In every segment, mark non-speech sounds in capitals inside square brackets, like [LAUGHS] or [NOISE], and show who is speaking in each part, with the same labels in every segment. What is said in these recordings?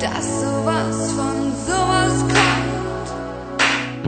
Speaker 1: dass sowas von sowas kommt.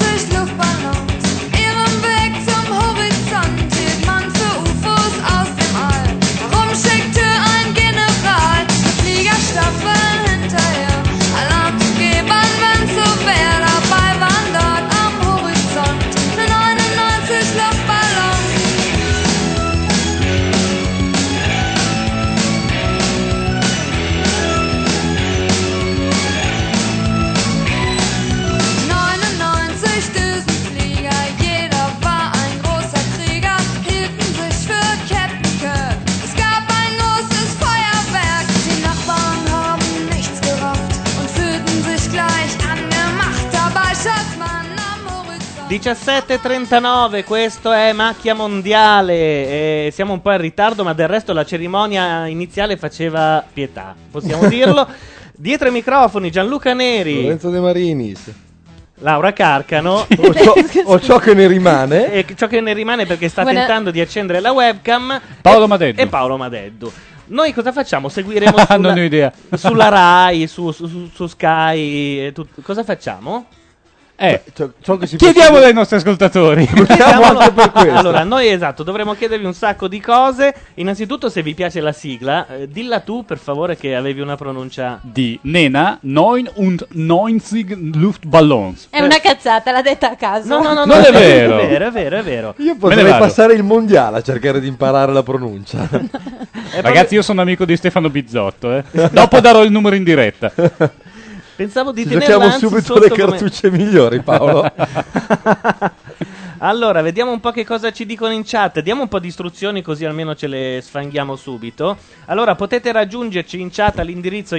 Speaker 1: Luftballons, ihren Weg zum Horizont hielt man für UFOs aus dem All. Warum schickte ein General Fliegerstaffeln hinterher? Alarm zu geben, wenn so wer dabei waren dort am Horizont. 99 Luftballons. jeder war ein großer Krieger, hielten sich für Captain Kirk. Es gab ein großes Feuerwerk, die Nachbarn haben nichts gerafft und fühlten sich gleich angemacht. Dabei schoss man am Horizont.
Speaker 2: 17.39, questo è Macchia Mondiale. eh, siamo un po' in ritardo, ma del resto la cerimonia iniziale faceva pietà,
Speaker 3: [LAUGHS]
Speaker 2: possiamo dirlo. Dietro ai microfoni Gianluca Neri.
Speaker 4: Lorenzo De Marinis.
Speaker 3: [LAUGHS]
Speaker 2: Laura Carcano.
Speaker 4: O
Speaker 2: [LAUGHS]
Speaker 4: ciò, o ciò che ne rimane.
Speaker 2: E ciò che ne rimane perché sta
Speaker 5: Buona-
Speaker 2: tentando di accendere la webcam.
Speaker 3: Paolo Madeddu.
Speaker 2: E Paolo Madeddu. Noi cosa facciamo? Seguiremo sulla,
Speaker 3: [LAUGHS] Non ho idea.
Speaker 2: sulla Rai, su, su- su- su Sky. e tut- cosa facciamo?
Speaker 3: Eh,
Speaker 4: si
Speaker 3: chiediamolo ai nostri ascoltatori.
Speaker 2: Chiediamolo- Allora, noi esatto, dovremmo chiedervi un sacco di cose. Innanzitutto, se vi piace la sigla, eh, dilla tu per favore che avevi una pronuncia.
Speaker 3: [LAUGHS] Di Nena 9 und 90 Luftballons.
Speaker 5: È una cazzata, l'ha detta a caso.
Speaker 2: No, no, no,
Speaker 3: Non
Speaker 2: no,
Speaker 3: è vero.
Speaker 2: È vero, è vero, è vero. Eh,
Speaker 4: Io
Speaker 3: Me ne
Speaker 4: potrei
Speaker 3: vado.
Speaker 4: passare il mondiale a cercare di imparare la [LAUGHS] pronuncia.
Speaker 2: Eh,
Speaker 3: Ragazzi, io sono amico di Stefano Bizzotto. eh. Dopo darò il numero in diretta.
Speaker 2: Pensavo di
Speaker 4: Ci
Speaker 2: tenerla
Speaker 4: giochiamo
Speaker 2: anzi
Speaker 4: subito
Speaker 2: sotto
Speaker 4: le
Speaker 2: come-
Speaker 4: cartucce migliori, Paolo. [LAUGHS]
Speaker 2: Allora, vediamo un po' che cosa ci dicono in chat. Diamo un po' di istruzioni così almeno ce le sfanghiamo subito. Allora, potete raggiungerci in chat all'indirizzo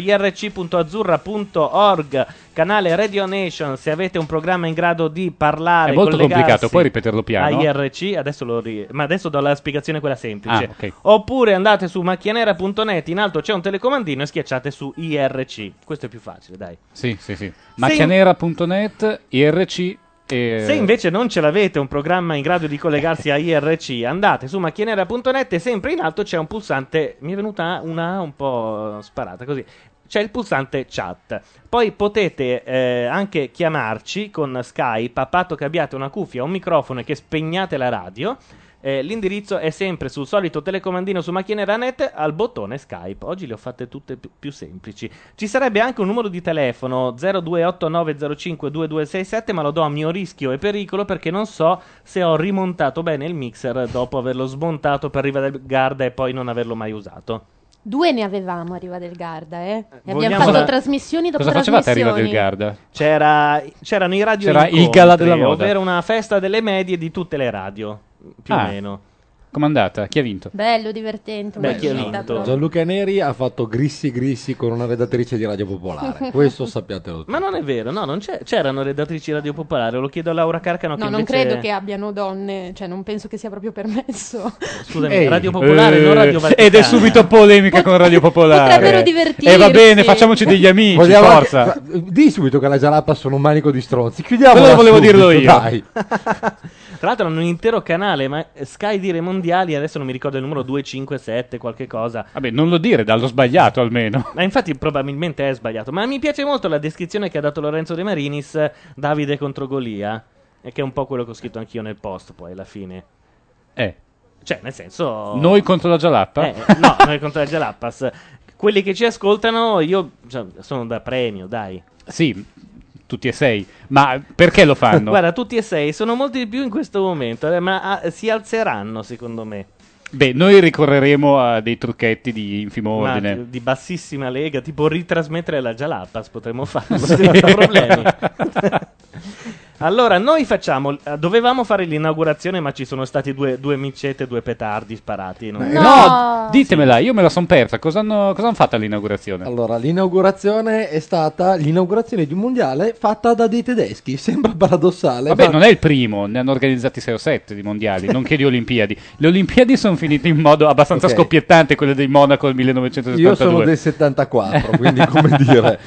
Speaker 2: irc.azzurra.org, canale Radio Nation, se avete un programma in grado di parlare.
Speaker 3: È molto
Speaker 2: collegarsi Ah,
Speaker 3: complicato, puoi ripeterlo piano?
Speaker 2: A IRC, adesso lo ri- ma adesso do la spiegazione quella semplice.
Speaker 3: Ah, ok.
Speaker 2: Oppure andate su macchianera.net, in alto c'è un telecomandino e schiacciate su IRC. Questo è più facile, dai.
Speaker 3: Sì, sì, sì. Macchianera.net, IRC e...
Speaker 2: Se invece non ce l'avete un programma in grado di collegarsi a IRC, andate su macchinera.net e sempre in alto c'è un pulsante. Mi è venuta una un po' sparata così. C'è il pulsante chat. Poi potete eh, anche chiamarci con Skype, a patto che abbiate una cuffia, un microfono e che spegnate la radio. Eh, l'indirizzo è sempre sul solito telecomandino su macchinera.net al bottone Skype. Oggi le ho fatte tutte più, più semplici. Ci sarebbe anche un numero di telefono 0289052267, ma lo do a mio rischio e pericolo perché non so se ho rimontato bene il mixer dopo averlo smontato per Riva del Garda e poi non averlo mai usato.
Speaker 5: Due ne avevamo a Riva del Garda, eh. E abbiamo
Speaker 2: vogliamo
Speaker 5: fatto
Speaker 2: la-
Speaker 5: trasmissioni dopo
Speaker 3: Cosa facevate a
Speaker 5: trasmissioni.
Speaker 3: Riva del Garda?
Speaker 2: C'era, c'erano i radio
Speaker 3: C'era il
Speaker 2: incontri,
Speaker 3: gala della moda.
Speaker 2: ovvero una festa delle medie di tutte le radio, più
Speaker 3: Ah.
Speaker 2: o meno.
Speaker 3: Com'è andata? Chi ha vinto?
Speaker 5: Bello, divertente. una
Speaker 2: Beh, chi ha
Speaker 5: gita
Speaker 2: vinto?
Speaker 5: proprio.
Speaker 4: Gianluca Neri ha fatto grissi grissi con una redattrice di Radio [LAUGHS] Popolare. Questo sappiatelo.
Speaker 2: Ma non è vero, no, non c'è- c'erano redattrici Radio Popolare, lo chiedo a Laura Carcano che
Speaker 5: No, non
Speaker 2: invece-
Speaker 5: credo che abbiano donne, cioè non penso che sia proprio
Speaker 6: [LAUGHS]
Speaker 5: permesso.
Speaker 2: Scusami,
Speaker 4: Ehi.
Speaker 2: Radio Popolare, non Radio
Speaker 3: Eh,
Speaker 2: Vaticana.
Speaker 3: Ed è subito polemica con Radio Popolare.
Speaker 5: potrebbero
Speaker 3: E va
Speaker 5: divertirsi.
Speaker 3: bene, facciamoci degli amici,
Speaker 4: Vogliamo anche-
Speaker 3: forza.
Speaker 4: [LAUGHS] ma- Di subito che alla Jalappa sono un manico di stronzi. Chiudiamo.
Speaker 3: Quello volevo dirlo io. [LAUGHS]
Speaker 4: Dai.
Speaker 2: Tra l'altro hanno un intero canale, ma Sky dire mondiali, adesso non mi ricordo il numero 257, qualche cosa.
Speaker 3: Vabbè, non lo dire, dallo sbagliato almeno.
Speaker 2: Ma infatti probabilmente è sbagliato. Ma mi piace molto la descrizione che ha dato Lorenzo De Marinis, eh, Davide contro Golia, e che è un po' quello che ho scritto anch'io nel post poi alla fine.
Speaker 3: Eh,
Speaker 2: Cioè, nel senso...
Speaker 3: Oh. Noi contro la Gialappa?
Speaker 2: Eh, no, noi contro la Jalapas. Quelli che ci ascoltano, io cioè, sono da premio, dai.
Speaker 3: [LAUGHS] Sì, tutti e sei. Ma perché lo fanno?
Speaker 2: Guarda, tutti e sei, sono molti di più in questo momento, eh, ma ah, si alzeranno secondo me.
Speaker 3: Beh, noi ricorreremo a dei trucchetti di infimo
Speaker 2: Ma
Speaker 3: ordine.
Speaker 2: di, di bassissima lega, tipo ritrasmettere la Jalapas potremmo farlo senza problemi. [LAUGHS] Allora, noi facciamo. eh, Dovevamo fare l'inaugurazione, ma ci sono stati due, due micete, due petardi sparati. non-
Speaker 3: No, ditemela, io me la son persa. Cosa hanno, cosa hanno fatto all'inaugurazione?
Speaker 6: Allora, l'inaugurazione è stata l'inaugurazione di un mondiale fatta da dei tedeschi. Sembra paradossale.
Speaker 3: Vabbè,
Speaker 6: ma-
Speaker 3: non è il primo, ne hanno organizzati 6 o 7 di mondiali, nonché di Olimpiadi. Le Olimpiadi sono finite in modo abbastanza
Speaker 6: Ok.
Speaker 3: scoppiettante, quelle del Monaco del 1972.
Speaker 6: Io sono del 74,
Speaker 3: [LAUGHS]
Speaker 6: quindi come dire.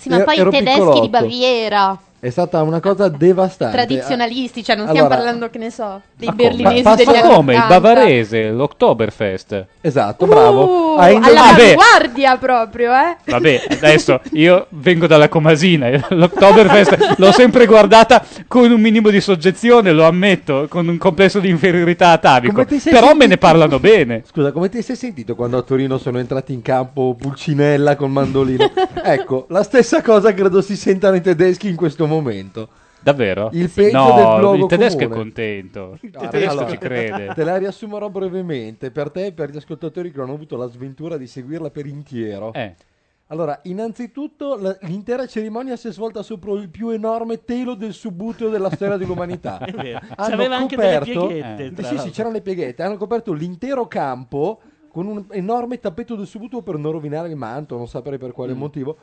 Speaker 7: Sì, ma
Speaker 6: Ero-
Speaker 7: poi i
Speaker 6: ero
Speaker 7: tedeschi
Speaker 6: piccolotto.
Speaker 7: di Baviera,
Speaker 6: È stata una cosa devastante.
Speaker 7: tradizionalisti, cioè non stiamo
Speaker 6: eh. Allora-
Speaker 7: parlando, che ne so, dei
Speaker 6: Ma come?
Speaker 7: berlinesi
Speaker 6: Ma
Speaker 7: degli
Speaker 3: Ma
Speaker 7: anni
Speaker 3: come? Il
Speaker 7: 80.
Speaker 3: bavarese, l'Oktoberfest.
Speaker 6: Esatto, bravo.
Speaker 7: Uh,
Speaker 6: Hai indovinato.
Speaker 7: alla
Speaker 3: Vabbè.
Speaker 7: guardia proprio, eh?
Speaker 3: Vabbè,
Speaker 7: [LAUGHS]
Speaker 3: adesso io vengo dalla Comasina, e l'Oktoberfest l'ho sempre guardata con un minimo di soggezione, lo ammetto, con un complesso di inferiorità atavico.
Speaker 6: Come ti sei
Speaker 3: Però me ne
Speaker 6: sentito?
Speaker 3: parlano bene.
Speaker 6: Scusa, come ti sei sentito quando a Torino sono entrati in campo Pulcinella
Speaker 7: [LAUGHS]
Speaker 6: col mandolino? ecco, la stessa cosa credo si sentano i tedeschi in questo momento.
Speaker 3: Davvero?
Speaker 6: Il peggio del
Speaker 3: no,
Speaker 6: luogo
Speaker 3: il tedesco è
Speaker 6: comune.
Speaker 3: contento. Il
Speaker 6: Guarda,
Speaker 3: tedesco
Speaker 6: allora,
Speaker 3: ci crede.
Speaker 6: Te la riassumerò brevemente per te e per gli ascoltatori che non hanno avuto la sventura di seguirla per intero.
Speaker 3: Eh,
Speaker 6: Allora, innanzitutto la- l'intera cerimonia si è svolta sopra il più enorme telo del subbuteo della storia dell'umanità.
Speaker 2: [LAUGHS] È vero.
Speaker 6: Hanno
Speaker 2: C'aveva anche delle
Speaker 6: coperto-
Speaker 2: pieghette. tra
Speaker 6: sì, sì,
Speaker 2: l'altro.
Speaker 6: c'erano le pieghette, hanno coperto l'intero campo con un enorme tappeto del subuto per non rovinare il manto, non saprei per
Speaker 2: Mm.
Speaker 6: quale motivo.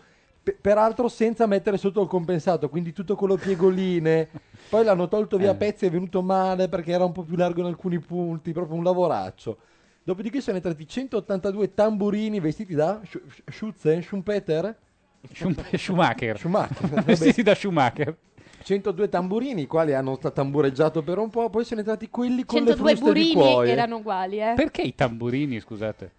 Speaker 6: Pe- peraltro senza mettere sotto il compensato, quindi tutto con le
Speaker 2: [LAUGHS]
Speaker 6: piegoline. Poi l'hanno tolto via
Speaker 3: Eh.
Speaker 6: a pezzi, è venuto male perché era un po' più largo in alcuni punti, proprio un lavoraccio. Dopodiché sono entrati 182 tamburini vestiti da Sch- Sch- Schutzen, eh, Schumpeter,
Speaker 3: Schum- Schumacher. [LAUGHS]
Speaker 2: [LAUGHS]
Speaker 6: Schumacher. vabbè.
Speaker 3: Vestiti da Schumacher.
Speaker 6: 102 tamburini, i quali hanno sta- tambureggiato per un po', poi sono entrati quelli con le
Speaker 7: 102
Speaker 6: fruste di
Speaker 7: burini
Speaker 6: cuoio.
Speaker 7: erano uguali, eh?
Speaker 3: Perché i tamburini, scusate?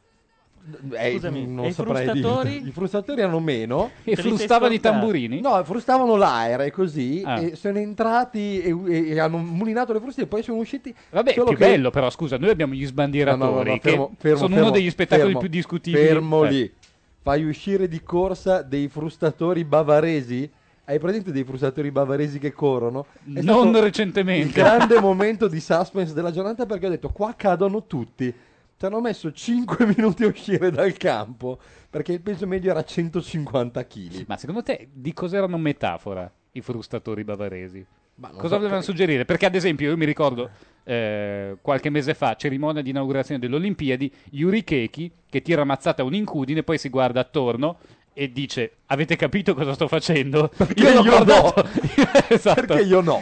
Speaker 6: Eh,
Speaker 2: Scusami,
Speaker 6: non
Speaker 2: e i
Speaker 6: saprei
Speaker 2: frustatori?
Speaker 6: dire. I frustatori erano meno.
Speaker 3: E
Speaker 2: Te li sei
Speaker 3: frustavano i
Speaker 2: scordati?
Speaker 3: tamburini?
Speaker 6: No, frustavano l'aere così
Speaker 3: Ah.
Speaker 6: e sono entrati e, e hanno mulinato le fruste e poi sono usciti.
Speaker 3: Vabbè,
Speaker 6: solo
Speaker 3: più
Speaker 6: che-
Speaker 3: bello però, scusa, noi abbiamo gli
Speaker 6: No,
Speaker 3: sbandieratori
Speaker 6: no, no, no,
Speaker 3: che
Speaker 6: fermo, fermo,
Speaker 3: sono
Speaker 6: fermo,
Speaker 3: uno degli spettacoli
Speaker 6: fermo,
Speaker 3: più discutibili.
Speaker 6: Fermo
Speaker 3: Eh,
Speaker 6: lì. Fai uscire di corsa dei frustatori bavaresi. Hai presente dei frustatori bavaresi che corrono? È stato
Speaker 3: Non
Speaker 6: il
Speaker 3: recentemente.
Speaker 6: grande momento di suspense della giornata perché ho detto qua cadono tutti. Ti hanno messo 5 [LAUGHS] minuti a uscire dal campo perché il peso medio era 150 kg.
Speaker 3: [LAUGHS] Ma secondo te di cosa erano metafora i frustatori bavaresi?
Speaker 6: Ma non
Speaker 3: Cosa
Speaker 6: so,
Speaker 3: volevano
Speaker 6: cre-
Speaker 3: suggerire? Perché ad esempio io mi ricordo eh, qualche mese fa, cerimonia di inaugurazione delle Olimpiadi, Yuri Keki che tira ammazzata un'incudine, poi si guarda attorno e dice avete capito cosa sto facendo?
Speaker 6: Perché io no.
Speaker 3: [LAUGHS] Esatto.
Speaker 6: Perché io no.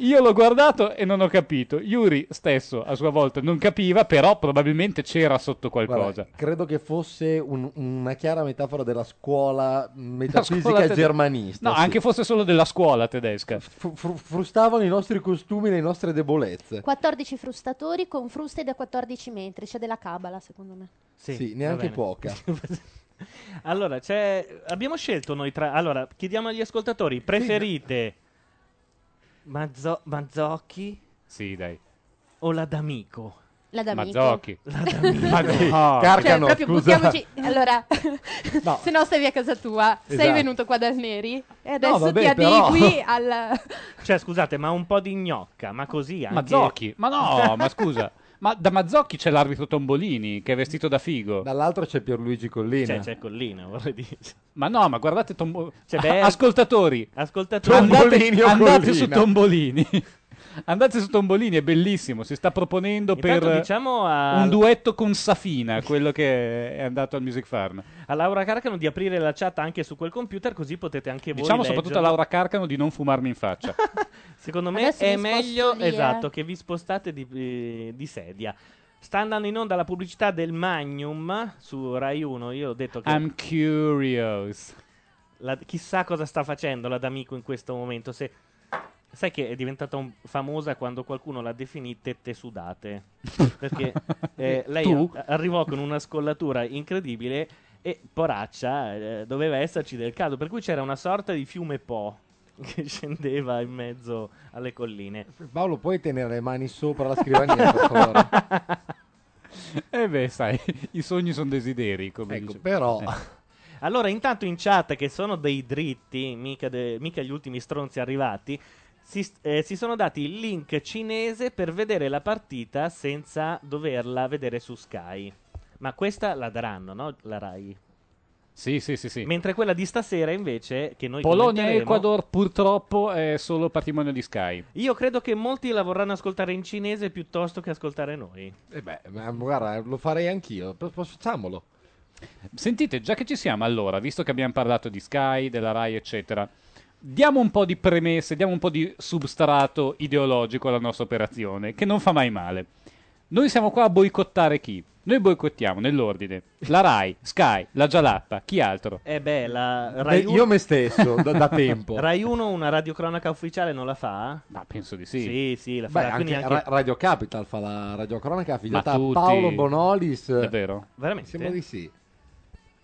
Speaker 3: Io l'ho guardato e non ho capito. Yuri stesso a sua volta non capiva, però probabilmente c'era sotto
Speaker 6: Guarda,
Speaker 3: qualcosa.
Speaker 6: credo che fosse un- una chiara metafora della scuola mm,
Speaker 3: La
Speaker 6: metafisica
Speaker 3: scuola tede-
Speaker 6: germanista.
Speaker 3: No,
Speaker 6: sì.
Speaker 3: anche fosse solo della scuola tedesca.
Speaker 6: Fru- fru- frustavano i nostri costumi, le nostre debolezze.
Speaker 8: 14 frustatori con fruste da 14 metri, c'è della cabala secondo me.
Speaker 2: Sì,
Speaker 6: Sì,
Speaker 2: va
Speaker 6: neanche
Speaker 2: bene.
Speaker 6: poca.
Speaker 2: [LAUGHS] allora, c'è... abbiamo scelto noi tra. Allora, chiediamo agli ascoltatori: preferite Mazzo- Mazzocchi
Speaker 3: Sì, dai.
Speaker 2: o la D'Amico?
Speaker 8: La d'amico.
Speaker 3: Mazzocchi.
Speaker 2: La D'Amico.
Speaker 3: Ma dai.
Speaker 5: Ah,
Speaker 7: Cioè,
Speaker 6: Carcano,
Speaker 7: proprio
Speaker 6: scusa. [LAUGHS]
Speaker 7: buttiamoci. Allora,
Speaker 6: No.
Speaker 7: se no stavi a casa tua, sei
Speaker 6: Esatto.
Speaker 7: venuto qua dal Neri e adesso
Speaker 6: vabbè,
Speaker 7: ti
Speaker 6: però.
Speaker 5: [LAUGHS]
Speaker 7: adigui al.
Speaker 2: Cioè, scusate, ma un po' di gnocca, ma così anche.
Speaker 3: Mazzocchi? Ma no, ma scusa. Ma da Mazzocchi c'è l'arbitro Tombolini che è vestito da figo.
Speaker 6: Dall'altro c'è Pierluigi
Speaker 2: Cioè,
Speaker 6: Collina.
Speaker 2: c'è Collina, vorrei
Speaker 3: [LAUGHS]
Speaker 2: dire.
Speaker 3: Ma no, ma guardate Tombolini.
Speaker 2: C'è Ber-
Speaker 3: Ascoltatori,
Speaker 2: Ascoltatori.
Speaker 3: andate,
Speaker 6: Tombolini o
Speaker 3: andate
Speaker 6: Collina?
Speaker 3: su Tombolini. [LAUGHS] andate su Tombolini, è bellissimo. Si sta proponendo
Speaker 2: Intanto
Speaker 3: per
Speaker 2: diciamo a,
Speaker 3: un duetto con Safina, quello che è andato al Music Farm.
Speaker 2: a Laura Carcano di aprire la chat anche su quel computer, così potete anche voi.
Speaker 3: Diciamo soprattutto a
Speaker 2: leggerlo.
Speaker 3: Laura Carcano di non fumarmi in
Speaker 2: [LAUGHS]
Speaker 3: faccia.
Speaker 2: Secondo me
Speaker 8: Adesso
Speaker 2: è
Speaker 8: mi sposto
Speaker 2: meglio
Speaker 8: lì, eh.
Speaker 2: esatto, che vi spostate di, eh, di sedia. Sta andando in onda la pubblicità del Magnum su Rai 1. Io ho detto che
Speaker 3: I'm curious.
Speaker 2: la- chissà cosa sta facendo la D'Amico in questo momento. Se, sai che è diventata un- famosa quando qualcuno la definì tette sudate. Perché eh, lei
Speaker 3: Tu?
Speaker 2: a- arrivò con una scollatura incredibile e poraccia eh, doveva esserci del caldo. Per cui c'era una sorta di fiume Po [LAUGHS] che scendeva in mezzo alle colline.
Speaker 6: Paolo, puoi tenere le mani sopra la scrivania, per [LAUGHS] favore?
Speaker 3: Eh beh, sai, [LAUGHS] i sogni sono desideri, come
Speaker 6: Ecco,
Speaker 3: dice-
Speaker 6: però...
Speaker 3: Eh.
Speaker 2: Allora, intanto in chat, che sono dei dritti, mica, de- mica gli ultimi stronzi arrivati, si, s- eh, si sono dati il link cinese per vedere la partita senza doverla vedere su Sky. Ma questa la daranno, no? La Rai.
Speaker 3: Sì, sì, sì, sì.
Speaker 2: Mentre quella di stasera invece, che noi
Speaker 3: Polonia e
Speaker 2: commenteremo-
Speaker 3: Ecuador purtroppo è solo patrimonio di Sky.
Speaker 2: Io credo che molti la vorranno ascoltare in cinese piuttosto che ascoltare noi.
Speaker 6: Eh beh, ma guarda, lo farei anch'io. P- Facciamolo.
Speaker 3: Sentite, già che ci siamo allora, visto che abbiamo parlato di Sky, della Rai, eccetera, diamo un po' di premesse, diamo un po' di substrato ideologico alla nostra operazione, che non fa mai male. Noi siamo qua a boicottare chi? Noi boicottiamo nell'ordine la Rai, Sky, la Giallappa, chi altro?
Speaker 2: Eh beh, la
Speaker 3: Beh, io me stesso, da-
Speaker 2: [LAUGHS]
Speaker 3: da
Speaker 6: tempo.
Speaker 2: Rai 1 una radiocronaca ufficiale non la fa?
Speaker 3: Ma penso di sì.
Speaker 2: Sì, sì, la
Speaker 6: Beh,
Speaker 2: farà.
Speaker 6: anche,
Speaker 2: quindi anche...
Speaker 6: Ra- Radio Capital fa la radiocronaca affidata
Speaker 2: Ma
Speaker 6: a
Speaker 2: tutti.
Speaker 6: Paolo Bonolis.
Speaker 2: È
Speaker 3: vero?
Speaker 2: Veramente?
Speaker 6: Sembra di sì.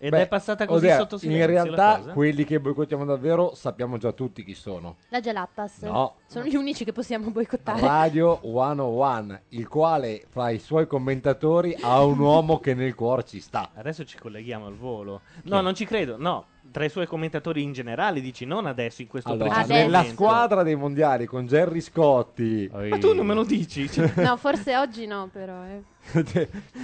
Speaker 2: Ed
Speaker 6: Beh,
Speaker 2: è passata così
Speaker 6: ossia,
Speaker 2: sotto silenzio
Speaker 6: In
Speaker 2: la
Speaker 6: realtà,
Speaker 2: cosa?
Speaker 6: quelli che boicottiamo davvero sappiamo già tutti chi sono.
Speaker 7: La Jalappas.
Speaker 6: No. Ah,
Speaker 7: Sono gli unici che possiamo boicottare.
Speaker 6: Radio 101, il quale fra i suoi commentatori ha un uomo che nel cuore ci sta.
Speaker 2: Adesso ci colleghiamo al volo. No, non ci credo, no. Tra i suoi commentatori in generale, dici non adesso, in questo
Speaker 6: Allora,
Speaker 2: preciso
Speaker 6: nella
Speaker 2: momento.
Speaker 6: squadra dei mondiali con
Speaker 3: [LAUGHS]
Speaker 6: Gerry Scotti.
Speaker 2: Ma tu non me lo dici? Cioè,
Speaker 5: No, forse oggi no, però. eh.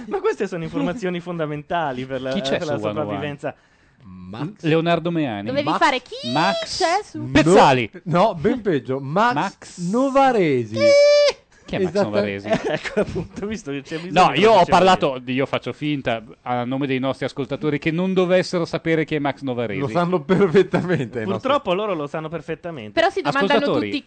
Speaker 2: ma queste sono informazioni fondamentali per la,
Speaker 3: Chi c'è
Speaker 2: per la
Speaker 3: su One
Speaker 2: sopravvivenza.
Speaker 6: Max?
Speaker 3: Leonardo Meani.
Speaker 7: Dovevi
Speaker 6: Max-
Speaker 7: fare chi
Speaker 3: Max-
Speaker 5: Cioè,
Speaker 7: c'è su...
Speaker 3: Pezzali.
Speaker 6: No, no, ben peggio, Max,
Speaker 3: Max-
Speaker 6: Novaresi.
Speaker 3: Chi è Max
Speaker 6: Esatta- eh, esatto,
Speaker 3: Novaresi?
Speaker 2: [LAUGHS] ecco appunto, visto che c'è bisogno.
Speaker 3: No, io ho
Speaker 2: dicevo
Speaker 3: parlato, io faccio finta a nome dei nostri ascoltatori che non dovessero sapere chi è Max Novaresi.
Speaker 6: Lo sanno perfettamente. i
Speaker 2: io.
Speaker 6: nostri
Speaker 2: Purtroppo loro lo sanno perfettamente.
Speaker 5: Però si domandano
Speaker 3: Ascoltatori.
Speaker 5: tutti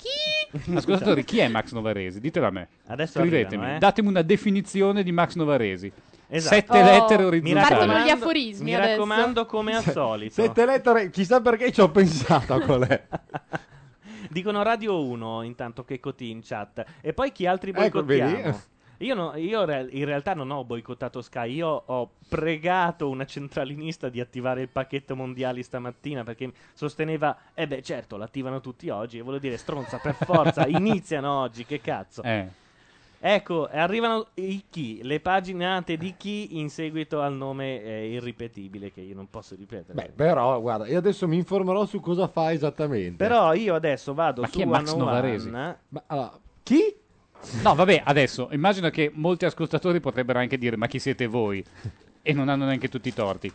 Speaker 5: chi?
Speaker 3: Ascoltatori, chi è Max Novaresi? Ditela a me.
Speaker 2: Adesso
Speaker 3: Scrivetemi,
Speaker 2: arrivano, eh.
Speaker 3: datemi una definizione di Max Novaresi.
Speaker 2: Esatto.
Speaker 3: Sette
Speaker 5: Oh,
Speaker 3: lettere
Speaker 2: mi
Speaker 3: orizzontali.
Speaker 5: Partono gli
Speaker 2: raccomando,
Speaker 5: aforismi
Speaker 2: mi
Speaker 5: adesso.
Speaker 2: raccomando come al solito.
Speaker 6: Sette lettere, chissà perché ci ho
Speaker 3: [LAUGHS]
Speaker 6: pensato a qual è.
Speaker 2: [LAUGHS] Dicono Radio 1 intanto che cotì in chat. E poi chi altri
Speaker 6: Ecco,
Speaker 2: boicottiamo?
Speaker 6: vedi?
Speaker 2: io, no- io re- in realtà non ho boicottato Sky, io ho pregato una centralinista di attivare il pacchetto mondiali stamattina perché sosteneva, eh beh certo, l'attivano tutti oggi e volevo dire stronza, per
Speaker 3: [LAUGHS]
Speaker 2: forza, iniziano oggi, che cazzo.
Speaker 3: Eh.
Speaker 2: Ecco, arrivano i chi, le paginate di chi in seguito al nome eh, irripetibile che io non posso ripetere.
Speaker 6: Beh, però, guarda, io adesso mi informerò su cosa fa esattamente.
Speaker 2: Però io adesso vado
Speaker 3: Ma
Speaker 2: su
Speaker 3: chi è Max
Speaker 2: 101,
Speaker 3: Novaresi?
Speaker 6: Ma, allora, chi?
Speaker 3: No, vabbè, adesso immagino che molti ascoltatori potrebbero anche dire ma chi siete voi? E non hanno neanche tutti i torti.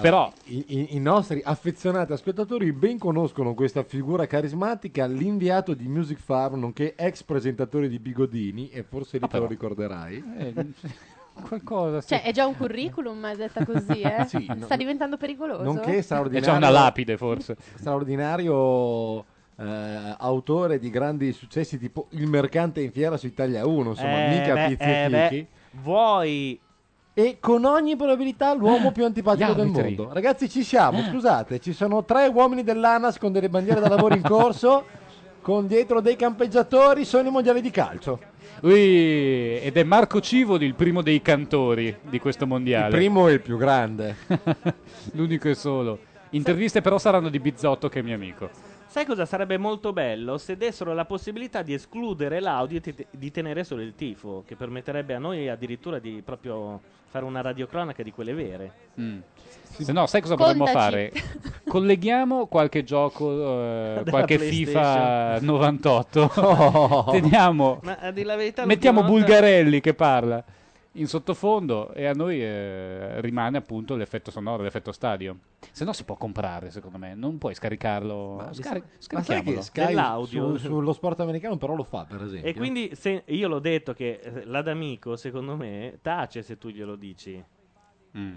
Speaker 3: Però
Speaker 6: I, i- i nostri affezionati ascoltatori ben conoscono questa figura carismatica, l'inviato di Music Farm, nonché ex presentatore di Bigodini, e forse lì te lo
Speaker 3: però.
Speaker 6: ricorderai.
Speaker 2: Eh,
Speaker 3: [LAUGHS] qualcosa
Speaker 5: Cioè, è già un curriculum, ma detta
Speaker 6: [LAUGHS]
Speaker 5: così, eh?
Speaker 6: Sì, no-
Speaker 5: Sta diventando pericoloso.
Speaker 7: Eh,
Speaker 6: Nonché
Speaker 3: è
Speaker 6: straordinario.
Speaker 3: già una lapide forse.
Speaker 6: straordinario eh, autore di grandi successi tipo Il mercante in fiera su Italia 1, insomma,
Speaker 2: Eh,
Speaker 6: mica
Speaker 2: beh,
Speaker 6: pizzi
Speaker 2: eh,
Speaker 6: e
Speaker 2: beh,
Speaker 6: fichi.
Speaker 2: Vuoi
Speaker 6: E con ogni probabilità l'uomo più antipatico
Speaker 3: Gli
Speaker 6: del
Speaker 3: arbitri.
Speaker 6: mondo. Ragazzi, ci siamo, scusate, ci sono tre uomini dell'ANAS con delle bandiere da lavoro in corso, con dietro dei campeggiatori, sono i mondiali di calcio.
Speaker 3: Ui, ed è Marco Civoli il primo dei cantori di questo mondiale.
Speaker 6: Il primo e il più grande.
Speaker 3: L'unico e solo. Interviste però saranno di Bizzotto che è mio amico.
Speaker 2: Sai cosa sarebbe molto bello se dessero la possibilità di escludere l'audio e te- di tenere solo il tifo, che permetterebbe a noi addirittura di proprio fare una radiocronaca di quelle vere.
Speaker 3: Mm. Se no, sai cosa potremmo fare?
Speaker 2: [LAUGHS]
Speaker 5: Contaci.
Speaker 3: Colleghiamo qualche gioco,
Speaker 6: [LAUGHS]
Speaker 3: eh,
Speaker 2: Della
Speaker 3: qualche FIFA
Speaker 2: PlayStation.
Speaker 3: 98.
Speaker 6: Oh.
Speaker 3: Teniamo,
Speaker 2: Ma a dir la verità,
Speaker 3: mettiamo
Speaker 2: l'ultima volta-
Speaker 3: Bulgarelli che parla in sottofondo e a noi eh, rimane appunto l'effetto sonoro, l'effetto stadio. Se no si può comprare, secondo me, non puoi scaricarlo. Scari-
Speaker 6: Ma sai
Speaker 3: scarichiamolo.
Speaker 6: che Sky
Speaker 2: Dell'audio.
Speaker 6: su- sullo sport americano però lo fa, per esempio.
Speaker 2: E quindi se- io l'ho detto che eh, l'adamico, secondo me, tace se tu glielo dici.
Speaker 3: Mm.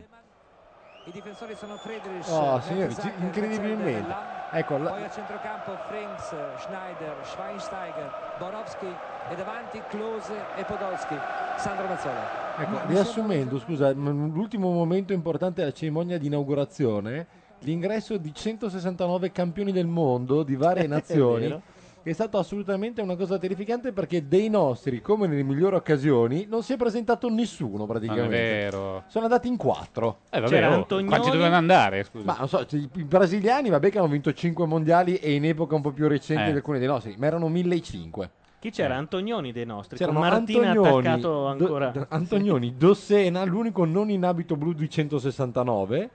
Speaker 8: I difensori sono Friedrich,
Speaker 6: Oh,
Speaker 8: eh,
Speaker 6: signori,
Speaker 8: Mertesacker,
Speaker 6: ci- incredibilmente.
Speaker 8: Lam,
Speaker 6: Ecco, la-
Speaker 8: Poi a centrocampo Frings, Schneider, Schweinsteiger, Borowski e davanti Klose e Podolski. Sandro Mazzola.
Speaker 6: Ecco, riassumendo, scusa, m- l'ultimo momento importante della cerimonia di inaugurazione, l'ingresso di 169 campioni del mondo di
Speaker 2: [LAUGHS]
Speaker 6: varie nazioni.
Speaker 2: vero.
Speaker 6: È stata assolutamente una cosa terrificante perché dei nostri, come nelle migliori occasioni, non si è presentato nessuno
Speaker 3: Ah, Non è
Speaker 6: praticamente.
Speaker 3: vero.
Speaker 6: Sono andati in quattro.
Speaker 3: Eh, vabbè,
Speaker 2: C'era
Speaker 3: oh,
Speaker 2: Antonioni.
Speaker 3: quanti dovevano andare? Scusa.
Speaker 6: Ma non so, cioè, i i brasiliani, vabbè, che hanno vinto 5 mondiali e in epoca un po' più recente
Speaker 3: Eh.
Speaker 6: di alcuni dei nostri, ma erano 1005.
Speaker 2: Chi c'era?
Speaker 3: Eh.
Speaker 2: Antonioni dei nostri.
Speaker 6: C'erano
Speaker 2: con Martina
Speaker 6: Antonioni,
Speaker 2: attaccato
Speaker 6: Do-
Speaker 2: ancora.
Speaker 6: Do- Antonioni, Dossena, l'unico non in abito blu di 169.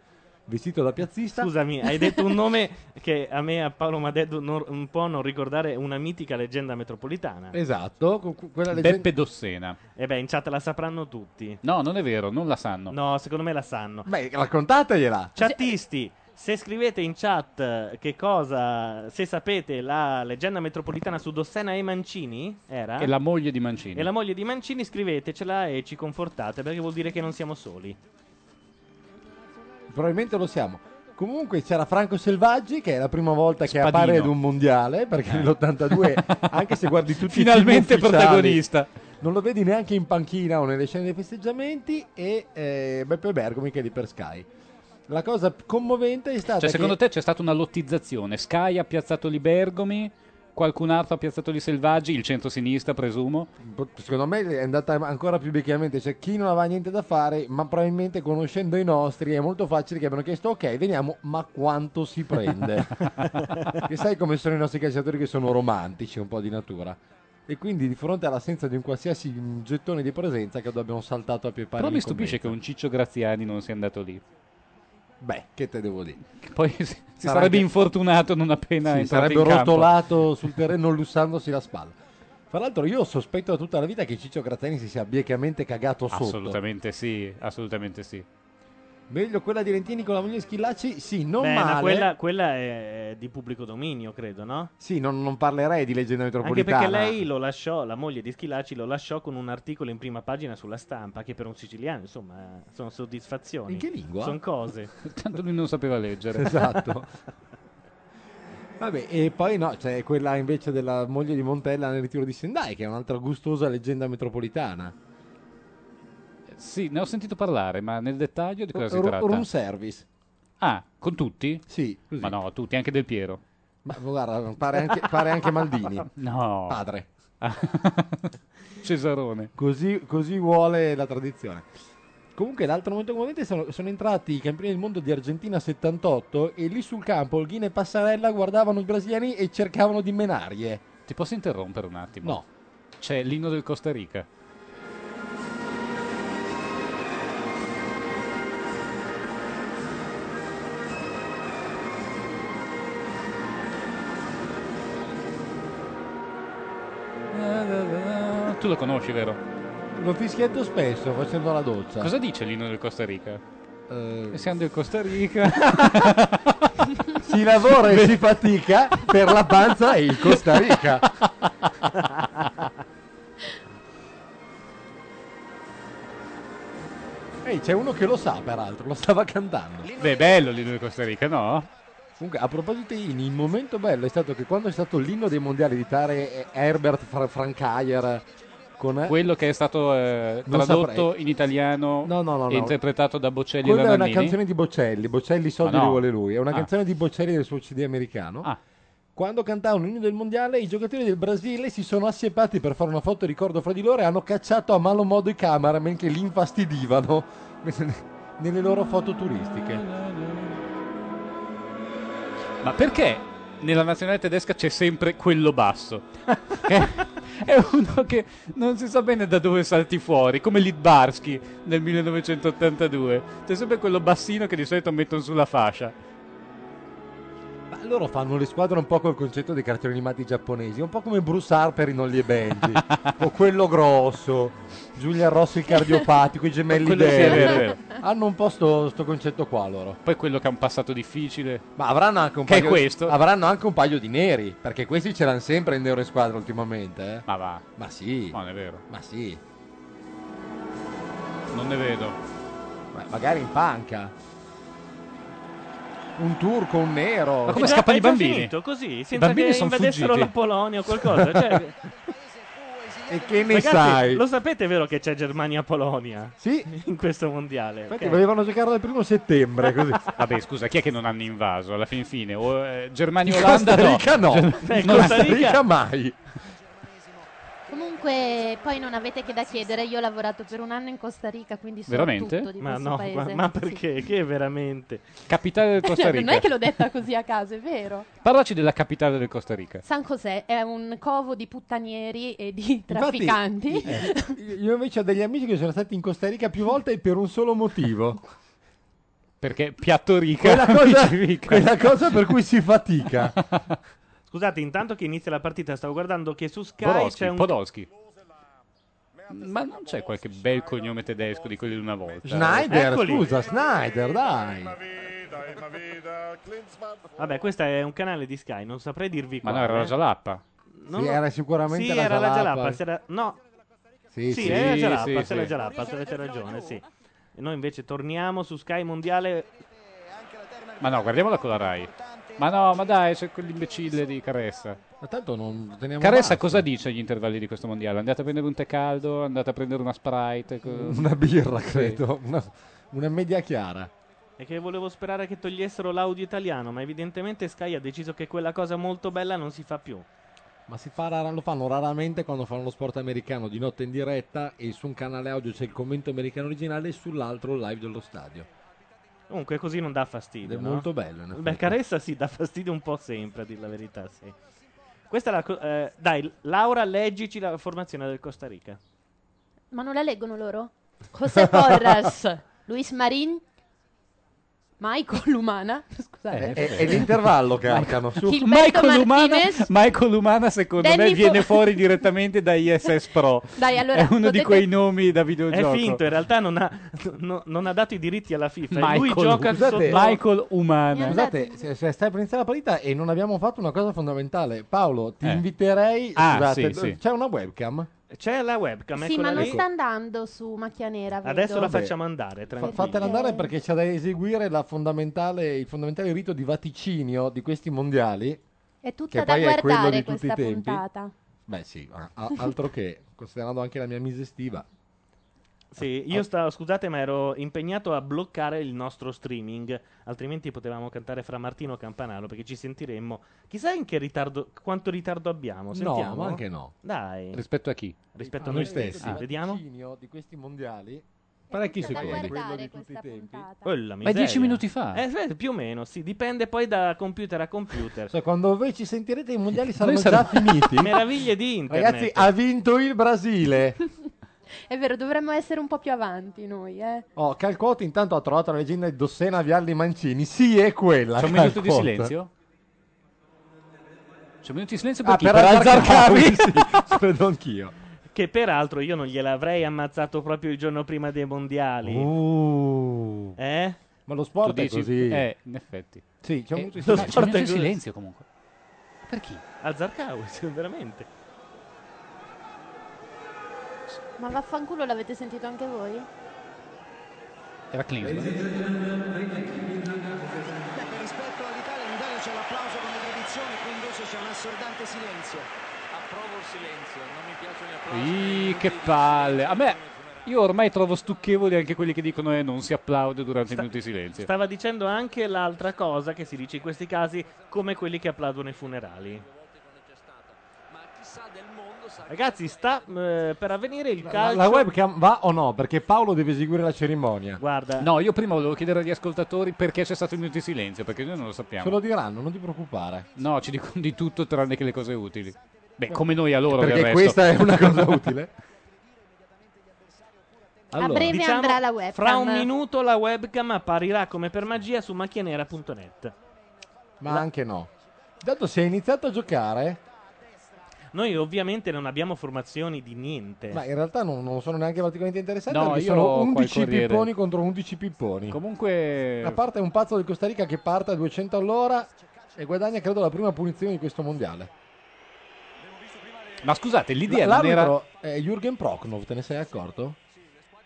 Speaker 6: vestito da piazzista.
Speaker 2: Scusami, hai detto un nome che a me, a Paolo Madeddu, non- un po' non ricordare una mitica leggenda metropolitana.
Speaker 6: Esatto, con cu- quella leggenda-
Speaker 3: Beppe Dossena.
Speaker 2: E Eh beh, in chat la sapranno tutti.
Speaker 3: No, non è vero, non la sanno.
Speaker 2: No, secondo me la sanno.
Speaker 6: Beh, raccontategliela.
Speaker 2: Chattisti, se scrivete in chat eh, che cosa, se sapete la leggenda metropolitana su Dossena e Mancini, era?
Speaker 3: È la moglie di Mancini.
Speaker 2: E la moglie di Mancini, scrivetecela e ci confortate perché vuol dire che non siamo soli.
Speaker 6: Probabilmente lo siamo. Comunque c'era Franco Selvaggi che è la prima volta che appare ad un mondiale
Speaker 3: [LAUGHS]
Speaker 6: perché nell'82 anche se guardi tutti
Speaker 3: Eh. Finalmente
Speaker 6: i film ufficiali, Ah,
Speaker 3: protagonista. Cioè,
Speaker 6: non lo vedi neanche in panchina o nelle scene dei festeggiamenti e eh, Beppe Bergomi che è lì per Sky. La cosa commovente è stata
Speaker 3: Cioè,
Speaker 6: che-
Speaker 3: secondo te c'è stata una lottizzazione? Sky ha piazzato lì Bergomi, qualcun altro ha piazzato lì Selvaggi, il centro-sinistra presumo.
Speaker 6: Secondo me è andata ancora più vecchiamente, cioè chi non aveva niente da fare, ma probabilmente conoscendo i nostri è molto facile che abbiano chiesto ok, veniamo, ma quanto si
Speaker 3: [LAUGHS]
Speaker 6: prende? che sai come sono i nostri calciatori che sono romantici un po' di natura. E quindi di fronte all'assenza di un qualsiasi mm, gettone di presenza credo abbiamo saltato a più pari.
Speaker 3: Però mi
Speaker 6: in
Speaker 3: stupisce che
Speaker 6: commento.
Speaker 3: un Ciccio Graziani non sia andato lì.
Speaker 6: Beh, che te devo dire?
Speaker 3: Che Poi si, si
Speaker 6: Sarà
Speaker 3: sarebbe
Speaker 6: anche-
Speaker 3: infortunato non appena
Speaker 6: Sì,
Speaker 3: entrato
Speaker 6: sarebbe
Speaker 3: in campo.
Speaker 6: rotolato sul terreno lussandosi la spalla. Fra l'altro io sospetto da tutta la vita che Ciccio Grattani si sia biecamente cagato sotto.
Speaker 3: Assolutamente sì, assolutamente sì. [LAUGHS]
Speaker 6: Meglio quella di Lentini con la moglie Schillacci? Sì, non
Speaker 2: beh,
Speaker 6: male.
Speaker 2: ma quella, quella è di pubblico dominio, credo, no?
Speaker 6: Sì, non, non parlerei di leggenda
Speaker 2: Anche
Speaker 6: metropolitana.
Speaker 2: perché lei lo lasciò, la moglie di Schilacci lo lasciò con un articolo in prima pagina sulla stampa, che per un siciliano, insomma, eh, sono soddisfazioni.
Speaker 6: In che lingua?
Speaker 2: Sono cose.
Speaker 3: Tanto lui non sapeva leggere.
Speaker 6: Esatto. Vabbè, e poi no, c'è quella invece della moglie di Montella nel ritiro di Sendai, che è un'altra gustosa leggenda metropolitana.
Speaker 3: [LAUGHS] Sì, ne ho sentito parlare, ma nel dettaglio di cosa si
Speaker 6: Ru-
Speaker 3: tratta?
Speaker 6: room service.
Speaker 3: Ah, con tutti?
Speaker 6: Sì, così.
Speaker 3: Ma no, tutti, anche Del Piero.
Speaker 6: Ma guarda, pare anche, pare anche
Speaker 3: [LAUGHS]
Speaker 6: Maldini.
Speaker 3: No.
Speaker 6: [LAUGHS] Padre.
Speaker 3: Cesarone.
Speaker 6: Così, così vuole la tradizione. Comunque, l'altro momento commovente sono, sono entrati i campioni del mondo di Argentina 78 e lì sul campo Olghina e Passarella guardavano i brasiliani e cercavano di menarie.
Speaker 3: Ti posso interrompere un attimo?
Speaker 6: No,
Speaker 3: C'è l'inno del Costa Rica. Ah, Tu lo conosci, vero?
Speaker 6: lo fischietto spesso facendo la doccia.
Speaker 3: Cosa dice l'inno del Costa Rica?
Speaker 6: Eh,
Speaker 3: Siamo del Costa Rica.
Speaker 6: si lavora e si fatica per la panza e il Costa Rica. Ehi, c'è uno che lo sa, peraltro, lo stava cantando.
Speaker 3: [LAUGHS] Beh, è bello l'inno del Costa Rica, no?
Speaker 6: Comunque, a proposito di Ini, il momento bello è stato che quando è stato l'inno dei mondiali di Tare eh, Herbert Fra- Francayer con...
Speaker 3: Quello che è stato eh,
Speaker 6: Non
Speaker 3: tradotto
Speaker 6: saprei.
Speaker 3: in italiano
Speaker 6: No, no, no,
Speaker 3: e
Speaker 6: no.
Speaker 3: interpretato da Bocelli
Speaker 6: Quella
Speaker 3: e
Speaker 6: è una
Speaker 3: Ranannini.
Speaker 6: canzone di Bocelli, Bocelli i soldi
Speaker 3: Ma no.
Speaker 6: li vuole lui, è una
Speaker 3: Ah.
Speaker 6: canzone di Bocelli del suo CD americano.
Speaker 3: Ah.
Speaker 6: Quando cantavano l'inno del mondiale, i giocatori del Brasile si sono assiepati per fare una foto ricordo fra di loro e hanno cacciato a malo modo i cameraman che li infastidivano [LAUGHS] nelle loro foto turistiche.
Speaker 3: Ma perché nella nazionale tedesca c'è sempre quello basso? Che è uno che non si sa bene da dove salti fuori, come Lidbarski nel 1982. C'è sempre quello bassino che di solito mettono sulla fascia.
Speaker 6: Ma loro fanno le squadre un po' col concetto dei cartoni animati giapponesi, un po' come Bruce Harper in
Speaker 3: [LAUGHS]
Speaker 6: Ollie Benji, o quello grosso, Giulia Rossi il cardiopatico, i gemelli
Speaker 3: Quello sì, è vero, è
Speaker 6: Dell.
Speaker 3: vero.
Speaker 6: Hanno un po' sto, sto concetto qua loro.
Speaker 3: Poi quello che ha un passato difficile.
Speaker 6: Ma avranno anche un
Speaker 3: Che è
Speaker 6: paio
Speaker 3: questo?
Speaker 6: avranno anche un paio di neri, perché questi c'erano sempre in Euro in squadra ultimamente, eh.
Speaker 3: Ma va,
Speaker 6: Ma sì.
Speaker 3: no, non è vero.
Speaker 6: Ma sì.
Speaker 3: Non ne vedo.
Speaker 6: Ma magari in panca. Un turco, un nero.
Speaker 3: Ma
Speaker 2: È
Speaker 3: come
Speaker 2: già-
Speaker 3: scappano
Speaker 2: è
Speaker 3: i
Speaker 2: già
Speaker 3: bambini?
Speaker 2: finito così, senza
Speaker 3: bambini
Speaker 2: che
Speaker 3: son
Speaker 2: invadessero
Speaker 3: fuggiti.
Speaker 2: la Polonia o qualcosa.
Speaker 3: [LAUGHS]
Speaker 2: Cioè,
Speaker 6: E che ne
Speaker 2: ragazzi,
Speaker 6: sai?
Speaker 2: lo sapete vero che c'è Germania-Polonia
Speaker 6: Sì.
Speaker 2: in questo mondiale?
Speaker 6: Infatti
Speaker 2: Ok.
Speaker 6: volevano giocare dal primo settembre, così.
Speaker 3: Vabbè, scusa, chi è che non hanno invaso alla fin fine? O, eh, Germania e Olanda?
Speaker 6: Costa
Speaker 3: no. Cioè,
Speaker 6: Rica no. [LAUGHS]
Speaker 2: Eh,
Speaker 3: Non
Speaker 2: Costa Rica-
Speaker 6: Rica mai.
Speaker 9: Comunque, poi non avete che da chiedere. Io ho lavorato per un anno in Costa Rica, quindi so
Speaker 3: Veramente?
Speaker 9: tutto di
Speaker 2: Ma
Speaker 9: questo
Speaker 2: no, ma,
Speaker 9: paese. Cioè,
Speaker 2: ma
Speaker 9: Sì.
Speaker 2: perché? Che veramente?
Speaker 3: Capitale del Costa
Speaker 7: [LAUGHS] non è
Speaker 3: Rica.
Speaker 7: che l'ho detta così a caso, è vero.
Speaker 3: Parlaci della capitale del Costa Rica.
Speaker 7: San José è un covo di puttanieri e di
Speaker 6: Infatti,
Speaker 7: trafficanti.
Speaker 9: eh.
Speaker 6: Io invece ho degli amici che sono stati in Costa Rica più volte per un solo motivo.
Speaker 3: Perché piatto ricca.
Speaker 4: Quella cosa,
Speaker 3: amici ricca.
Speaker 4: quella cosa per cui si fatica.
Speaker 2: Scusate, intanto che inizia la partita, stavo guardando che su Sky
Speaker 3: Podolski,
Speaker 2: c'è un.
Speaker 3: Podolski. Ma non c'è qualche bel cognome tedesco di quelli di una volta?
Speaker 4: Schneider,
Speaker 2: Eccoli.
Speaker 4: scusa, Schneider, dai.
Speaker 2: Vabbè, questo è un canale di Sky, non saprei dirvi
Speaker 3: Ma
Speaker 2: quale.
Speaker 3: no, era la Jalappa.
Speaker 2: Non
Speaker 4: Sì,
Speaker 2: lo-
Speaker 4: era sicuramente
Speaker 2: Sì,
Speaker 4: la
Speaker 2: era la
Speaker 4: Jalapa.
Speaker 2: Jalapa. c'era- No,
Speaker 4: Sì,
Speaker 2: sì, eh.
Speaker 4: sì.
Speaker 2: era la
Speaker 3: sì,
Speaker 2: Jalapa,
Speaker 3: sì,
Speaker 2: c'era
Speaker 3: sì.
Speaker 2: la Jalapa, c'era- c'era ragione, sì. E noi invece torniamo su Sky Mondiale.
Speaker 3: Ma no, guardiamola con la Rai. Ma no, ma dai, c'è quell'imbecille di Caressa.
Speaker 6: Ma tanto non teniamo
Speaker 3: Caressa
Speaker 6: basso.
Speaker 3: cosa dice agli intervalli di questo mondiale? Andate a prendere un tè caldo, andate a prendere una Sprite. co-
Speaker 6: Una birra,
Speaker 3: Sì.
Speaker 6: credo. Una, una media chiara.
Speaker 2: E che volevo sperare che togliessero l'audio italiano, ma evidentemente Sky ha deciso che quella cosa molto bella non si fa più.
Speaker 6: Ma si fa rara- lo fanno raramente quando fanno lo sport americano di notte in diretta e su un canale audio c'è il commento americano originale e sull'altro il live dello stadio.
Speaker 2: Comunque così non dà fastidio.
Speaker 6: Ed è
Speaker 2: no?
Speaker 6: molto bello. in
Speaker 2: Beh,
Speaker 6: effetti.
Speaker 2: Caressa sì, dà fastidio un po' sempre, a dir la verità, sì. Questa è la... co- eh, dai, Laura, leggici la formazione del Costa Rica.
Speaker 7: Ma non la leggono loro? José
Speaker 9: [LAUGHS]
Speaker 7: Porras, Luis Marin, Michael Lumana, [LAUGHS]
Speaker 6: Eh,
Speaker 7: scusate,
Speaker 6: è, è l'intervallo che arcano su.
Speaker 7: Gilberto
Speaker 3: Lumana,
Speaker 7: Martinez.
Speaker 3: Michael Lumana, secondo
Speaker 7: Danny
Speaker 3: me, viene
Speaker 7: Fo-
Speaker 3: fuori direttamente da ISS Pro.
Speaker 9: Eh,
Speaker 7: Dai, [LAUGHS] allora,
Speaker 3: è uno di
Speaker 7: potete-
Speaker 3: quei nomi da
Speaker 2: È
Speaker 3: videogioco.
Speaker 2: finto, in realtà non ha, no- non ha dato i diritti alla FIFA. e lui
Speaker 3: Michael-
Speaker 2: gioca sotto...
Speaker 6: Scusate,
Speaker 3: Michael Umana.
Speaker 6: Scusate, se, se stai per iniziare la partita e non abbiamo fatto una cosa fondamentale. Paolo, ti
Speaker 3: Eh.
Speaker 6: inviterei.
Speaker 3: Ah,
Speaker 6: scusate,
Speaker 3: sì, sì.
Speaker 6: c'è una webcam?
Speaker 2: C'è la webcam,
Speaker 7: Sì,
Speaker 2: eccola
Speaker 7: ma non
Speaker 2: lì.
Speaker 7: sta andando su macchia nera. vedo.
Speaker 2: Adesso la
Speaker 6: Vabbè.
Speaker 2: facciamo andare,
Speaker 6: Fa-
Speaker 2: tranquilli.
Speaker 6: fatela andare perché c'è da eseguire la fondamentale- il fondamentale rito di vaticinio di questi mondiali.
Speaker 7: È
Speaker 6: Che
Speaker 7: tutta da
Speaker 6: poi è quello
Speaker 7: guardare
Speaker 6: di tutti i
Speaker 7: questa
Speaker 6: tempi.
Speaker 7: puntata.
Speaker 6: Beh, sì, a- a- altro che considerando anche la mia misestiva.
Speaker 2: Sì, io stavo, scusate, ma ero impegnato a bloccare il nostro streaming, altrimenti potevamo cantare fra Martino e Campanaro perché ci sentiremmo. Chissà in che ritardo, quanto ritardo abbiamo.
Speaker 6: No,
Speaker 2: Sentiamo.
Speaker 6: ma anche no.
Speaker 2: Dai,
Speaker 3: Rispetto a chi?
Speaker 2: rispetto
Speaker 6: A
Speaker 2: a
Speaker 6: noi
Speaker 2: noi
Speaker 6: stesci.
Speaker 2: stessi, vediamo.
Speaker 6: vaticinio di questi mondiali.
Speaker 3: Parecchi
Speaker 7: Da
Speaker 3: secondi.
Speaker 6: quello di
Speaker 7: guardare
Speaker 6: tutti i
Speaker 7: questa
Speaker 6: tempi.
Speaker 7: puntata.
Speaker 2: Oh, la
Speaker 3: Ma è dieci
Speaker 2: miseria.
Speaker 3: minuti fa.
Speaker 2: Eh, sì, più o meno, sì, dipende poi da computer a computer.
Speaker 6: Cioè, quando voi ci sentirete i mondiali saranno
Speaker 3: Noi saremo-
Speaker 8: [LAUGHS]
Speaker 6: già finiti.
Speaker 2: Meraviglie di internet.
Speaker 6: Ragazzi, ha vinto il Brasile.
Speaker 7: È vero, dovremmo essere un po' più avanti noi, eh.
Speaker 6: Oh, Calcotto intanto ha trovato la leggenda di Dossena Vialli Mancini. Sì, è quella.
Speaker 3: C'è un minuto di
Speaker 6: Calcotto.
Speaker 3: silenzio? C'è un minuto di silenzio per
Speaker 6: Ah,
Speaker 3: chi?
Speaker 6: per
Speaker 3: Per Azzarcavi?
Speaker 6: Azzarcavi. sì, credo anch'io.
Speaker 2: Che peraltro io non gliel'avrei ammazzato proprio il giorno prima dei mondiali.
Speaker 6: Uh,
Speaker 2: Eh?
Speaker 6: ma lo
Speaker 3: Tu
Speaker 6: sport è
Speaker 3: dici-
Speaker 6: così.
Speaker 3: Eh, in effetti.
Speaker 6: Sì, c'è un
Speaker 3: Eh,
Speaker 6: minuto di
Speaker 3: lo sport è
Speaker 6: silenzio.
Speaker 2: C'è un minuto di
Speaker 3: così.
Speaker 2: silenzio,
Speaker 3: comunque. Per chi?
Speaker 2: Al Zarqawi, sì, [LAUGHS] veramente.
Speaker 7: Ma vaffanculo l'avete sentito anche voi?
Speaker 3: Era Klinsmann.
Speaker 10: Beh, rispetto all'Italia, in Italia c'è l'applauso come tradizione, qui invece c'è un assordante silenzio.
Speaker 8: Approvo il silenzio, non mi piacciono gli
Speaker 3: Ih, che palle. A me, io ormai trovo stucchevoli anche quelli che dicono eh, non si applaude durante i minuti di silenzio.
Speaker 2: Stava dicendo anche l'altra cosa che si dice in questi casi, come quelli che applaudono i funerali. Ragazzi, sta eh, per avvenire il
Speaker 6: La,
Speaker 2: calcio.
Speaker 6: la webcam va o no? Perché Paolo deve eseguire la cerimonia.
Speaker 2: Guarda,
Speaker 3: No, io prima volevo chiedere agli ascoltatori perché c'è stato il minuto di silenzio, perché noi non lo
Speaker 6: Ce
Speaker 3: sappiamo.
Speaker 6: lo diranno, non ti preoccupare.
Speaker 3: No, ci dicono di tutto tranne che le cose utili. Beh, come noi a loro del
Speaker 6: Perché
Speaker 3: resto.
Speaker 6: questa è
Speaker 3: [LAUGHS]
Speaker 6: una cosa utile.
Speaker 7: A breve
Speaker 2: diciamo,
Speaker 7: andrà la webcam.
Speaker 2: Fra un minuto la webcam apparirà come per magia su macchianera.net.
Speaker 6: Ma anche no. Dato se hai iniziato a giocare,
Speaker 2: Noi ovviamente non abbiamo formazioni di niente.
Speaker 6: ma in realtà non, non sono neanche particolarmente interessante.
Speaker 3: No,
Speaker 6: perché
Speaker 3: io ho
Speaker 6: sono
Speaker 3: qua il
Speaker 6: 11
Speaker 3: Corriere.
Speaker 6: pipponi contro 11 pipponi.
Speaker 3: Comunque...
Speaker 6: La parte è un pazzo del Costa Rica che parte a 200 all'ora e guadagna, credo, la prima punizione di questo mondiale.
Speaker 3: Ma scusate, l'idea non era...
Speaker 6: L'arbitro è Jürgen Prokhnow, te ne sei accorto?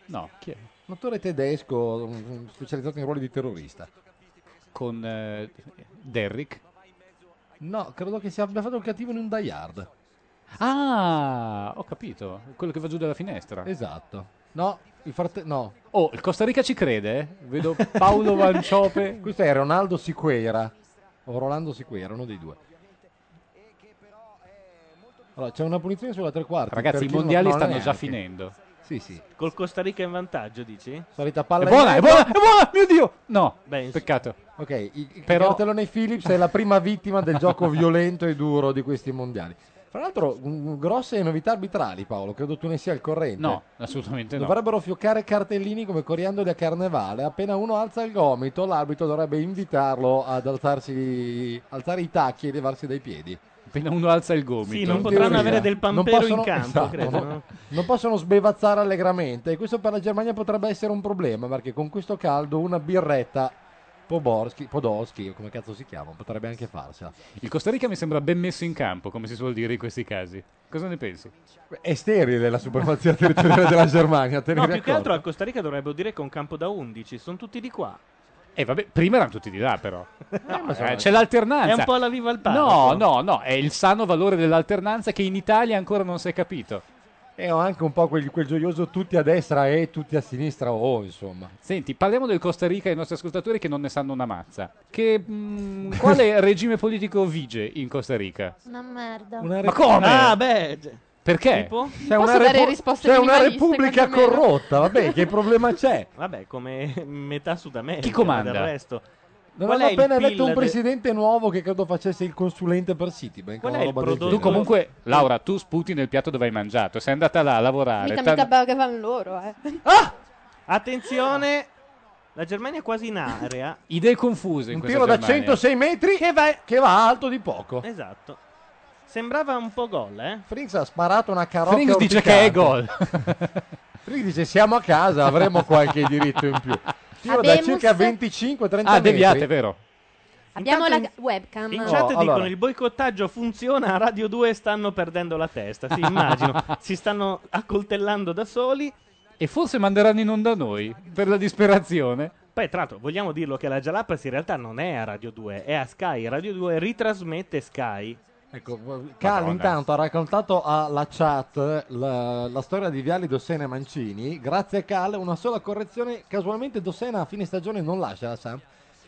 Speaker 3: No, chi è?
Speaker 6: Un attore tedesco mm, specializzato in ruoli di terrorista.
Speaker 3: Con eh, Derrick.
Speaker 6: No, credo che si abbia fatto il cattivo in un Die Hard.
Speaker 3: Ah, ho capito. Quello che va giù dalla finestra.
Speaker 6: Esatto. No, il frate- no.
Speaker 3: Oh, il Costa Rica ci crede? eh? Vedo
Speaker 6: [LAUGHS]
Speaker 3: Paolo Vanciope.
Speaker 6: Questo è Ronaldo Siqueira. O Rolando Siqueira, uno dei due. Allora, c'è una punizione sulla tre quarti. per
Speaker 3: Ragazzi, i
Speaker 6: chi non-
Speaker 3: mondiali
Speaker 6: no,
Speaker 3: stanno
Speaker 6: neanche.
Speaker 3: già finendo.
Speaker 6: Sì, sì.
Speaker 2: Col Costa Rica in vantaggio, dici?
Speaker 6: Solita
Speaker 3: È
Speaker 6: palla. in
Speaker 3: buona, è
Speaker 6: mezzo.
Speaker 3: buona, è buona, mio Dio! No,
Speaker 2: Beh, ins-
Speaker 3: peccato.
Speaker 6: Ok, il, il
Speaker 3: Però-
Speaker 6: cartellone Philips è la prima vittima del gioco violento e duro di questi mondiali. Fra l'altro, mm, grosse novità arbitrali, Paolo. Credo tu ne sia al corrente.
Speaker 3: No, assolutamente no.
Speaker 6: Dovrebbero fioccare cartellini come coriandoli a carnevale. Appena uno alza il gomito, l'arbitro dovrebbe invitarlo ad alzarsi, alzare i tacchi e levarsi dai piedi.
Speaker 3: Appena uno alza il gomito.
Speaker 2: Sì, non potranno avere del
Speaker 6: Non
Speaker 2: pampero in
Speaker 6: possono-
Speaker 2: campo,
Speaker 6: esatto,
Speaker 2: credo.
Speaker 6: no?
Speaker 2: no?
Speaker 6: Non possono sbevazzare allegramente. E questo per la Germania potrebbe essere un problema perché con questo caldo una birretta. Poborski, Podolski, o come cazzo si chiama, potrebbe anche farsela.
Speaker 3: Il Costa Rica mi sembra ben messo in campo, come si suol dire in questi casi. Cosa ne pensi?
Speaker 6: È sterile la supremazia territoriale della Germania.
Speaker 2: No, più che altro al Costa Rica dovrebbero dire che è un campo da 11, sono tutti di qua.
Speaker 3: Eh vabbè, prima erano tutti di là però.
Speaker 2: ma
Speaker 3: Eh,
Speaker 2: so-
Speaker 3: c'è l'alternanza.
Speaker 2: È un po' la viva il parco.
Speaker 3: No, no, no, è il sano valore dell'alternanza che in Italia ancora non si è capito.
Speaker 6: E ho anche un po' quel, quel gioioso tutti a destra e tutti a sinistra, oh, insomma.
Speaker 3: Senti, parliamo del Costa Rica ai nostri ascoltatori che non ne sanno una mazza. Che,
Speaker 2: [LAUGHS]
Speaker 3: mm, quale regime politico vige in Costa Rica?
Speaker 7: Una merda.
Speaker 3: Ma come?
Speaker 2: Ah, beh. gi-
Speaker 3: Perché?
Speaker 2: Tipo?
Speaker 6: C'è una,
Speaker 5: dare
Speaker 6: repu-
Speaker 5: risposte
Speaker 6: c'è una
Speaker 5: minimaliste,
Speaker 6: repubblica
Speaker 5: quantomeno.
Speaker 6: corrotta, vabbè, che problema c'è?
Speaker 2: Vabbè, come [LAUGHS] metà Sud America.
Speaker 3: Chi comanda?
Speaker 2: ma Del resto.
Speaker 6: Non
Speaker 2: Qual
Speaker 6: hanno
Speaker 2: è il
Speaker 6: appena
Speaker 2: PIL
Speaker 6: detto un
Speaker 2: de-
Speaker 6: presidente nuovo che credo facesse il consulente per Citibank.
Speaker 2: Qual
Speaker 6: una
Speaker 2: è il
Speaker 6: roba del
Speaker 2: prodotto-
Speaker 3: Tu
Speaker 6: genere.
Speaker 3: comunque, Laura, tu sputi nel piatto dove hai mangiato, sei andata là a lavorare.
Speaker 7: Mica,
Speaker 3: tan-
Speaker 7: mica pagavano loro, eh.
Speaker 2: Attenzione, la Germania è quasi in area. [LAUGHS]
Speaker 3: Idee confuse in
Speaker 6: Un
Speaker 3: questa
Speaker 6: tiro da
Speaker 3: Germania.
Speaker 6: 106 metri che va, alto di poco.
Speaker 2: Esatto. Sembrava un po' gol, eh?
Speaker 6: Frings ha sparato una carota.
Speaker 3: Frings dice
Speaker 6: urticante.
Speaker 3: che è gol.
Speaker 6: Frings dice siamo a casa, avremo qualche diritto in più. Tiro da
Speaker 7: Abemus-
Speaker 6: circa 25-30
Speaker 3: ah, deviate,
Speaker 6: metri.
Speaker 3: vero?
Speaker 7: Abbiamo la
Speaker 2: Intanto
Speaker 7: webcam.
Speaker 2: In
Speaker 6: No,
Speaker 3: Oh,
Speaker 2: chat dicono
Speaker 6: allora.
Speaker 2: il boicottaggio funziona, a Radio 2 stanno perdendo la testa,
Speaker 3: [LAUGHS]
Speaker 2: si immagino. si stanno accoltellando da soli.
Speaker 3: E forse manderanno in onda noi, per la disperazione.
Speaker 2: Poi, tra l'altro, vogliamo dirlo che la Jalapas in realtà non è a Radio 2, è a Sky. Radio 2 ritrasmette Sky.
Speaker 6: Ecco, Cal intanto ha raccontato alla chat la, la storia di Viali Dossena e Mancini. Grazie a Cal, una sola correzione. Casualmente Dossena a fine stagione non lascia la Samp.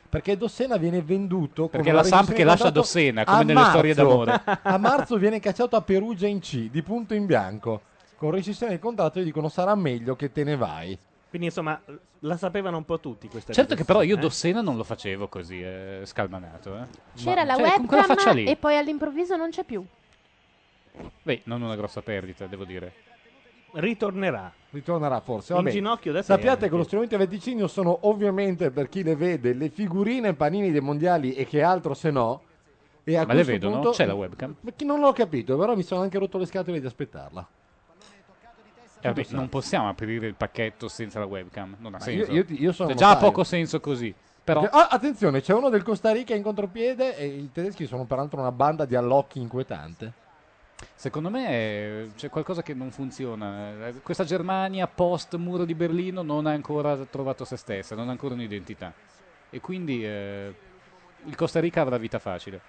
Speaker 6: Perché Dossena viene venduto con
Speaker 3: Perché
Speaker 6: una
Speaker 3: la Samp
Speaker 6: rescissione
Speaker 3: che
Speaker 6: di
Speaker 3: lascia
Speaker 6: contratto
Speaker 3: Dossena,
Speaker 6: a
Speaker 3: come nelle storie d'amore.
Speaker 6: A marzo viene cacciato a Perugia in C, di punto in bianco. Con rescissione del contratto gli dicono sarà meglio che te ne vai.
Speaker 2: Quindi, insomma, la sapevano un po' tutti questa
Speaker 3: Certo che
Speaker 2: riduzione,
Speaker 3: però io
Speaker 2: eh.
Speaker 3: Dossena non lo facevo così, eh, scalmanato. eh.
Speaker 7: C'era la
Speaker 3: Cioè, con quella faccia
Speaker 7: webcam
Speaker 3: lì.
Speaker 7: e poi all'improvviso non c'è più.
Speaker 3: Beh, non una grossa perdita, devo dire.
Speaker 2: eh. Ritornerà.
Speaker 6: Ritornerà forse.
Speaker 2: In
Speaker 6: Vabbè.
Speaker 2: ginocchio da
Speaker 6: Sappiate
Speaker 2: sempre.
Speaker 6: che lo strumento a vaticinio sono ovviamente per chi le vede le figurine panini dei mondiali e che altro se no. E a
Speaker 3: Ma le
Speaker 6: questo
Speaker 3: vedono?
Speaker 6: punto-
Speaker 3: C'è la webcam?
Speaker 6: Ma chi non l'ho capito, però mi sono anche rotto le scatole di aspettarla.
Speaker 3: Eh, vabbè, non possiamo aprire il pacchetto senza la webcam, non ha
Speaker 6: Ma
Speaker 3: senso.
Speaker 6: io- io ti- io sono
Speaker 3: Cioè, già ha
Speaker 6: notaio.
Speaker 3: poco senso così. Però
Speaker 6: Ah, attenzione, c'è uno del Costa Rica in contropiede e i tedeschi sono peraltro una banda di allocchi inquietante.
Speaker 3: secondo me eh, c'è qualcosa che non funziona. Eh, Questa Germania post muro di Berlino non ha ancora trovato se stessa, non ha ancora un'identità. E quindi eh, il Costa Rica avrà vita facile.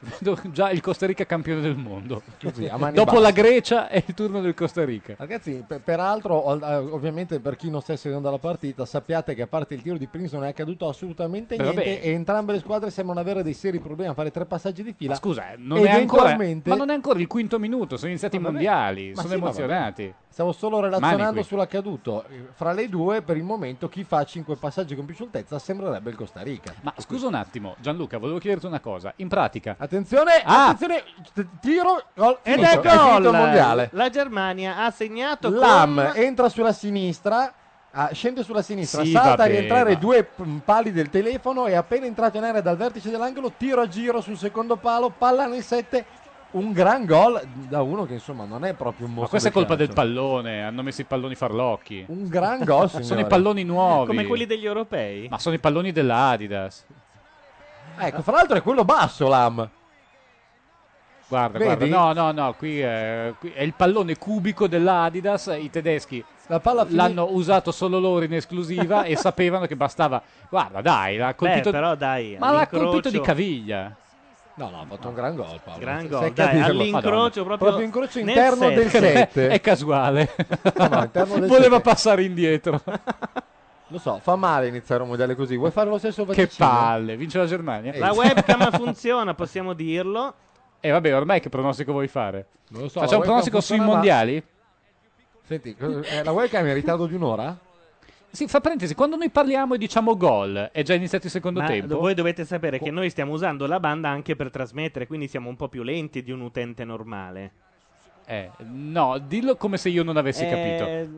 Speaker 3: Vedo già il Costa Rica campione del mondo.
Speaker 6: Così, a mani
Speaker 3: Dopo
Speaker 6: basse.
Speaker 3: la Grecia è il turno del Costa Rica.
Speaker 6: Ragazzi, per- peraltro, ol- eh, ovviamente per chi non stesse vedendo la partita, sappiate che a parte il tiro di Prince non è accaduto assolutamente
Speaker 3: Beh,
Speaker 6: niente
Speaker 3: vabbè.
Speaker 6: e entrambe le squadre sembrano avere dei seri problemi a fare tre passaggi di fila.
Speaker 3: Ma scusa, eh, non è ancora,
Speaker 6: Eventualmente-
Speaker 3: ma non è ancora il quinto minuto, sono iniziati i
Speaker 6: Ma va bene.
Speaker 3: mondiali,
Speaker 6: Ma
Speaker 3: sono
Speaker 6: sì, ma va
Speaker 3: emozionati.
Speaker 6: Stavo solo relazionando
Speaker 3: qui.
Speaker 6: sull'accaduto. Eh, Fra le due, per il momento, chi fa 5 passaggi con più scioltezza sembrerebbe il Costa Rica.
Speaker 3: Ma scusa un attimo, Gianluca, volevo chiederti una cosa. In pratica,
Speaker 6: Attenzione,
Speaker 3: Ah!
Speaker 6: attenzione, t- tiro, gol,
Speaker 2: Ed
Speaker 6: finito,
Speaker 2: è gol!
Speaker 6: finito il ecco, mondiale.
Speaker 2: La Germania ha segnato
Speaker 6: Lam
Speaker 2: con...
Speaker 6: entra sulla sinistra, ah, scende sulla sinistra,
Speaker 3: Sì,
Speaker 6: salta a
Speaker 3: vabbè,
Speaker 6: rientrare
Speaker 3: ma-
Speaker 6: due p- pali del telefono e appena entrato in area dal vertice dell'angolo, tiro a giro sul secondo palo, palla nel 7. Un gran gol da uno che insomma non è proprio un mostro.
Speaker 3: ma questa è colpa del
Speaker 6: calcio.
Speaker 3: pallone, hanno messo i palloni farlocchi.
Speaker 6: Un gran gol,
Speaker 3: [LAUGHS] Sono
Speaker 6: signori.
Speaker 3: i palloni nuovi.
Speaker 2: Come quelli degli europei.
Speaker 3: Ma sono i palloni della Adidas.
Speaker 6: Ecco, fra l'altro è quello basso Lam.
Speaker 3: Guarda,
Speaker 6: Vedi?
Speaker 3: guarda. No, no, no, qui è, qui è il pallone cubico della Adidas, i tedeschi
Speaker 6: La palla finì-
Speaker 3: l'hanno usato solo loro in esclusiva e sapevano che bastava. Guarda, dai, l'ha colpito
Speaker 2: Beh, però dai,
Speaker 3: Ma l'ha
Speaker 2: all'incrocio-
Speaker 3: colpito di caviglia.
Speaker 6: No, no, ha fatto un gran gol Paolo.
Speaker 2: Gran
Speaker 6: Sai
Speaker 2: gol,
Speaker 6: che a
Speaker 2: dai,
Speaker 6: dirlo.
Speaker 2: all'incrocio proprio,
Speaker 6: Proprio incrocio
Speaker 2: nel
Speaker 6: interno
Speaker 2: set.
Speaker 3: [LAUGHS]
Speaker 6: del Sette.
Speaker 3: È casuale.
Speaker 6: No, no,
Speaker 3: [LAUGHS]
Speaker 6: interno del
Speaker 3: Voleva
Speaker 6: sette.
Speaker 3: passare indietro. [LAUGHS]
Speaker 6: Lo so, fa male iniziare un mondiale così. Vuoi fare lo stesso
Speaker 3: che
Speaker 6: vaticino?
Speaker 3: palle, vince la Germania.
Speaker 6: Eh.
Speaker 2: La webcam funziona, possiamo dirlo.
Speaker 3: E vabbè, ormai che pronostico vuoi fare?
Speaker 6: Non lo so,
Speaker 3: Facciamo un
Speaker 6: la webcam
Speaker 3: pronostico sui
Speaker 6: funziona, ma-
Speaker 3: mondiali?
Speaker 6: Senti, eh, la webcam è in ritardo di un'ora?
Speaker 3: Sì, fa parentesi, quando noi parliamo e diciamo gol, è già iniziato il secondo
Speaker 2: Ma
Speaker 3: tempo.
Speaker 2: voi dovete sapere che noi stiamo usando la banda anche per trasmettere, quindi siamo un po' più lenti di un utente normale.
Speaker 3: Eh, no, dillo come se io non avessi
Speaker 2: Eh,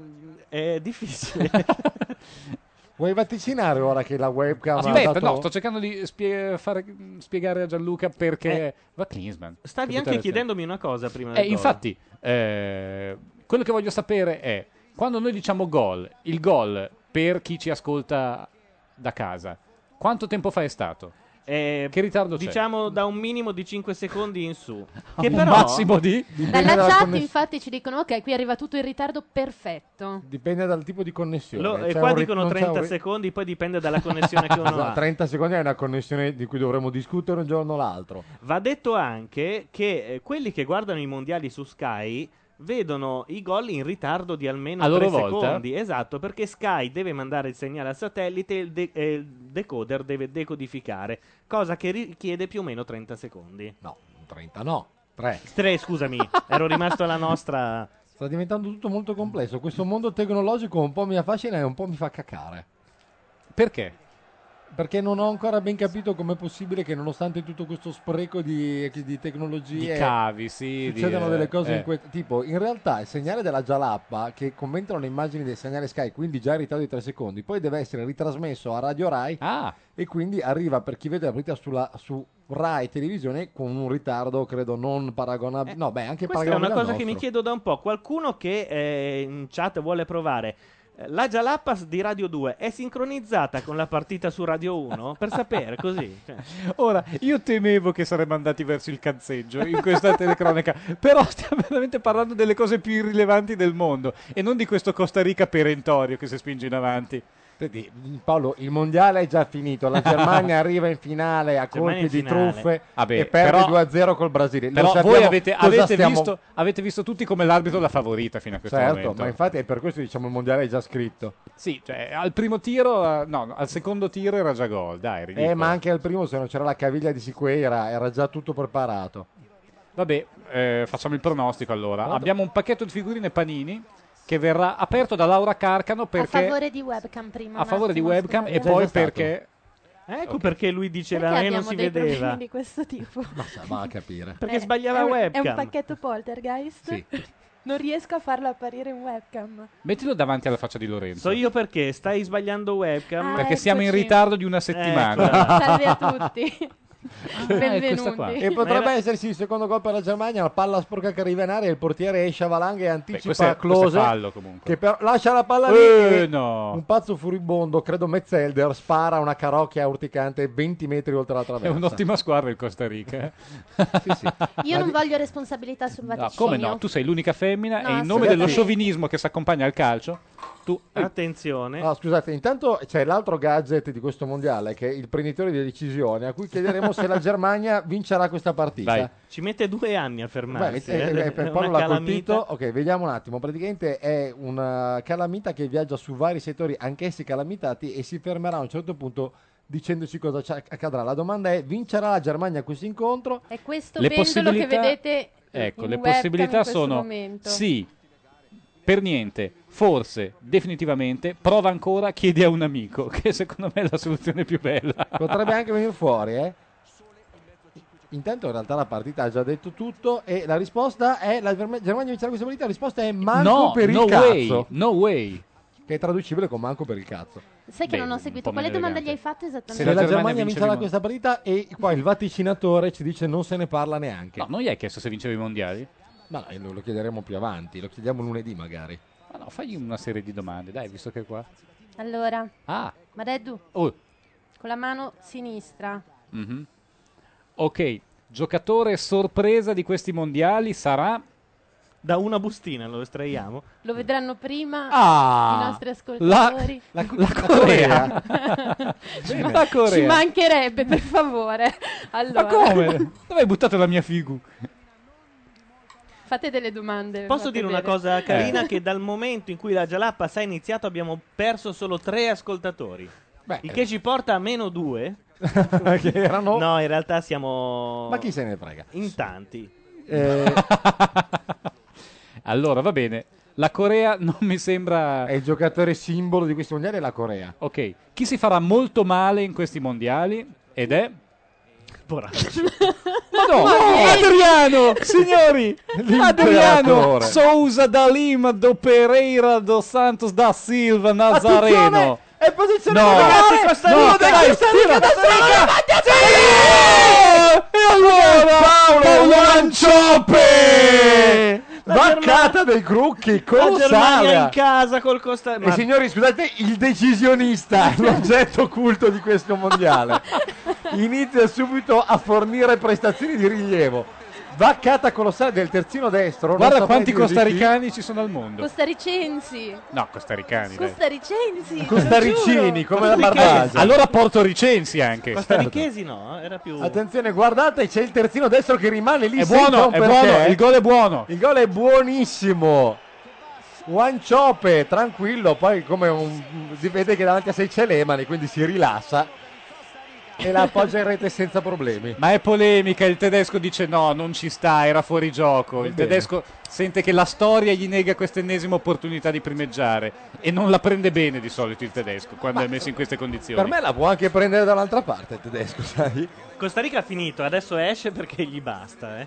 Speaker 2: È
Speaker 3: [LAUGHS]
Speaker 2: difficile. [LAUGHS]
Speaker 6: Vuoi vaticinare ora che la webcam
Speaker 3: capito.
Speaker 6: ha
Speaker 3: Aspetta,
Speaker 6: dato...
Speaker 3: no, sto cercando di spie- fare- spiegare a Gianluca perché va Klinsmann.
Speaker 2: Eh. Stavi
Speaker 3: Capito
Speaker 2: anche
Speaker 3: adesso?
Speaker 2: chiedendomi una cosa prima.
Speaker 3: Eh,
Speaker 2: del gol.
Speaker 3: infatti, eh, quello che voglio sapere è quando noi diciamo gol, il gol per chi ci ascolta da casa, quanto tempo fa è stato?
Speaker 2: Eh,
Speaker 3: che ritardo c'è?
Speaker 2: Diciamo da un minimo di 5 secondi
Speaker 3: [LAUGHS]
Speaker 2: in su. Che
Speaker 3: Un
Speaker 2: però...
Speaker 3: massimo
Speaker 2: [LAUGHS]
Speaker 3: di
Speaker 7: Dalla
Speaker 6: esatto,
Speaker 7: chat infatti ci dicono ok, qui arriva tutto in ritardo perfetto.
Speaker 6: Dipende dal tipo di connessione.
Speaker 2: Lo- eh, e
Speaker 6: C'è
Speaker 2: qua
Speaker 6: un ri-
Speaker 2: dicono
Speaker 6: non c'è
Speaker 2: 30
Speaker 6: un ri- [LAUGHS]
Speaker 2: secondi, poi dipende dalla connessione che uno
Speaker 6: Esatto,
Speaker 2: ha.
Speaker 6: 30 secondi è una connessione di cui dovremmo discutere un giorno o l'altro.
Speaker 2: Va detto anche che eh, quelli che guardano i mondiali su Sky vedono i gol in ritardo di almeno
Speaker 3: A loro
Speaker 2: 3
Speaker 3: volta.
Speaker 2: secondi. Esatto, perché Sky deve mandare il segnale al satellite e il, de- e il decoder deve decodificare, cosa che richiede più o meno 30 secondi.
Speaker 6: No, 30 no, 3.
Speaker 2: 3,
Speaker 6: [LAUGHS]
Speaker 2: scusami, ero rimasto alla nostra...
Speaker 6: Sta diventando tutto molto complesso. Questo mondo tecnologico un po' mi affascina e un po' mi fa cacare.
Speaker 3: Perché?
Speaker 6: Perché non ho ancora ben capito com'è possibile che nonostante tutto questo spreco di, di
Speaker 3: Di
Speaker 6: tecnologie
Speaker 3: cavi, sì. di,
Speaker 6: succedano
Speaker 3: eh,
Speaker 6: eh, delle cose
Speaker 3: eh.
Speaker 6: in que- tipo in realtà il segnale della Jalappa che commentano le immagini del segnale Sky quindi già in ritardo di 3 secondi poi deve essere ritrasmesso a Radio Rai
Speaker 3: Ah,
Speaker 6: e quindi arriva per chi vede la partita sulla- su Rai Televisione con un ritardo credo non paragonabile no beh anche
Speaker 2: Eh, Questa è
Speaker 6: paragonabile
Speaker 2: una cosa
Speaker 6: al
Speaker 2: che mi
Speaker 6: nostro.
Speaker 2: chiedo da un po'. Qualcuno che eh, in chat vuole provare. eh, La Jalapas di Radio 2 è sincronizzata con la partita su Radio 1? Per sapere, così. cioè.
Speaker 3: Ora, io temevo che saremmo andati verso il cazzeggio in
Speaker 6: [LAUGHS]
Speaker 3: questa telecronaca, però stiamo veramente parlando delle cose più irrilevanti del mondo e non di questo Costa Rica perentorio che si spinge in avanti.
Speaker 6: Eh, Senti, Paolo il mondiale è già finito
Speaker 2: [LAUGHS]
Speaker 6: la Germania arriva in finale a
Speaker 2: Germania
Speaker 6: colpi
Speaker 2: in
Speaker 6: di
Speaker 2: finale.
Speaker 6: truffe
Speaker 3: Vabbè,
Speaker 6: e perde
Speaker 3: Ah, però-
Speaker 6: 2-0 col Brasile Lo
Speaker 3: Però voi
Speaker 6: sappiamo
Speaker 3: avete,
Speaker 6: cosa
Speaker 3: avete
Speaker 6: stiamo-
Speaker 3: visto, avete visto tutti come l'arbitro la favorita fino a questo
Speaker 6: certo
Speaker 3: momento.
Speaker 6: ma infatti è per questo diciamo il mondiale è già scritto
Speaker 3: Sì, cioè, al primo tiro, eh, no, no, al secondo tiro era già gol, dai, ridicolo.
Speaker 6: Eh, ma anche al primo, se non c'era la caviglia di Siqueira, era già tutto preparato.
Speaker 3: Vabbè, eh, facciamo il pronostico allora.
Speaker 6: Vado.
Speaker 3: Abbiamo un pacchetto di figurine panini che verrà aperto da Laura Carcano perché...
Speaker 7: A favore di webcam prima.
Speaker 3: a
Speaker 7: un
Speaker 3: favore di
Speaker 7: attimo,
Speaker 3: webcam
Speaker 7: scusate.
Speaker 3: e
Speaker 6: Già, già
Speaker 3: poi
Speaker 6: stato.
Speaker 3: perché...
Speaker 2: Ecco perché lui diceva
Speaker 5: Perché
Speaker 2: che non
Speaker 5: abbiamo
Speaker 2: si
Speaker 5: dei
Speaker 2: vedeva.
Speaker 5: problemi di questo tipo?
Speaker 6: Ma sa- va a
Speaker 3: [LAUGHS]
Speaker 6: capire.
Speaker 2: Perché
Speaker 5: Eh,
Speaker 2: sbagliava
Speaker 5: è un- È
Speaker 2: webcam.
Speaker 5: un pacchetto poltergeist?
Speaker 6: Sì.
Speaker 5: Non riesco a farlo apparire in
Speaker 3: [LAUGHS]
Speaker 5: webcam.
Speaker 3: Mettilo davanti alla faccia di Lorenzo.
Speaker 2: So io perché stai sbagliando webcam. Ecco,
Speaker 5: Ah,
Speaker 3: Perché siamo in
Speaker 5: eccoci.
Speaker 3: ritardo di una settimana.
Speaker 2: Eccola.
Speaker 5: Salve a tutti.
Speaker 3: questa qua.
Speaker 5: Benvenuti.
Speaker 6: E potrebbe
Speaker 2: era-
Speaker 6: esserci il secondo gol per la Germania, la palla sporca che arriva in aria, il portiere esce a valanga e
Speaker 3: Beh,
Speaker 6: anticipa
Speaker 3: questo, è, questo è
Speaker 6: Klose,
Speaker 3: fallo comunque.
Speaker 6: che però lascia la palla lì
Speaker 3: Eh,
Speaker 6: e
Speaker 3: no.
Speaker 6: un pazzo furibondo, credo Metzelder, spara una carocchia urticante 20 metri oltre la
Speaker 3: È
Speaker 6: traversa.
Speaker 3: un'ottima squadra il Costa Rica. eh.
Speaker 6: Sì,
Speaker 3: [LAUGHS]
Speaker 6: sì.
Speaker 7: Io
Speaker 6: Ma
Speaker 7: non
Speaker 6: di-
Speaker 7: voglio responsabilità sul
Speaker 3: No,
Speaker 7: vaticinio.
Speaker 3: come no? Tu sei l'unica femmina
Speaker 7: No,
Speaker 3: e in nome dello
Speaker 6: assolutamente.
Speaker 3: sciovinismo che si accompagna al calcio, tu...
Speaker 2: eh,
Speaker 6: [LAUGHS]
Speaker 2: Attenzione.
Speaker 6: Ah, scusate, intanto c'è l'altro gadget di questo mondiale che è il prenditore di decisione a cui chiederemo se la Germania vincerà questa partita.
Speaker 3: Vai.
Speaker 2: Ci mette due anni a
Speaker 6: Beh,
Speaker 2: fermarsi.
Speaker 6: eh,
Speaker 2: eh.
Speaker 6: eh, per
Speaker 2: Una
Speaker 6: Paolo l'ha
Speaker 2: calamita.
Speaker 6: colpito. Ok, vediamo un attimo. Praticamente è una calamita che viaggia su vari settori, anch'essi calamitati, e si fermerà a un certo punto dicendoci cosa ci accadrà. La domanda è: vincerà la Germania questo incontro?
Speaker 7: È questo
Speaker 3: Le
Speaker 7: pendolo che
Speaker 3: possibilità-
Speaker 7: vedete
Speaker 3: Ecco,
Speaker 5: in webcam
Speaker 3: le
Speaker 5: in
Speaker 3: possibilità
Speaker 5: questo
Speaker 3: sono
Speaker 5: momento.
Speaker 3: sì, per niente, forse, definitivamente, prova ancora, chiedi a un amico, [LAUGHS] che secondo me è la soluzione più bella.
Speaker 6: Potrebbe anche venire fuori, eh? Intanto in realtà la partita ha già detto tutto e la risposta è la Germ- Germania vincerà questa partita, la risposta è manco
Speaker 3: no,
Speaker 6: per
Speaker 3: no
Speaker 6: il
Speaker 3: way,
Speaker 6: cazzo,
Speaker 3: no way.
Speaker 6: che è traducibile con manco per il cazzo.
Speaker 7: Sai che
Speaker 3: Beh,
Speaker 7: non ho
Speaker 3: un
Speaker 7: seguito.
Speaker 3: po' meno
Speaker 7: Quale domanda gli hai
Speaker 3: elegante.
Speaker 7: fatto
Speaker 6: Se
Speaker 3: Se
Speaker 7: esattamente?
Speaker 6: la,
Speaker 3: la Germania
Speaker 6: Germania,
Speaker 3: vince
Speaker 6: vincerà
Speaker 3: il
Speaker 6: questa partita e qua il vaticinatore ci dice non se ne parla neanche.
Speaker 3: No, non gli hai chiesto se vincevi i mondiali?
Speaker 6: Ma no, lo- lo chiederemo più avanti, lo chiediamo lunedì magari.
Speaker 3: Ma no, fagli una serie di domande, dai, visto che è qua.
Speaker 7: Allora,
Speaker 3: Ah,
Speaker 7: Mareddu,
Speaker 3: oh,
Speaker 7: con la mano sinistra.
Speaker 3: mhm. ok, giocatore sorpresa di questi mondiali sarà...
Speaker 2: Da una bustina lo estraiamo.
Speaker 7: Lo vedranno prima
Speaker 3: Ah,
Speaker 7: i nostri ascoltatori.
Speaker 3: La, la Corea. la Corea.
Speaker 5: Ci mancherebbe, per favore.
Speaker 3: Ma
Speaker 5: Allora,
Speaker 3: come? Dove hai buttato la mia figu? [LAUGHS]
Speaker 5: fate delle domande.
Speaker 11: Esatto,
Speaker 2: Posso
Speaker 5: fate
Speaker 2: dire una
Speaker 5: vedere.
Speaker 2: cosa carina? Che dal momento in cui la Jalapas ha iniziato abbiamo perso solo tre ascoltatori.
Speaker 6: Beh, [LAUGHS]
Speaker 2: Il che ci porta a meno due.
Speaker 6: che [LAUGHS] erano...
Speaker 2: No, in realtà siamo
Speaker 6: Oh. Ma chi se ne frega?
Speaker 2: in tanti.
Speaker 6: [LAUGHS] Eh,
Speaker 3: Allora, va bene. La Corea non mi sembra. È
Speaker 6: il giocatore simbolo di questi mondiali, è la Corea.
Speaker 3: Ok. Chi si farà molto male in questi mondiali? Ed è.
Speaker 2: Poraccio.
Speaker 3: Ma no, [LAUGHS] Adriano, signori, Adriano,
Speaker 2: L'imperatore.
Speaker 3: Sousa da Lima, do Pereira, do Santos, da Silva, Nazareno.
Speaker 2: Attenzione,
Speaker 6: È posizione
Speaker 3: No,
Speaker 2: ragazzi, Costa Rica,
Speaker 3: no,
Speaker 2: dai,
Speaker 3: dai,
Speaker 2: Costa
Speaker 3: tira,
Speaker 2: Rica, da
Speaker 3: tira.
Speaker 2: sola, davanti a
Speaker 3: Sì! E allora Paolo,
Speaker 6: Lanciope!
Speaker 2: La
Speaker 6: Baccata dei Crucchi,
Speaker 2: La Germania
Speaker 6: colossale!
Speaker 2: in casa col Costa
Speaker 6: E
Speaker 2: Rica.
Speaker 6: signori, scusate, il decisionista, l'oggetto culto di questo [LAUGHS] mondiale, inizia subito a fornire prestazioni di rilievo. Baccata colossale del terzino destro. non
Speaker 3: Guarda
Speaker 6: saprei
Speaker 3: quanti
Speaker 6: dirvi chi.
Speaker 3: costaricani ci sono al mondo.
Speaker 7: Costaricensi.
Speaker 3: No, costaricani. dai.
Speaker 7: Costaricensi.
Speaker 6: Costaricini, come la
Speaker 3: Costaricani.
Speaker 6: Barbagia.
Speaker 3: Allora portoricensi anche.
Speaker 2: Costarichesi no, era più...
Speaker 6: Attenzione, guardate, c'è il terzino destro che rimane lì.
Speaker 3: È
Speaker 6: senza
Speaker 3: buono,
Speaker 6: un
Speaker 3: è
Speaker 6: perché. eh.
Speaker 3: buono, il gol è buono.
Speaker 6: Il gol è buonissimo. Guanciope, tranquillo, poi come un... si vede che davanti a sé c'è Lemani, quindi si rilassa e la appoggia in rete senza problemi.
Speaker 3: Ma è polemica, il tedesco dice no, non ci sta, era fuori gioco. Il
Speaker 6: Bene.
Speaker 3: tedesco sente che la storia gli nega quest'ennesima opportunità di primeggiare e non la prende bene di solito il tedesco quando è messo in queste condizioni. Eh,
Speaker 6: Per me la può anche prendere dall'altra parte il tedesco, sai?
Speaker 2: Costa Rica ha finito, adesso esce perché gli basta, eh.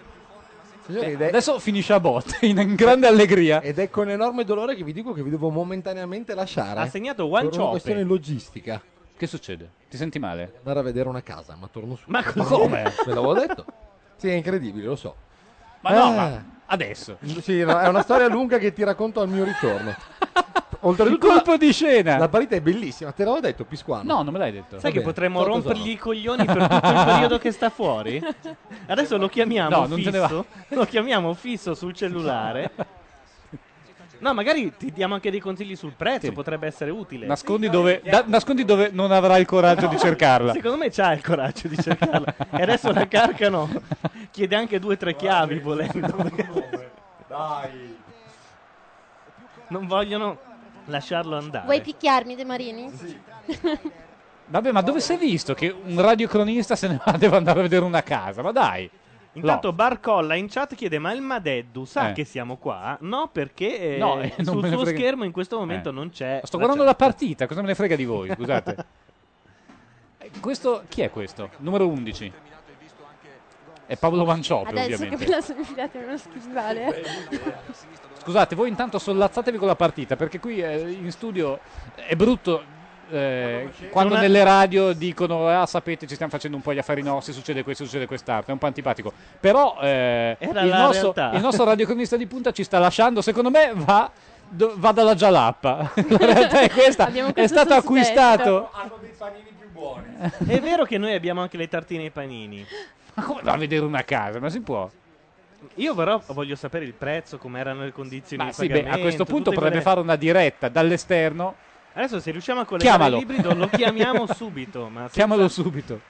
Speaker 6: Signori, ed, è,
Speaker 3: Adesso finisce a botte [LAUGHS] in grande allegria.
Speaker 6: ed è con enorme dolore che vi dico che vi devo momentaneamente lasciare.
Speaker 2: Ha segnato
Speaker 6: per una
Speaker 2: Guanciope.
Speaker 6: questione logistica.
Speaker 3: Che succede? Ti senti male?
Speaker 6: Andare a vedere una casa, ma torno su.
Speaker 2: Ma
Speaker 6: [LAUGHS] Ve
Speaker 2: come?
Speaker 6: l'avevo detto. Sì, è incredibile, lo so.
Speaker 3: Ma no,
Speaker 6: Eh.
Speaker 3: ma adesso.
Speaker 6: Sì, no, è una storia lunga che ti racconto al mio ritorno.
Speaker 3: Il
Speaker 6: Oltretutto,
Speaker 3: colpo di scena.
Speaker 6: la, la partita è bellissima, te l'avevo detto, Pisquano.
Speaker 3: Eh. No, non me l'hai detto.
Speaker 2: Sai
Speaker 6: Va
Speaker 2: che
Speaker 6: bene,
Speaker 2: potremmo
Speaker 6: so cosa
Speaker 2: rompergli
Speaker 6: sono.
Speaker 2: i coglioni per tutto il periodo che
Speaker 3: [LAUGHS]
Speaker 2: sta fuori? Adesso lo chiamiamo
Speaker 3: No, non te ne va.
Speaker 2: fisso. Lo chiamiamo fisso sul cellulare. No, magari ti diamo anche dei consigli sul prezzo,
Speaker 3: Sì.
Speaker 2: potrebbe essere utile.
Speaker 3: Nascondi dove, da- nascondi dove non avrai il coraggio di [LAUGHS] cercarla.
Speaker 2: Secondo me c'ha il coraggio di cercarla. e adesso la carcano. Chiede anche due o tre chiavi volendo. [LAUGHS] perché
Speaker 6: Dai.
Speaker 2: non vogliono lasciarlo andare.
Speaker 7: Vuoi picchiarmi, De Marini?
Speaker 3: Vabbè, ma dove sei visto che un radiocronista se ne va deve andare a vedere una casa? Ma dai.
Speaker 2: Intanto
Speaker 3: No.
Speaker 2: Barcolla in chat chiede: Ma il Madeddu sa
Speaker 3: Eh.
Speaker 2: che siamo qua? No, perché eh,
Speaker 3: No, eh, non
Speaker 2: sul
Speaker 3: me ne
Speaker 2: suo
Speaker 3: frega.
Speaker 2: schermo in questo momento
Speaker 3: Eh.
Speaker 2: non c'è.
Speaker 3: Sto guardando
Speaker 2: chat.
Speaker 3: la partita, cosa me ne frega di voi?
Speaker 7: [LAUGHS]
Speaker 3: Scusate. Eh, questo, chi è questo? Numero 11. È Paolo Manciope,
Speaker 7: Adesso che
Speaker 3: ovviamente.
Speaker 7: me la sono infilata in uno schifale.
Speaker 3: Scusate, voi intanto sollazzatevi con la partita, perché qui eh, in studio è brutto. eh, quando
Speaker 2: Non è-
Speaker 3: nelle radio dicono ah sapete ci stiamo facendo un po' gli affari nostri succede questo succede quest'altro è un po' antipatico però eh, il,
Speaker 2: Era la
Speaker 3: nostro,
Speaker 2: realtà.
Speaker 3: il nostro radiocronista di punta ci sta lasciando secondo me va, do- va dalla Gialappa [LAUGHS] la realtà è questa
Speaker 7: Abbiamo
Speaker 3: è
Speaker 7: questo
Speaker 3: stato
Speaker 7: sospetto.
Speaker 3: acquistato
Speaker 6: Hanno dei panini più buoni.
Speaker 2: È vero che noi abbiamo anche le tartine e i panini.
Speaker 3: ma come va a vedere una casa ma si può
Speaker 2: Io, però, voglio sapere il prezzo, come erano le condizioni
Speaker 3: ma
Speaker 2: di
Speaker 3: sì, beh,
Speaker 2: pagamento.
Speaker 3: a questo punto
Speaker 2: tutte
Speaker 3: potrebbe
Speaker 2: quelle-
Speaker 3: fare una diretta dall'esterno
Speaker 2: Adesso, se riusciamo a collegare
Speaker 3: Chiamalo.
Speaker 2: l'ibrido, lo
Speaker 3: [LAUGHS]
Speaker 2: chiamiamo subito. Ma senza-
Speaker 3: chiamalo subito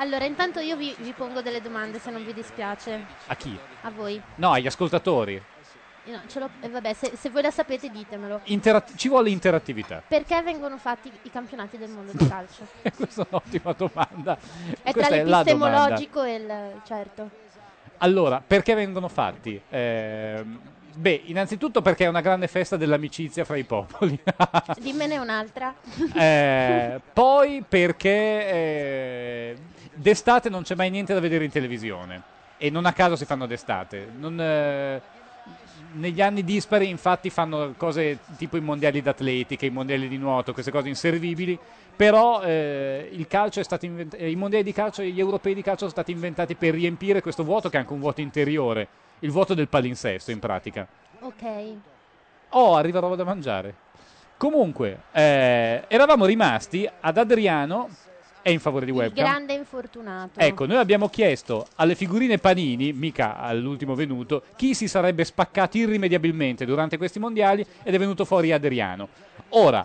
Speaker 7: Allora, intanto io vi, vi pongo delle domande se non vi dispiace.
Speaker 3: a chi?
Speaker 7: A voi.
Speaker 3: no agli ascoltatori
Speaker 7: Io no, ce l'ho- eh, vabbè, se, se voi la sapete ditemelo.
Speaker 3: Interat- ci vuole interattività [LAUGHS]
Speaker 7: Perché vengono fatti i campionati del mondo di calcio?
Speaker 3: Questa è un'ottima domanda.
Speaker 7: È
Speaker 3: Questa
Speaker 7: tra
Speaker 3: è la
Speaker 7: l'epistemologico e il certo.
Speaker 3: domanda. Allora, perché vengono fatti? Ehm, beh, innanzitutto perché è una grande festa dell'amicizia fra i popoli. [LAUGHS]
Speaker 7: Dimmene un'altra.
Speaker 3: Eh, poi perché eh, d'estate non c'è mai niente da vedere in televisione e non a caso si fanno d'estate. Non, eh, negli anni dispari infatti fanno cose tipo i mondiali d'atletica, i mondiali di nuoto, queste cose inservibili, però eh, il calcio è stato invent- eh, i mondiali di calcio e gli europei di calcio sono stati inventati per riempire questo vuoto che è anche un vuoto interiore, il vuoto del palinsesto in pratica.
Speaker 7: [LAUGHS] Ok.
Speaker 3: Oh, arriva roba da mangiare. Comunque, eh, eravamo rimasti ad Adriano. È in favore di
Speaker 7: Il
Speaker 3: webcam.
Speaker 7: grande infortunato.
Speaker 3: Ecco, noi abbiamo chiesto alle figurine Panini, mica all'ultimo venuto, chi si sarebbe spaccato irrimediabilmente durante questi mondiali ed è venuto fuori Adriano. Ora,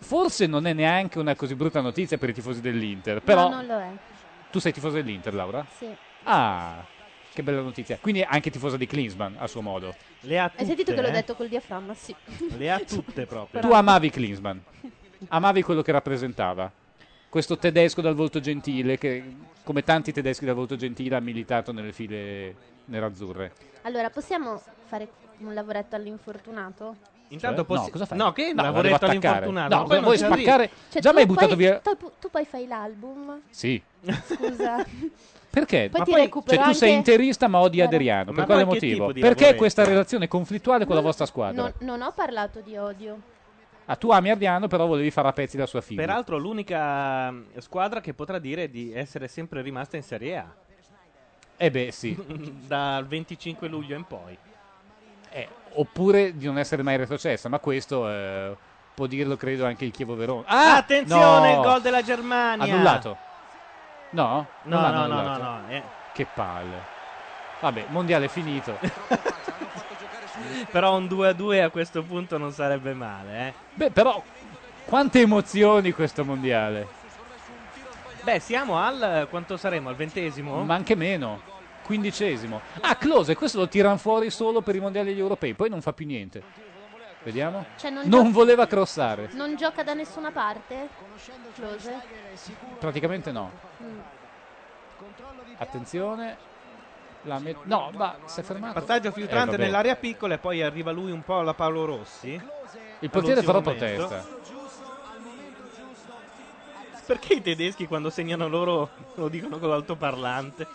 Speaker 3: forse non è neanche una così brutta notizia per i tifosi dell'Inter, però
Speaker 7: No, non lo è.
Speaker 3: tu sei tifoso dell'Inter, Laura?
Speaker 7: Sì.
Speaker 3: Ah, che bella notizia. Quindi anche tifosa di Klinsmann, a suo modo.
Speaker 2: le ha tutte.
Speaker 7: Hai sentito che l'ho
Speaker 2: eh?
Speaker 7: detto col diaframma? Sì.
Speaker 2: Le ha tutte proprio.
Speaker 3: Tu amavi Klinsmann, amavi quello che rappresentava. questo tedesco dal volto gentile che, come tanti tedeschi dal volto gentile, ha militato nelle file nerazzurre.
Speaker 7: Allora, possiamo fare un lavoretto all'infortunato?
Speaker 3: Cioè?
Speaker 2: Intanto possi-
Speaker 3: No, cosa fai?
Speaker 2: No, che
Speaker 3: No, la
Speaker 2: lavoretto
Speaker 3: devo attaccare.
Speaker 2: all'infortunato.
Speaker 3: No,
Speaker 2: ma
Speaker 3: cosa
Speaker 2: poi
Speaker 3: vuoi
Speaker 2: non c'è da
Speaker 3: spaccare?
Speaker 2: dire.
Speaker 7: Cioè,
Speaker 3: Già
Speaker 7: tu
Speaker 3: mi hai buttato
Speaker 7: poi-
Speaker 3: via-
Speaker 7: Tu, tu poi fai l'album,
Speaker 3: Sì. [LAUGHS]
Speaker 7: scusa.
Speaker 3: Perché?
Speaker 7: Poi
Speaker 3: Ma
Speaker 7: ti
Speaker 3: poi-
Speaker 7: recupero
Speaker 3: cioè, tu sei
Speaker 7: anche-
Speaker 3: interista ma odi Adriano.
Speaker 2: Ma
Speaker 3: per quale
Speaker 2: poi che
Speaker 3: motivo?
Speaker 2: tipo di
Speaker 3: Perché
Speaker 2: lavoretto?
Speaker 3: questa relazione conflittuale con la vostra squadra?
Speaker 7: non, non ho parlato di odio.
Speaker 3: Ah, tu ami Adriano, però volevi fare a pezzi la sua figlia.
Speaker 2: Peraltro l'unica mh, squadra che potrà dire di essere sempre rimasta in Serie A.
Speaker 3: Eh beh, sì.
Speaker 2: [LAUGHS] Dal 25 luglio in poi.
Speaker 3: Eh, Oppure di non essere mai retrocessa, ma questo eh, può dirlo, credo, anche il Chievo Verona. Ah,
Speaker 2: Attenzione,
Speaker 3: no!
Speaker 2: il gol della Germania.
Speaker 3: Annullato. No?
Speaker 2: No,
Speaker 3: Non
Speaker 2: no, no, no,
Speaker 3: annullato?
Speaker 2: no, eh.
Speaker 3: Che palle. Vabbè, mondiale finito.
Speaker 2: Però un 2 a 2 a questo punto non sarebbe male, eh.
Speaker 3: Beh, però quante emozioni questo mondiale.
Speaker 2: Beh, siamo al quanto saremo? Al ventesimo?
Speaker 3: Ma anche meno. Quindicesimo. Ah, Close, questo lo tirano fuori solo per i mondiali e gli europei, poi non fa più niente. Vediamo.
Speaker 7: Cioè, non,
Speaker 3: Non
Speaker 7: gio-
Speaker 3: voleva crossare.
Speaker 7: non gioca da nessuna parte? Close?
Speaker 3: Praticamente no.
Speaker 7: Mm.
Speaker 3: Attenzione. La met- no, ma si è fermato.
Speaker 2: Passaggio filtrante
Speaker 3: Eh, vabbè.
Speaker 2: nell'area piccola e poi arriva lui un po' alla Paolo Rossi.
Speaker 3: Il portiere farà
Speaker 2: All'ultimo momento.
Speaker 3: protesta.
Speaker 2: Perché i tedeschi quando segnano loro [LAUGHS] lo dicono con l'altoparlante?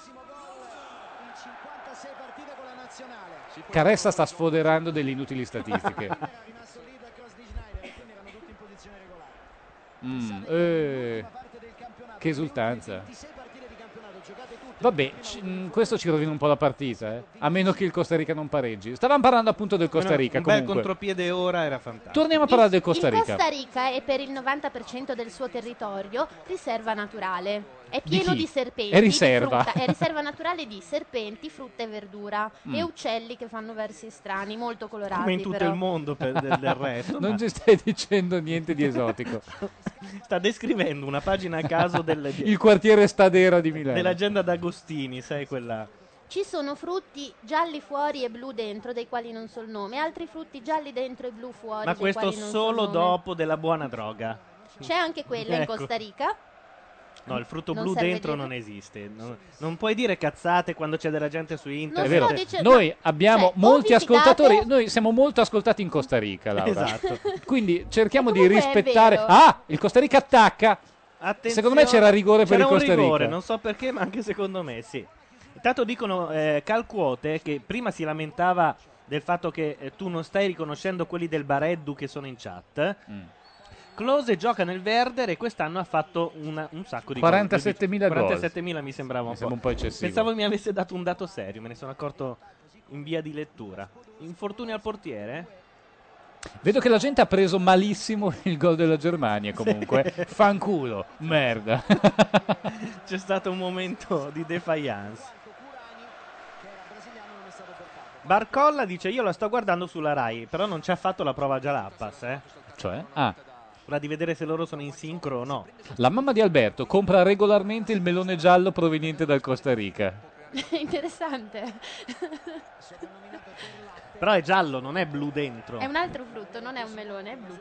Speaker 3: Caressa sta sfoderando delle inutili
Speaker 2: [LAUGHS]
Speaker 3: statistiche. Mm, eh, che esultanza. Vabbè, ci- mm, questo ci rovina un po' la partita, eh. a meno che il Costa Rica non pareggi. Stavamo parlando appunto del Costa Rica.
Speaker 2: Un bel
Speaker 3: comunque.
Speaker 2: contropiede ora era fantastico.
Speaker 3: Torniamo a parlare del Costa
Speaker 7: Il
Speaker 3: Rica.
Speaker 7: Costa Rica è per il 90% del suo territorio riserva naturale. È
Speaker 3: Di
Speaker 7: pieno
Speaker 3: chi?
Speaker 7: di, serpenti.
Speaker 3: È riserva.
Speaker 7: di
Speaker 3: [LAUGHS]
Speaker 7: frutta- è riserva naturale di serpenti, frutta e verdura.
Speaker 3: Mm.
Speaker 7: E uccelli che fanno versi strani, molto colorati.
Speaker 2: Come in tutto
Speaker 7: però.
Speaker 2: il mondo per, del, [LAUGHS] del resto.
Speaker 3: non
Speaker 2: ma
Speaker 3: ci stai dicendo niente di esotico.
Speaker 2: sta descrivendo una pagina a [LAUGHS] caso del-
Speaker 3: Il quartiere Stadera di Milano.
Speaker 2: dell'agenda d'Agostini, sai quella...
Speaker 7: Ci sono frutti gialli fuori e blu dentro, dei quali non so il nome, altri frutti gialli dentro e blu fuori.
Speaker 2: Ma
Speaker 7: dei
Speaker 2: questo
Speaker 7: quali non so il
Speaker 2: solo
Speaker 7: nome.
Speaker 2: dopo della buona droga.
Speaker 7: C'è anche quella
Speaker 2: Ecco.
Speaker 7: in Costa Rica. [LAUGHS]
Speaker 2: No, il frutto
Speaker 7: Non
Speaker 2: blu
Speaker 7: serve
Speaker 2: dentro
Speaker 7: dirlo.
Speaker 2: non esiste. Non, non può dire cazzate quando c'è della gente su
Speaker 3: È
Speaker 2: internet.
Speaker 3: vero.
Speaker 7: dicendo-
Speaker 3: Noi abbiamo
Speaker 7: cioè,
Speaker 3: molti
Speaker 7: o vi
Speaker 3: ascoltatori,
Speaker 7: fidate-
Speaker 3: noi siamo molto ascoltati in Costa Rica, Laura.
Speaker 2: Esatto.
Speaker 3: Quindi cerchiamo
Speaker 7: E
Speaker 3: di
Speaker 7: comunque è
Speaker 3: rispettare.
Speaker 7: vero.
Speaker 3: Ah, il Costa Rica attacca.
Speaker 2: Attenzione.
Speaker 3: Secondo me c'era rigore per
Speaker 2: C'era
Speaker 3: il
Speaker 2: un
Speaker 3: Costa
Speaker 2: rigore,
Speaker 3: Rica.
Speaker 2: non so perché, ma anche secondo me sì. Intanto dicono eh, Calcuote che prima si lamentava del fatto che eh, tu non stai riconoscendo quelli del Bareddu che sono in chat.
Speaker 3: Mm.
Speaker 2: Close gioca nel Verder e quest'anno ha fatto una- un sacco di
Speaker 3: 47.000
Speaker 2: gol.
Speaker 3: gol.
Speaker 2: 47.000 mi sembrava un
Speaker 3: Mi
Speaker 2: po'.
Speaker 3: sembra un po' eccessivo.
Speaker 2: Pensavo mi avesse dato un dato serio, me ne sono accorto in via di lettura. Infortuni al portiere? [LAUGHS]
Speaker 3: Vedo che la gente ha preso malissimo [LAUGHS] il gol della Germania comunque. Fanculo,
Speaker 2: [LAUGHS]
Speaker 3: merda.
Speaker 2: C'è stato un momento di defiance. Barcolla dice: Io la sto guardando sulla Rai, però non ci ha fatto la prova Jalappas, eh.
Speaker 3: Cioè, ah,
Speaker 2: Ora di vedere se loro sono in sincro o no.
Speaker 3: la mamma di Alberto compra regolarmente il melone giallo proveniente dal Costa Rica.
Speaker 7: Interessante.
Speaker 2: Però è giallo, non è blu dentro.
Speaker 7: È un altro frutto, non è un melone, è blu.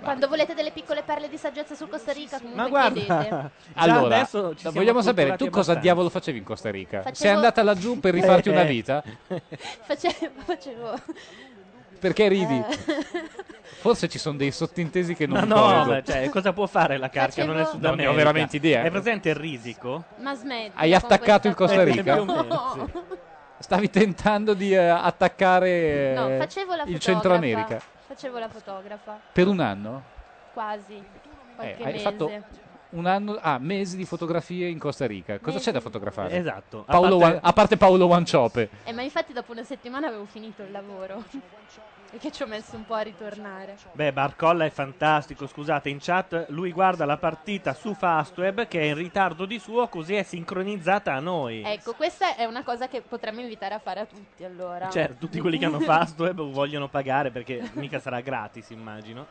Speaker 7: Quando volete delle piccole perle di saggezza sul Costa Rica, comunque
Speaker 2: Ma guarda,
Speaker 7: chiedete.
Speaker 2: già
Speaker 3: [LAUGHS] Allora,
Speaker 2: adesso ci siamo
Speaker 3: vogliamo sapere tu cosa
Speaker 2: acculturati abbastanza.
Speaker 3: diavolo facevi in Costa Rica? Sei
Speaker 7: Facevo-
Speaker 3: andata laggiù per rifarti una
Speaker 2: Eh.
Speaker 3: vita?
Speaker 7: Facevo, facevo-
Speaker 3: Perché ridi?
Speaker 7: eh,
Speaker 3: Forse ci sono dei sottintesi che
Speaker 2: Ma
Speaker 3: non
Speaker 2: no,
Speaker 3: colgo.
Speaker 2: ma cioè, cosa può fare la carca? Non è
Speaker 7: Facevo-
Speaker 2: Sud
Speaker 3: Non ne
Speaker 2: America.
Speaker 3: ho veramente idea.
Speaker 2: È presente il risico?
Speaker 7: ma smetti.
Speaker 3: Hai
Speaker 7: con
Speaker 3: attaccato
Speaker 7: questa
Speaker 3: il Costa
Speaker 7: cosa.
Speaker 3: Rica?
Speaker 2: Più o meno,
Speaker 7: [LAUGHS] No.
Speaker 3: Stavi tentando di eh, attaccare eh,
Speaker 7: No, facevo la fotografa.
Speaker 3: il Centro America
Speaker 7: Facevo la fotografa,
Speaker 3: per un anno?
Speaker 7: quasi.
Speaker 3: Eh,
Speaker 7: Qualche
Speaker 3: hai
Speaker 7: mese.
Speaker 3: fatto un anno, ah, mesi di fotografie in Costa Rica. Cosa
Speaker 7: Mesi.
Speaker 3: c'è da fotografare?
Speaker 2: Esatto. A
Speaker 3: Paolo
Speaker 2: parte-
Speaker 3: Wan- a parte Paolo Wanciope.
Speaker 7: Eh, ma infatti dopo una settimana avevo finito il lavoro. Perché ci ho messo un po' a ritornare.
Speaker 2: Beh, Barcolla è fantastico, scusate, in chat lui guarda la partita su Fastweb che è in ritardo di suo, così è sincronizzata a noi.
Speaker 7: Ecco, questa è una cosa che potremmo invitare a fare a tutti allora.
Speaker 2: Cioè, tutti quelli che hanno Fastweb vogliono pagare perché mica sarà gratis, immagino.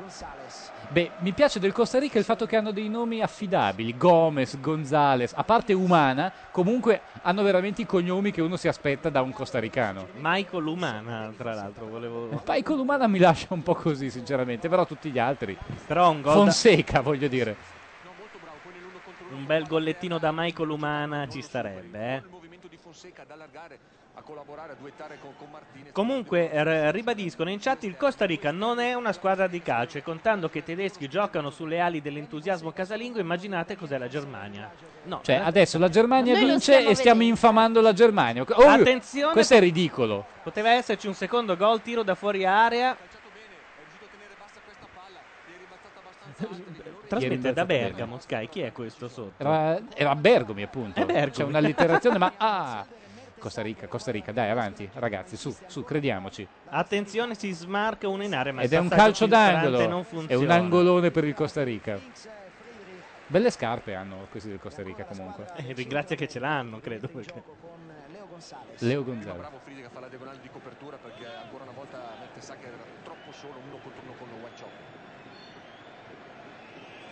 Speaker 10: Gonzales.
Speaker 3: Beh, mi piace del Costa Rica il fatto che hanno dei nomi affidabili, Gomez, Gonzales, a parte umana, comunque hanno veramente i cognomi che uno si aspetta da un costaricano.
Speaker 2: Michael Umana, tra l'altro, volevo...
Speaker 3: Poi con l'umana mi lascia un po' così, sinceramente, però tutti gli altri.
Speaker 2: Però un gol da-
Speaker 3: Fonseca, voglio dire.
Speaker 2: Un bel gollettino da Michael Umana ci starebbe, eh. Comunque r- ribadiscono in chat il Costa Rica non è una squadra di calcio e contando che i tedeschi giocano sulle ali dell'entusiasmo casalingo immaginate cos'è la Germania. No, eh,
Speaker 3: Cioè, adesso la Germania
Speaker 2: Noi lo
Speaker 3: vince
Speaker 2: stiamo
Speaker 3: e stiamo
Speaker 2: vedendo.
Speaker 3: infamando la Germania. Oh,
Speaker 2: Attenzione,
Speaker 3: Questo è ridicolo.
Speaker 2: poteva esserci un secondo gol tiro da fuori area. [LAUGHS] Trasmette da
Speaker 3: rimbalzata bene.
Speaker 2: Bergamo, Sky, chi è questo sotto?
Speaker 3: Era, era Bergomi, appunto.
Speaker 2: È Bergomi.
Speaker 3: C'è un'allitterazione, ma ah, Costa Rica, Costa Rica, dai, avanti, ragazzi, su, su, crediamoci.
Speaker 2: Attenzione, si smarca uno in area, ma il
Speaker 3: Ed è un calcio
Speaker 2: passaggio filtrante
Speaker 3: d'angolo.
Speaker 2: Non funziona.
Speaker 3: È un angolone per il Costa Rica. Belle scarpe hanno questi del Costa Rica comunque.
Speaker 2: Eh, ringrazia che ce l'hanno, credo. perché-
Speaker 3: Leo Gonzalez.
Speaker 10: Bravo Friedrich a fare la diagonale di copertura perché ancora una volta mette Sacca era troppo solo uno contro uno con Wachop.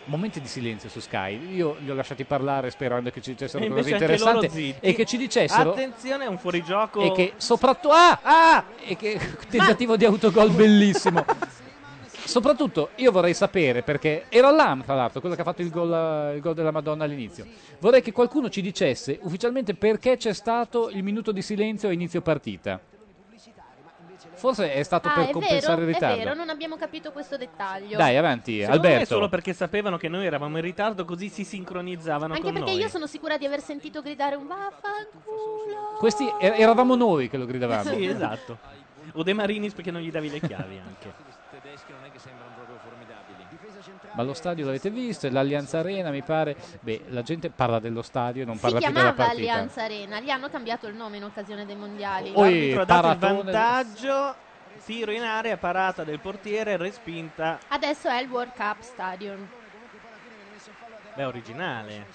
Speaker 3: Momenti di silenzio su Sky. Io li ho lasciati parlare sperando che ci dicessero
Speaker 2: E
Speaker 3: cose
Speaker 2: invece anche loro
Speaker 3: interessanti
Speaker 2: zitti.
Speaker 3: e che ci dicessero
Speaker 2: Attenzione, è un
Speaker 7: Ecco.
Speaker 2: fuorigioco.
Speaker 3: e che soprattutto ah, ah! e che [LAUGHS] tentativo di autogol bellissimo. soprattutto io vorrei sapere perché era Lam tra l'altro quello che ha fatto il gol, eh, il gol della Madonna all'inizio. Vorrei che qualcuno ci dicesse ufficialmente perché c'è stato il minuto di silenzio a inizio partita. Forse è stato
Speaker 7: Ah,
Speaker 3: per
Speaker 7: è
Speaker 3: compensare
Speaker 7: vero,
Speaker 3: il ritardo.
Speaker 7: È vero, non abbiamo capito questo dettaglio.
Speaker 3: Dai, avanti,
Speaker 2: Secondo me è
Speaker 3: Alberto.
Speaker 2: solo perché sapevano che noi eravamo in ritardo, così si sincronizzavano
Speaker 7: Anche
Speaker 2: con
Speaker 7: perché
Speaker 2: noi.
Speaker 7: io sono sicura di aver sentito gridare un vaffanculo.
Speaker 3: Questi er- eravamo noi che lo gridavamo.
Speaker 2: Sì, esatto. O De Marinis perché non gli davi le chiavi
Speaker 3: [LAUGHS]
Speaker 2: anche.
Speaker 3: Ma lo stadio l'avete visto, è l'Allianza Arena, mi pare. Beh, la gente parla dello stadio, non
Speaker 7: Si
Speaker 3: parla più della
Speaker 7: chiamava
Speaker 3: partita.
Speaker 7: Allianza Arena, gli hanno cambiato il nome in occasione dei mondiali.
Speaker 3: Oi,
Speaker 2: L'arbitro ha dato il
Speaker 3: paratone.
Speaker 2: vantaggio, tiro in area, parata del portiere, respinta.
Speaker 7: Adesso è il World Cup Stadium.
Speaker 2: Beh, originale.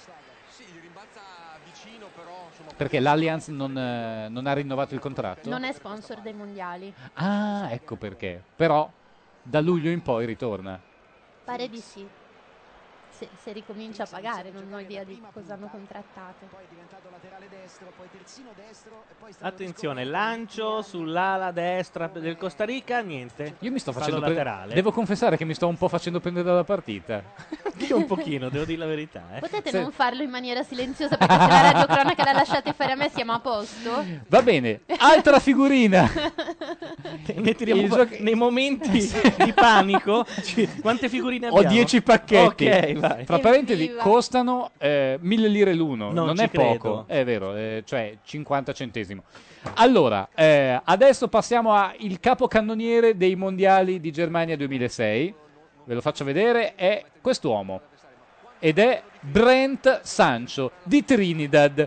Speaker 3: Perché l'Allianz non, eh, non ha rinnovato il contratto?
Speaker 7: Non è sponsor dei mondiali.
Speaker 3: Ah, ecco perché. Però da luglio in poi ritorna.
Speaker 7: Pare di sì. Se, se ricomincia a pagare, non ho idea di cosa hanno contrattato.
Speaker 3: Eh,
Speaker 2: Attenzione, lancio sull'ala destra del Costa Rica, niente.
Speaker 3: Io mi sto
Speaker 2: Fallo
Speaker 3: facendo pre-
Speaker 2: laterale. [LAUGHS]
Speaker 3: Devo confessare che mi sto un po' facendo prendere dalla partita.
Speaker 2: Io un pochino, devo dire la verità. eh.
Speaker 7: Potete
Speaker 3: Se-
Speaker 7: non farlo in maniera silenziosa perché se la radiocronaca
Speaker 3: [LAUGHS]
Speaker 7: la lasciate fare a me siamo a posto?
Speaker 3: Va bene, altra figurina.
Speaker 2: [LAUGHS] Ne tiriamo
Speaker 3: Il
Speaker 2: fu-
Speaker 3: gioco-
Speaker 2: Nei [LAUGHS] momenti di [LAUGHS] panico, ci- quante figurine
Speaker 3: Ho
Speaker 2: abbiamo?
Speaker 3: 10 pacchetti.
Speaker 2: Ok, vai.
Speaker 3: Tra parentesi,
Speaker 7: Evviva.
Speaker 3: costano eh, 1000 lire l'uno.
Speaker 2: Non
Speaker 3: Non,
Speaker 2: ci
Speaker 3: è poco,
Speaker 2: credo.
Speaker 3: è vero, eh, cioè 50 centesimo. Allora, eh, adesso passiamo al capocannoniere dei mondiali di Germania 2006. Ve lo faccio vedere, è quest'uomo. Ed è Brent Sancho di Trinidad.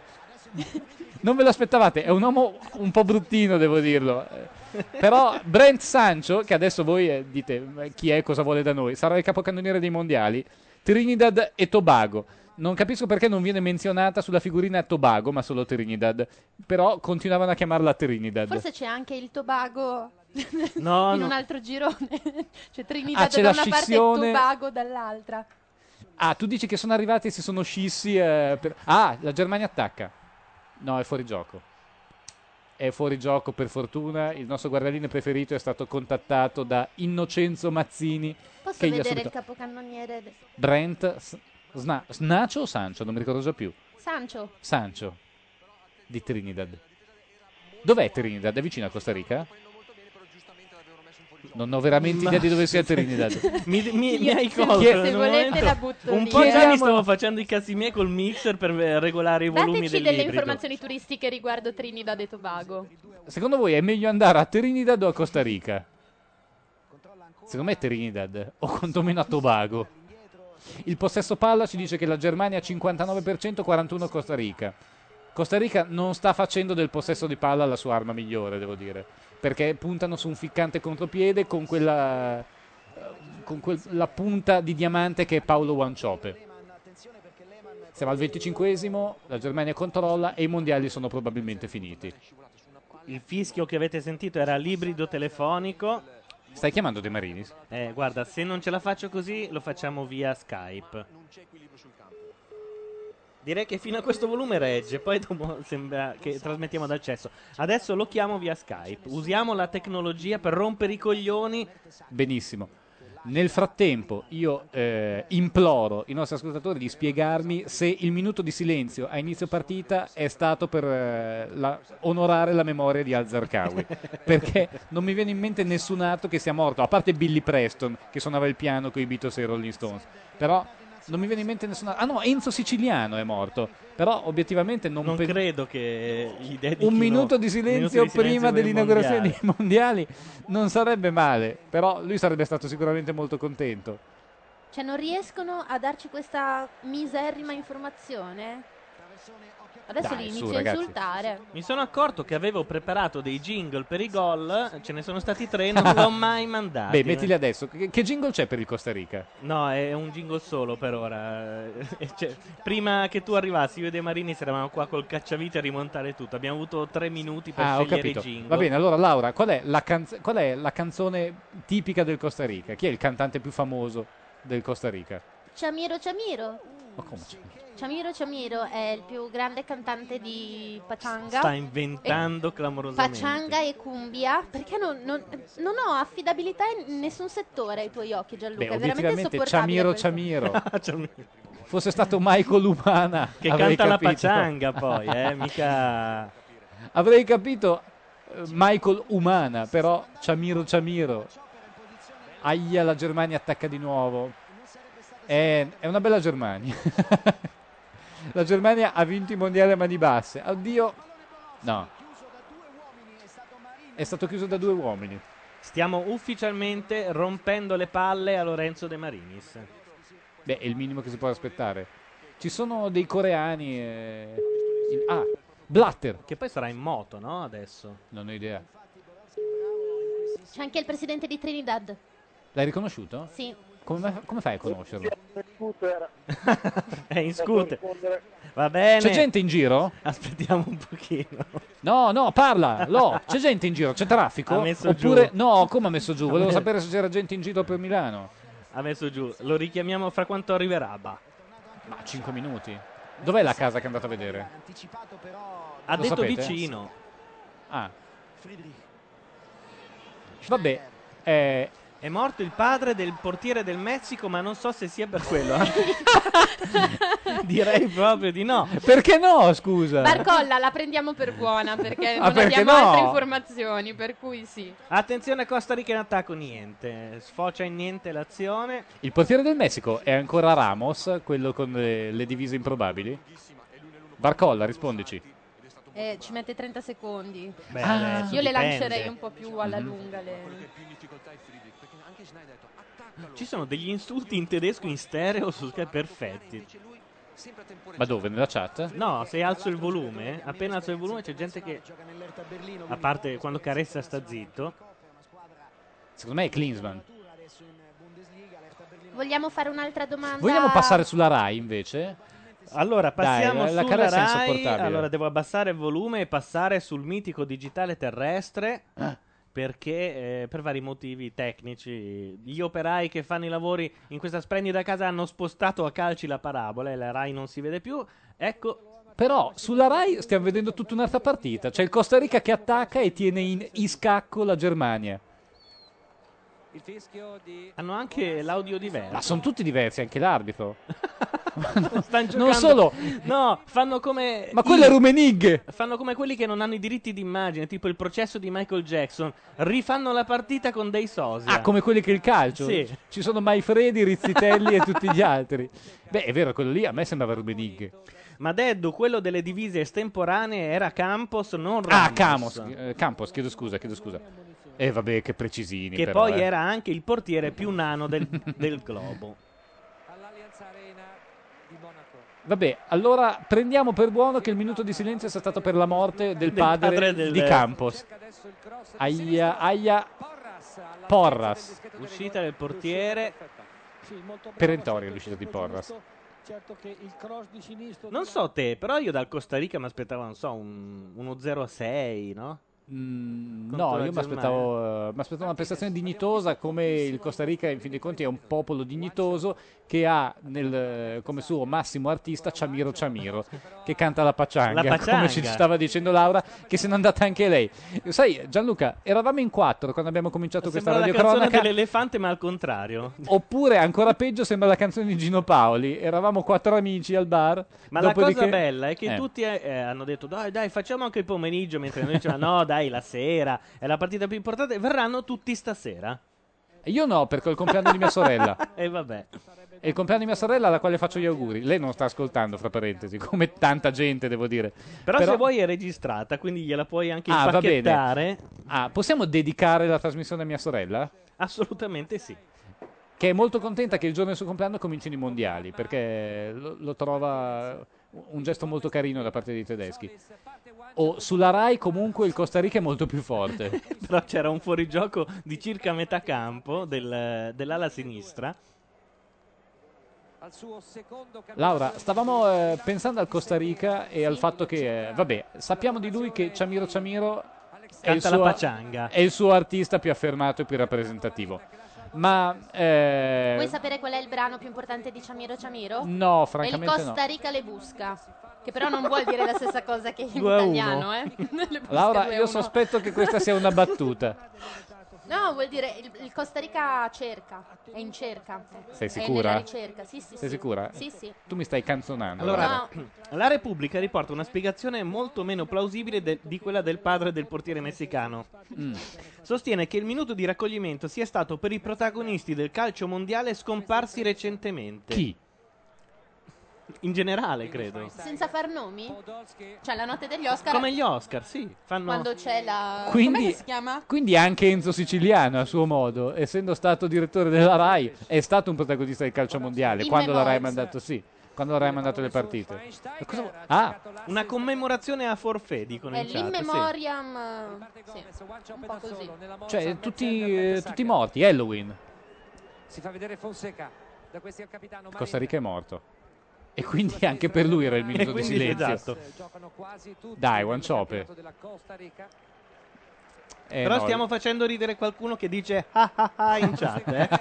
Speaker 3: Non ve l'aspettavate, è un uomo un po' bruttino, devo dirlo. Eh, Però Brent Sancho, che adesso voi eh, dite eh, chi è, cosa vuole da noi, sarà il capocannoniere dei mondiali, Trinidad e Tobago. Non capisco perché non viene menzionata sulla figurina Tobago, ma solo Trinidad. Però continuavano a chiamarla Trinidad.
Speaker 7: Forse c'è anche il Tobago
Speaker 2: [LAUGHS] No,
Speaker 7: in
Speaker 2: no.
Speaker 7: un altro girone. [LAUGHS] C'è Trinidad
Speaker 3: Ah, c'è
Speaker 7: da
Speaker 3: la
Speaker 7: una parte e
Speaker 3: scissione.
Speaker 7: Tobago dall'altra.
Speaker 3: Ah, tu dici che sono arrivati e si sono scissi. eh, per- Ah, la Germania attacca. No, è fuori gioco. È fuori gioco per fortuna. Il nostro guardaline preferito è stato contattato da Innocenzo Mazzini.
Speaker 7: Posso
Speaker 3: che gli ha
Speaker 7: vedere il
Speaker 3: subito...
Speaker 7: capocannoniere? de-
Speaker 3: Brent S- Sna- Snacio o Sancho? Non mi ricordo già più.
Speaker 7: Sancho.
Speaker 3: Sancho di Trinidad. Dov'è Trinidad? È vicino a Costa Rica? Non ho veramente idea di dove sia
Speaker 2: [LAUGHS]
Speaker 3: Trinidad.
Speaker 2: Mi,
Speaker 7: [LAUGHS]
Speaker 2: mi- mi hai
Speaker 7: se-
Speaker 2: colto
Speaker 3: se
Speaker 2: nel
Speaker 7: volete
Speaker 2: momento.
Speaker 7: la butto
Speaker 2: Un
Speaker 7: lì.
Speaker 2: po' già
Speaker 3: Chiediamo-
Speaker 2: mi stavo facendo i cazzi miei col mixer per eh, regolare i volumi
Speaker 7: Dateci delle
Speaker 2: dell'ibrido.
Speaker 7: informazioni turistiche riguardo Trinidad e Tobago.
Speaker 3: Secondo voi è meglio andare a Trinidad o a Costa Rica? Secondo me è Trinidad o quantomeno a Tobago. Il possesso palla ci dice che la Germania ha 59%, 41% Costa Rica. Costa Rica non sta facendo del possesso di palla la sua arma migliore, devo dire, perché puntano su un ficcante contropiede con quella con quel- la punta di diamante che è Paolo Wanchope. Siamo al 25esimo, la Germania controlla e i mondiali sono probabilmente finiti.
Speaker 2: Il fischio che avete sentito era l'ibrido telefonico.
Speaker 3: Stai chiamando De Marinis?
Speaker 2: Eh, guarda, se non ce la faccio così, lo facciamo via Skype. Direi che fino a questo volume regge, poi dopo sembra che trasmettiamo dal cesso. Adesso lo chiamo via Skype. Usiamo la tecnologia per rompere i coglioni.
Speaker 3: Benissimo. Nel frattempo io eh, imploro i nostri ascoltatori di spiegarmi se il minuto di silenzio a inizio partita è stato per eh, la- onorare la memoria di Al-Zarqawi, perché non mi viene in mente nessun altro che sia morto, a parte Billy Preston che suonava il piano con i Beatles e i Rolling Stones, però non mi viene in mente nessun altro. Ah no, Enzo Siciliano è morto, però obiettivamente non,
Speaker 2: Non
Speaker 3: pen-
Speaker 2: credo che gli dedichino
Speaker 3: un minuto di
Speaker 2: minuto
Speaker 3: silenzio
Speaker 2: di
Speaker 3: prima
Speaker 2: per il
Speaker 3: dell'inaugurazione
Speaker 2: mondiale.
Speaker 3: dei mondiali non sarebbe male, però lui sarebbe stato sicuramente molto contento.
Speaker 7: Cioè, non riescono a darci questa miserrima informazione? Adesso
Speaker 2: Dai,
Speaker 7: li
Speaker 2: su,
Speaker 7: inizio a
Speaker 2: ragazzi.
Speaker 7: insultare.
Speaker 2: Mi sono accorto che avevo preparato dei jingle per i gol, ce ne sono stati tre,
Speaker 3: [LAUGHS]
Speaker 2: non l'ho mai mandato.
Speaker 3: Beh, mettili adesso. Che, che jingle c'è per il Costa Rica?
Speaker 2: No, è un jingle solo per ora. [LAUGHS] Cioè, prima che tu arrivassi, io e De Marini eravamo qua col cacciavite a rimontare tutto. Abbiamo avuto tre minuti per
Speaker 3: Ah, ho
Speaker 2: scegliere i
Speaker 3: capito.
Speaker 2: jingle.
Speaker 3: Va bene, allora Laura, qual è, la canz- qual è la canzone tipica del Costa Rica? Chi è il cantante più famoso del Costa Rica?
Speaker 7: Ciamiro Ciamiro.
Speaker 3: Ma come c'è?
Speaker 7: Ciamiro Ciamiro è il più grande cantante di Pachanga.
Speaker 2: Sta inventando clamorosamente.
Speaker 7: Pachanga e cumbia, perché non, non- non ho affidabilità in nessun settore ai tuoi occhi, Gianluca.
Speaker 3: Beh,
Speaker 7: è veramente
Speaker 3: obiettivamente
Speaker 7: insopportabile.
Speaker 3: Ciamiro
Speaker 7: questo.
Speaker 3: Ciamiro.
Speaker 7: [LAUGHS]
Speaker 2: [LAUGHS]
Speaker 3: Fosse stato Michael Umana
Speaker 2: Che
Speaker 3: avrei
Speaker 2: Cioè, canta la
Speaker 3: capito. [LAUGHS]
Speaker 2: pachanga poi, eh, mica...
Speaker 3: Avrei capito eh, Michael Umana, però Ciamiro Ciamiro. Aia, la Germania attacca di nuovo. È, è una bella Germania. [LAUGHS] la Germania ha vinto i mondiali a mani basse. Oddio. No. È stato chiuso da due uomini.
Speaker 2: Stiamo ufficialmente rompendo le palle a Lorenzo De Marinis.
Speaker 3: Beh, è il minimo che si può aspettare. Ci sono dei coreani. eh, in- ah, Blatter.
Speaker 2: Che poi sarà in moto, no? Adesso.
Speaker 3: Non ho idea.
Speaker 7: C'è anche il presidente di Trinidad.
Speaker 3: L'hai riconosciuto?
Speaker 7: Sì.
Speaker 3: Come, come fai a conoscerlo?
Speaker 2: È Eh, in scooter. Va bene.
Speaker 3: C'è gente in giro?
Speaker 2: Aspettiamo un pochino.
Speaker 3: No, no, parla. No, c'è gente in giro, c'è traffico.
Speaker 2: Ha messo
Speaker 3: Oppure,
Speaker 2: giù.
Speaker 3: no, come ha messo giù? Volevo
Speaker 2: me-
Speaker 3: sapere se c'era gente in giro per Milano.
Speaker 2: Ha messo giù. Lo richiamiamo fra quanto arriverà. Bah.
Speaker 3: Ma 5 minuti. Dov'è la casa che è andato a vedere?
Speaker 2: Ha
Speaker 3: Lo
Speaker 2: detto
Speaker 3: sapete?
Speaker 2: vicino.
Speaker 3: Ah. Vabbè. eh,
Speaker 2: È morto il padre del portiere del Messico, ma non so se sia per quello. eh.
Speaker 3: [LAUGHS]
Speaker 2: Direi proprio di no.
Speaker 3: Perché no, scusa?
Speaker 5: Barcolla la prendiamo per buona perché
Speaker 2: Ah,
Speaker 5: non
Speaker 2: perché
Speaker 5: abbiamo
Speaker 2: no?
Speaker 5: altre informazioni, per cui sì.
Speaker 2: Attenzione, Costa Rica in attacco, niente. Sfocia in niente l'azione.
Speaker 3: Il portiere del Messico è ancora Ramos, quello con le, le divise improbabili? Barcolla, rispondici.
Speaker 5: Eh, ci mette 30 secondi.
Speaker 3: Beh, Ah. adesso
Speaker 5: Io le
Speaker 3: dipende.
Speaker 5: lancerei un po' più alla
Speaker 3: Mhm.
Speaker 5: lunga. Le...
Speaker 2: Ci sono degli insulti in tedesco in stereo su Skype perfetti.
Speaker 3: Ma dove? Nella chat?
Speaker 2: No, se alzo il volume, appena alzo il volume c'è gente che, a parte quando Caressa sta zitto,
Speaker 3: Secondo me è Klinsman.
Speaker 7: Vogliamo fare un'altra domanda?
Speaker 3: Vogliamo passare sulla Rai invece?
Speaker 2: Allora, passiamo
Speaker 3: Dai, la, la
Speaker 2: sulla
Speaker 3: carezza è
Speaker 2: Rai.
Speaker 3: insopportabile.
Speaker 2: Allora, devo abbassare il volume e passare sul mitico digitale terrestre. Perché eh, per vari motivi tecnici gli operai che fanno i lavori in questa splendida casa hanno spostato a calci la parabola e la Rai non si vede più. Ecco,
Speaker 3: Però sulla Rai stiamo vedendo tutta un'altra partita. C'è il Costa Rica che attacca e tiene in iscacco la Germania.
Speaker 2: hanno anche l'audio diverso.
Speaker 3: Ma sono tutti diversi, anche l'arbitro.
Speaker 2: [LAUGHS]
Speaker 3: [LAUGHS]
Speaker 2: Stanno
Speaker 3: non solo-
Speaker 2: No, fanno come.
Speaker 3: Ma quello è Rumenig.
Speaker 2: Fanno come quelli che non hanno i diritti d'immagine, tipo il processo di Michael Jackson. Rifanno la partita con dei sosia.
Speaker 3: Ah, come quelli che il calcio.
Speaker 2: Sì.
Speaker 3: Ci sono Maifredi, Rizzitelli e tutti gli altri. Beh, è vero, quello lì a me sembrava Rumenig.
Speaker 2: Ma Deddu, quello delle divise estemporanee era Campos, non Ramos.
Speaker 3: Ah, Campos, eh, Campos, chiedo scusa, chiedo scusa. E vabbè, che precisini.
Speaker 2: Che
Speaker 3: però,
Speaker 2: poi
Speaker 3: eh.
Speaker 2: era anche il portiere più nano del, [LAUGHS] del globo.
Speaker 3: Vabbè, allora prendiamo per buono che il minuto di silenzio sia stato per la morte del padre,
Speaker 2: padre del-
Speaker 3: di Campos. Aia, aia, Porras.
Speaker 2: Uscita del portiere.
Speaker 8: certo,
Speaker 3: Perentoria l'uscita di Porras.
Speaker 2: Non so te, però io dal Costa Rica mi aspettavo, non so, un- uno 0 a 6, no?
Speaker 3: No,
Speaker 2: Mm, la
Speaker 3: io mi aspettavo, eh, mi aspettavo una prestazione dignitosa come il Costa Rica in fin dei conti è un popolo dignitoso che ha nel, eh, come suo massimo artista Ciamiro Ciamiro che canta la paccianga,
Speaker 2: La
Speaker 3: come ci
Speaker 2: paccianga.
Speaker 3: stava dicendo Laura che se n'è andata anche lei. Sai Gianluca, eravamo in quattro quando abbiamo cominciato questa
Speaker 2: Sembra la canzone
Speaker 3: radiocronaca
Speaker 2: dell'elefante ma al contrario.
Speaker 3: oppure ancora peggio sembra la canzone di Gino Paoli, eravamo quattro amici al bar.
Speaker 2: Ma la
Speaker 3: dopodiché-
Speaker 2: cosa bella è che
Speaker 3: Eh.
Speaker 2: tutti eh, eh, hanno detto dai dai facciamo anche il pomeriggio mentre noi dicevamo no dai la sera è la partita più importante verranno tutti stasera
Speaker 3: Io no, perché ho il compleanno di mia sorella.
Speaker 2: [LAUGHS] e vabbè
Speaker 3: È il compleanno di mia sorella alla quale faccio gli auguri. Lei non sta ascoltando, fra parentesi, [LAUGHS] come tanta gente, devo dire.
Speaker 2: però, se vuoi è registrata quindi gliela puoi anche
Speaker 3: Ah, va bene.
Speaker 2: impacchettare
Speaker 3: Ah, possiamo dedicare la trasmissione a mia sorella?
Speaker 2: assolutamente sì [LAUGHS]
Speaker 3: Che è molto contenta che il giorno del suo compleanno comincino i mondiali, perché lo, lo trova un gesto molto carino da parte dei tedeschi. O sulla Rai comunque il Costa Rica è molto più
Speaker 2: [LAUGHS]
Speaker 3: forte.
Speaker 2: però c'era un fuorigioco di circa metà campo del- dell'ala sinistra
Speaker 8: al suo secondo campione
Speaker 3: Laura, stavamo eh, pensando al Costa Rica e al fatto che, eh, vabbè, sappiamo di lui che Ciamiro Ciamiro è il,
Speaker 2: Canta la
Speaker 3: suo,
Speaker 2: paccianga.
Speaker 3: è il suo artista più affermato e più rappresentativo. Ma eh,
Speaker 7: Vuoi sapere qual è il brano più importante di Ciamiro Ciamiro?
Speaker 3: No,
Speaker 7: È
Speaker 3: Mm,
Speaker 7: il
Speaker 3: francamente no.
Speaker 7: Costa Rica le busca. Che però non vuol dire la stessa cosa che in
Speaker 3: Due a uno.
Speaker 7: italiano, eh?
Speaker 3: [LAUGHS]
Speaker 7: Le busca
Speaker 3: Laura,
Speaker 7: due a
Speaker 3: io
Speaker 7: uno.
Speaker 3: sospetto che questa sia una battuta.
Speaker 7: No, vuol dire il, il Costa Rica cerca, è in cerca.
Speaker 3: Sei
Speaker 7: È
Speaker 3: sicura?
Speaker 7: nella ricerca, sì, sì.
Speaker 3: Sei
Speaker 7: sì.
Speaker 3: sicura?
Speaker 7: Sì, [LAUGHS] sì.
Speaker 3: Tu mi stai canzonando.
Speaker 2: allora
Speaker 3: Laura.
Speaker 2: la Repubblica riporta una spiegazione molto meno plausibile de- di quella del padre del portiere messicano
Speaker 3: Mm.
Speaker 2: sostiene che il minuto di raccoglimento sia stato per i protagonisti del calcio mondiale scomparsi recentemente
Speaker 3: chi?
Speaker 2: in generale credo
Speaker 7: Senza far nomi? Cioè, la notte degli Oscar,
Speaker 2: come gli Oscar sì fanno
Speaker 7: quando c'è la...
Speaker 3: Quindi-
Speaker 7: Come si chiama?
Speaker 3: Quindi anche Enzo Siciliano, a suo modo, essendo stato direttore della Rai, è stato un protagonista del calcio mondiale.
Speaker 7: In
Speaker 3: quando la Rai ha
Speaker 7: memoria.
Speaker 3: mandato, sì, quando la Rai ha mandato le partite. Ma cosa vu- Ah,
Speaker 2: una commemorazione a forfè dicono
Speaker 7: È
Speaker 2: in chat sì.
Speaker 7: l'immemoriam... Sì, un po' così.
Speaker 3: cioè, tutti, eh, tutti morti. Halloween.
Speaker 8: si fa vedere Fonseca da questi al capitano
Speaker 3: Costa Rica è morto. E quindi anche per lui era il minuto di
Speaker 2: quindi,
Speaker 3: silenzio.
Speaker 2: esatto.
Speaker 8: Eh, giocano quasi tutti
Speaker 3: Dai,
Speaker 8: nel
Speaker 3: Guanciope.
Speaker 8: campionato della Costa Rica
Speaker 3: Eh,
Speaker 2: però
Speaker 3: no,
Speaker 2: stiamo facendo ridere qualcuno che dice ah ah ah in
Speaker 3: Esatto,
Speaker 2: chat
Speaker 3: [LAUGHS]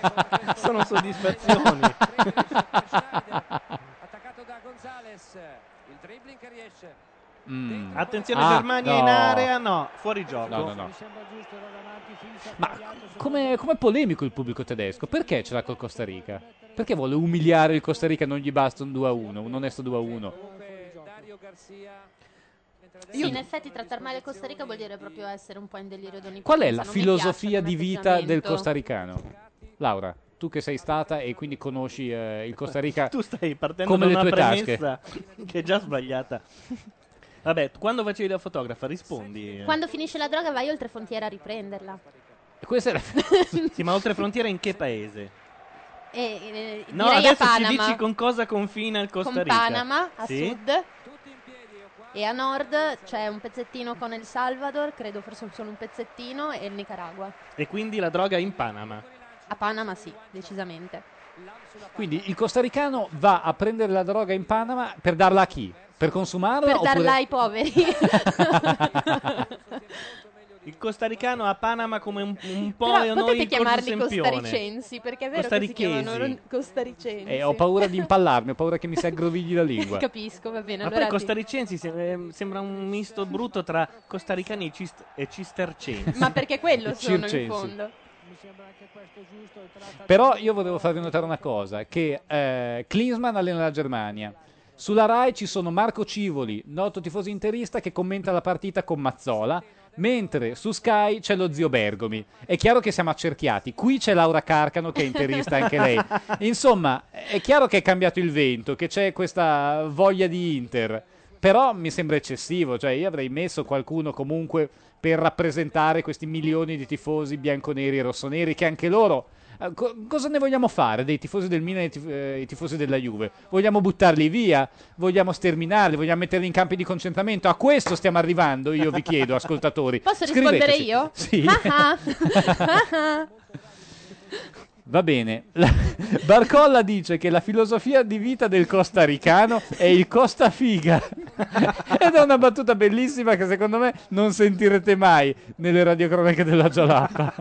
Speaker 2: eh. [LAUGHS] sono soddisfazioni
Speaker 8: attaccato da Gonzales il dribbling che riesce
Speaker 3: Mm.
Speaker 2: attenzione
Speaker 3: Ah,
Speaker 2: Germania
Speaker 3: no.
Speaker 2: in area no fuori gioco
Speaker 3: No, no, no. Ma come com'è polemico il pubblico tedesco? Perché ce l'ha col Costa Rica? Perché vuole umiliare il Costa Rica? Non gli basta un 2-1, un onesto
Speaker 7: Cioè,
Speaker 3: 2-1.
Speaker 7: Sì, in effetti trattare male il Costa Rica vuol dire proprio essere un po' in delirio d'onnipotenza.
Speaker 3: Qual è la
Speaker 7: Non mi
Speaker 3: filosofia
Speaker 7: piace
Speaker 3: di
Speaker 7: come
Speaker 3: vita del
Speaker 7: atteggiamento.
Speaker 3: costaricano? Laura, tu che sei stata e quindi conosci eh, il Costa Rica
Speaker 2: tu stai partendo
Speaker 3: come le
Speaker 2: da una
Speaker 3: tue tasche.
Speaker 2: premessa che è già sbagliata vabbè tu- quando facevi la fotografa rispondi eh.
Speaker 7: Quando finisce la droga vai oltre frontiera a riprenderla.
Speaker 3: Questa è la [LAUGHS]
Speaker 2: sì ma oltre frontiera in che paese?
Speaker 7: E, eh,
Speaker 2: No,
Speaker 7: direi a
Speaker 2: adesso
Speaker 7: Panama.
Speaker 2: ci dici con cosa confina il Costa
Speaker 7: con
Speaker 2: Rica.
Speaker 7: Panama a
Speaker 2: Sì?
Speaker 7: sud e a nord c'è un pezzettino con El Salvador, credo forse solo un pezzettino, e il Nicaragua.
Speaker 2: E quindi la droga in Panama.
Speaker 7: A Panama sì, decisamente.
Speaker 3: Quindi il costaricano va a prendere la droga in Panama per darla a chi? Per consumarla?
Speaker 7: Per
Speaker 3: oppure-
Speaker 7: darla ai
Speaker 2: [LAUGHS]
Speaker 7: poveri.
Speaker 2: Il costaricano a Panama come un, un po'
Speaker 7: Però
Speaker 2: e noi
Speaker 7: potete
Speaker 2: il Corso
Speaker 7: chiamarli
Speaker 2: Sempione.
Speaker 7: costaricensi, perché è vero che si
Speaker 2: Costarichesi.
Speaker 7: chiamano ro- costaricensi.
Speaker 3: Eh, ho
Speaker 7: [LAUGHS]
Speaker 3: paura di impallarmi, ho paura che mi si aggrovigli
Speaker 5: [LAUGHS]
Speaker 3: la lingua.
Speaker 7: Capisco, va bene.
Speaker 2: Ma
Speaker 7: allora
Speaker 2: poi
Speaker 7: sì.
Speaker 2: costaricensi se- ehm, sembra un misto brutto tra costaricani e, cist-
Speaker 3: [LAUGHS]
Speaker 2: e cistercensi.
Speaker 7: Ma perché quello
Speaker 3: I
Speaker 7: sono
Speaker 3: circensi.
Speaker 7: in fondo.
Speaker 3: Però io volevo farvi notare una cosa, che eh, Klinsmann allena la Germania. Sulla RAI ci sono Marco Civoli, noto tifoso interista, che commenta la partita con Mazzola, mentre su Sky c'è lo zio Bergomi. È chiaro che siamo accerchiati. Qui c'è Laura Carcano che è interista anche lei. Insomma, è chiaro che è cambiato il vento, che c'è questa voglia di Inter. Però mi sembra eccessivo, cioè io avrei messo qualcuno comunque per rappresentare questi milioni di tifosi bianconeri e rossoneri che anche loro eh, co- cosa ne vogliamo fare dei tifosi del Milan e tif- eh, i tifosi della Juve? Vogliamo buttarli via? Vogliamo sterminarli? Vogliamo metterli in campi di concentramento? A questo stiamo arrivando, io vi chiedo, ascoltatori.
Speaker 7: Ah,
Speaker 11: Ah,
Speaker 7: Posso rispondere ah.
Speaker 3: Scriveteci.
Speaker 7: io?
Speaker 3: Sì.
Speaker 7: Ah ah.
Speaker 3: Va bene. La- [LAUGHS] Barcolla dice che la filosofia di vita del costaricano è il costa figa. [LAUGHS] Ed è una battuta bellissima che secondo me non sentirete mai nelle radiocronache della Gialappa.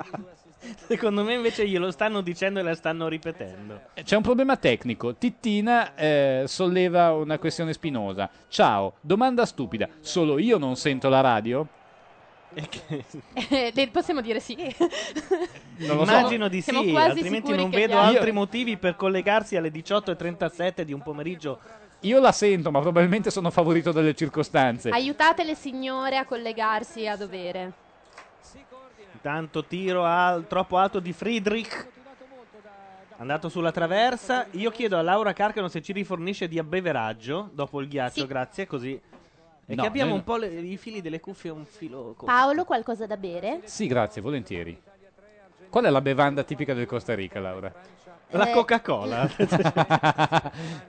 Speaker 2: Secondo me invece glielo stanno dicendo e la stanno ripetendo.
Speaker 3: C'è un problema tecnico. Tittina eh, solleva una questione spinosa. Ciao, domanda stupida. Solo io non sento la radio?
Speaker 5: Eh, le- possiamo dire sì.
Speaker 3: Non lo so.
Speaker 2: Immagino di
Speaker 5: Siamo
Speaker 2: sì,
Speaker 5: quasi
Speaker 2: altrimenti
Speaker 5: sicuri
Speaker 2: non
Speaker 5: che
Speaker 2: vedo
Speaker 5: gli altri-
Speaker 2: altri motivi per collegarsi alle 18.37 di un pomeriggio.
Speaker 3: Io la sento, ma probabilmente sono favorito dalle circostanze.
Speaker 7: Aiutate le signore a collegarsi a dovere.
Speaker 2: Intanto tiro al, troppo alto di Friedrich. Andato sulla traversa. Io chiedo a Laura Carcano se ci rifornisce di abbeveraggio dopo il ghiaccio, grazie, così. E
Speaker 3: No,
Speaker 2: che abbiamo
Speaker 3: noi-
Speaker 2: un po' le- i fili delle cuffie un filo corto.
Speaker 7: Paolo, qualcosa da bere?
Speaker 3: Sì, grazie, volentieri. Qual è la bevanda tipica del Costa Rica, Laura?
Speaker 7: La Eh,
Speaker 2: Coca-Cola.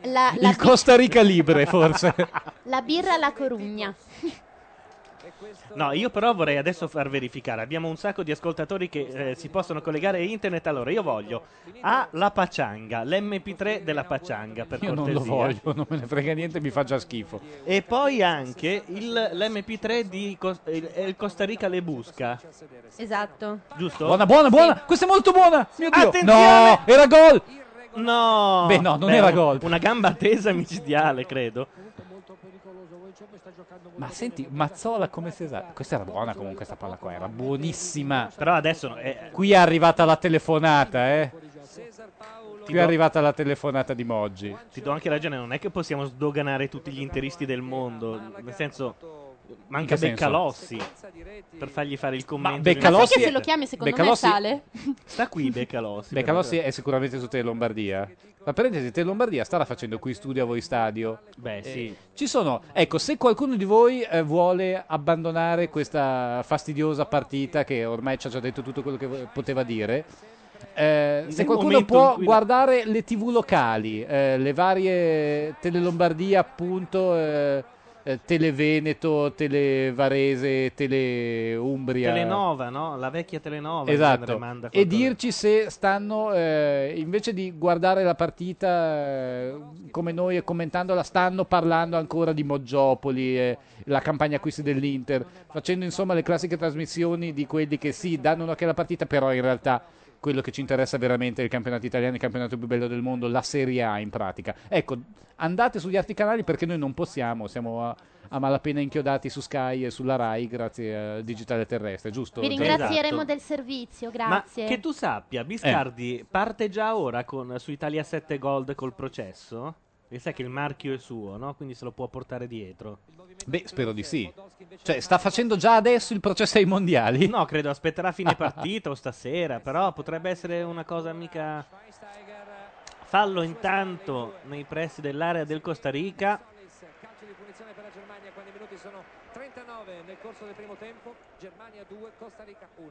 Speaker 7: La, la
Speaker 3: Il Costa Rica Libre, forse.
Speaker 7: La birra alla Corugna.
Speaker 2: No, io però vorrei adesso far verificare. Abbiamo un sacco di ascoltatori che eh, si possono collegare a internet. Allora, io voglio A la Pacianga, l'MP3 della Pacianga, per
Speaker 3: Io non
Speaker 2: cortesia.
Speaker 3: lo voglio, non me ne frega niente, mi fa già schifo.
Speaker 2: E poi anche il, l'MP3 di Cos- eh, il, il Costa Rica le busca.
Speaker 5: Esatto.
Speaker 2: Giusto?
Speaker 3: Buona, buona, buona! Questa è molto buona! Mio Dio!
Speaker 2: Attenzione!
Speaker 3: No, era gol!
Speaker 2: No!
Speaker 3: Beh, no, non era gol.
Speaker 2: Una gamba tesa micidiale, credo.
Speaker 3: Ma senti, Mazzola come si sa? Questa era buona comunque, sta palla qua, era buonissima.
Speaker 2: Però adesso... eh, È...
Speaker 3: Qui è arrivata la telefonata, eh? Qui è
Speaker 2: do-
Speaker 3: arrivata la telefonata di Moggi.
Speaker 2: Ti do anche ragione, non è che possiamo sdoganare tutti gli interisti del
Speaker 8: Ah,
Speaker 2: mondo. Nel senso, manca
Speaker 3: In che
Speaker 2: Beccalossi per fargli fare il commento. di una-
Speaker 3: Beccalossi-
Speaker 5: Sai che se lo chiami secondo
Speaker 3: Beccalossi-
Speaker 5: me sale?
Speaker 2: Sta qui Beccalossi.
Speaker 3: Becalossi è sicuramente su Tele Lombardia. La parentesi, Tele Lombardia starà facendo qui studio a voi stadio.
Speaker 2: Beh, Eh, sì.
Speaker 3: Eh, Ci sono, ecco, se qualcuno di voi eh, vuole abbandonare questa fastidiosa partita che ormai ci ha già detto tutto quello che vo- poteva dire, eh, se
Speaker 2: Nel
Speaker 3: qualcuno
Speaker 2: momento in
Speaker 3: può
Speaker 2: cui-
Speaker 3: guardare le tv locali, eh, le varie Telelombardia, appunto, eh, eh, Televeneto, Televarese, Teleumbria.
Speaker 2: Telenova, no? La vecchia Telenova. Andrea
Speaker 3: Esatto,
Speaker 2: manda
Speaker 3: e
Speaker 2: qualcosa.
Speaker 3: dirci se stanno, eh, invece di guardare la partita eh, come noi e commentandola, stanno parlando ancora di Moggiopoli, eh, la campagna acquisti dell'Inter, facendo insomma le classiche trasmissioni di quelli che sì, danno un'occhiata alla partita, però in realtà quello che ci interessa veramente è il campionato italiano, il campionato più bello del mondo, la Serie A in pratica. Ecco, andate sugli altri canali perché noi non possiamo, siamo a, a malapena inchiodati su Sky e sulla Rai grazie a Digitale Terrestre, giusto?
Speaker 7: Vi
Speaker 3: Giorgio?
Speaker 7: ringrazieremo
Speaker 2: Esatto.
Speaker 7: del servizio,
Speaker 2: Ma
Speaker 7: grazie.
Speaker 2: che tu sappia, Biscardi
Speaker 3: Eh.
Speaker 2: parte già ora con, su Italia 7 Gold col processo? Perché sai che il marchio è suo, no? Quindi se lo può portare dietro.
Speaker 3: Beh, spero di sì. Cioè, sta facendo già adesso il processo ai mondiali?
Speaker 2: No, credo
Speaker 3: [LAUGHS]
Speaker 2: aspetterà fine partita o stasera, però potrebbe essere una cosa mica... Fallo intanto nei pressi dell'area del Costa Rica.
Speaker 8: Calcio di punizione per la Germania quando i minuti sono 39 nel corso del primo tempo. Germania 2, Costa Rica 1.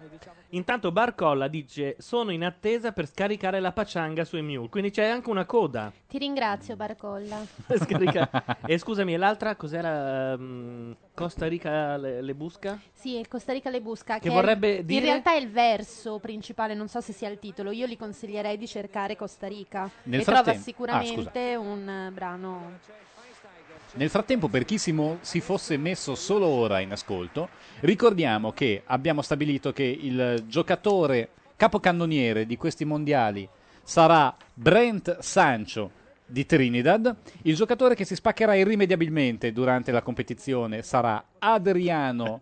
Speaker 8: Noi diciamo
Speaker 2: Intanto Barcolla dice sono in attesa per scaricare la paccianga su Emule, quindi c'è anche una coda. [LAUGHS]
Speaker 7: Ti ringrazio, Barcolla.
Speaker 2: Scarica- e scusami, e l'altra cos'era? ehm, Costa Rica le, le busca?
Speaker 7: Sì, il Costa Rica le busca.
Speaker 2: Che
Speaker 7: è-
Speaker 2: vorrebbe
Speaker 7: In
Speaker 2: dire-
Speaker 7: realtà è il verso principale, non so se sia il titolo. Io li consiglierei di cercare Costa Rica.
Speaker 3: Nel
Speaker 7: e
Speaker 3: frattem-
Speaker 7: trova
Speaker 3: ah,
Speaker 7: sicuramente un eh, brano.
Speaker 3: Nel frattempo, per chi si, mo- si fosse messo solo ora in ascolto, ricordiamo che abbiamo stabilito che il giocatore capocannoniere di questi mondiali sarà Brent Sancho di Trinidad. Il giocatore che si spaccherà irrimediabilmente durante la competizione sarà Adriano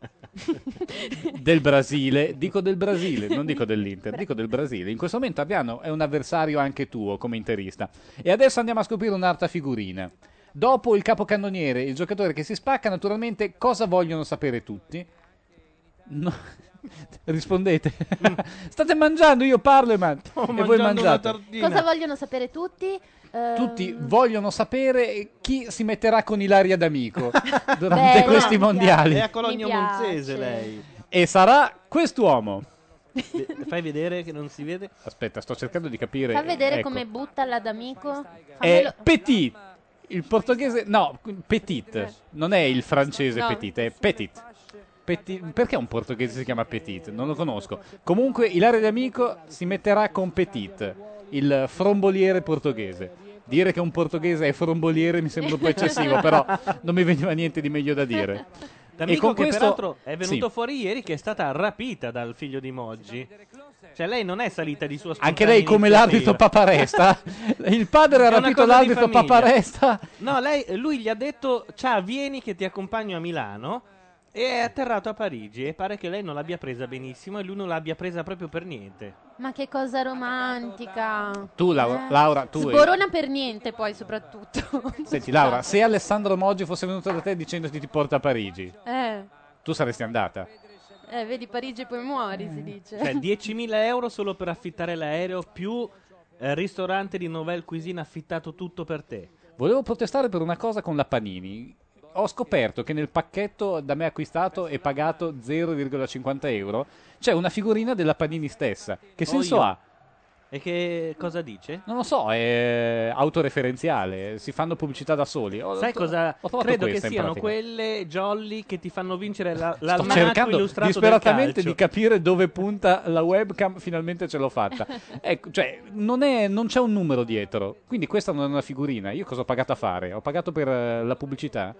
Speaker 3: del Brasile. Dico del Brasile, non dico dell'Inter, dico del Brasile. In questo momento Adriano è un avversario anche tuo come interista. E adesso andiamo a scoprire un'altra figurina. Dopo il capocannoniere, il giocatore che si spacca, naturalmente cosa vogliono sapere tutti? No. [LAUGHS] Rispondete. State mangiando, io parlo e, man-
Speaker 2: Oh,
Speaker 3: e voi mangiate.
Speaker 7: Cosa vogliono sapere tutti? Eh,
Speaker 3: Tutti vogliono sapere chi si metterà con Ilaria D'Amico durante
Speaker 7: Bello, mi piace.
Speaker 3: questi mondiali.
Speaker 2: È a Cologno
Speaker 7: Mi piace.
Speaker 2: Monzese lei.
Speaker 3: E sarà quest'uomo.
Speaker 2: Le- Fai vedere che non si vede.
Speaker 3: Aspetta, sto cercando di capire.
Speaker 7: Fa vedere
Speaker 3: ecco.
Speaker 7: come butta la d'amico.
Speaker 3: È
Speaker 7: Fammelo-
Speaker 3: Petit. Il portoghese. No, Petit. Non è il francese
Speaker 5: No.
Speaker 3: Petit, è Petit. Petti- perché un portoghese si chiama Petit? Non lo conosco. Comunque, Ilario D'Amico si metterà con Petit, il fromboliere portoghese. Dire che un portoghese è fromboliere mi sembra un
Speaker 7: [LAUGHS]
Speaker 3: po' eccessivo, però non mi veniva niente di meglio da dire.
Speaker 2: D'Amico
Speaker 3: e con
Speaker 2: che
Speaker 3: questo
Speaker 2: peraltro è venuto
Speaker 3: Sì.
Speaker 2: fuori ieri che è stata rapita dal figlio di Moggi. Cioè lei non è salita di sua
Speaker 3: anche lei come l'arbitro Paparesta. Il padre
Speaker 2: È
Speaker 3: ha
Speaker 2: una
Speaker 3: rapito
Speaker 2: cosa di
Speaker 3: l'arbitro
Speaker 2: famiglia.
Speaker 3: Paparesta.
Speaker 2: No, lei, lui gli ha detto ciao vieni che ti accompagno a Milano e è atterrato a Parigi e pare che lei non l'abbia presa benissimo e lui non l'abbia presa proprio per niente.
Speaker 7: Ma che cosa romantica. Eh,
Speaker 3: Tu, Laura, Laura, tu e-
Speaker 7: Sborona per niente poi soprattutto.
Speaker 3: Senti, Laura, se Alessandro Moggi fosse venuto da te dicendoti ti porta a Parigi,
Speaker 7: [LAUGHS] Eh,
Speaker 3: tu saresti andata.
Speaker 7: eh, vedi Parigi e poi muori, si dice.
Speaker 3: [LAUGHS]
Speaker 2: Cioè 10.000 euro solo per affittare l'aereo più eh, ristorante di Nouvelle Cuisine affittato tutto per te.
Speaker 3: Volevo protestare per una cosa con la Panini. Ho scoperto che nel pacchetto da me acquistato e pagato 0,50 euro c'è una figurina della Panini stessa. Che
Speaker 2: So
Speaker 3: senso
Speaker 2: io.
Speaker 3: ha?
Speaker 2: E che cosa dice?
Speaker 3: Non lo so, è autoreferenziale, si fanno pubblicità da soli. Ho-
Speaker 2: Sai
Speaker 3: ho-
Speaker 2: cosa?
Speaker 3: ho trovato
Speaker 2: Credo che
Speaker 3: questa in
Speaker 2: siano
Speaker 3: pratica.
Speaker 2: quelle jolly che ti fanno vincere la,
Speaker 3: Sto
Speaker 2: l'almanacco
Speaker 3: cercando
Speaker 2: illustrato del
Speaker 3: disperatamente
Speaker 2: calcio.
Speaker 3: di capire dove punta la webcam, finalmente ce l'ho
Speaker 2: [LAUGHS]
Speaker 3: fatta. Ecco, cioè, non, è- non c'è un numero dietro, quindi questa non è una figurina. Io cosa ho pagato a fare? Ho pagato per eh, la pubblicità?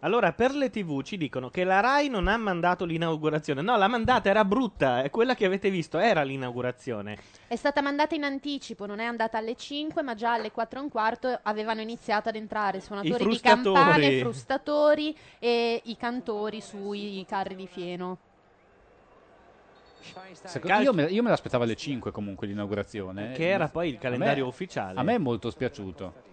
Speaker 2: Allora, per le TV ci dicono che la Rai non ha mandato l'inaugurazione. No, la mandata era brutta, è quella che avete visto, era l'inaugurazione.
Speaker 7: È stata mandata in anticipo, non è andata alle 5, ma già alle 4 e un quarto avevano iniziato ad entrare suonatori di
Speaker 2: frustatori.
Speaker 7: campane, frustatori e i cantori sui carri di fieno.
Speaker 3: Secondo- io, me, io me l'aspettavo alle 5 comunque l'inaugurazione.
Speaker 2: Che era poi il calendario
Speaker 3: Eh, A me-
Speaker 2: ufficiale.
Speaker 3: A me è molto spiaciuto.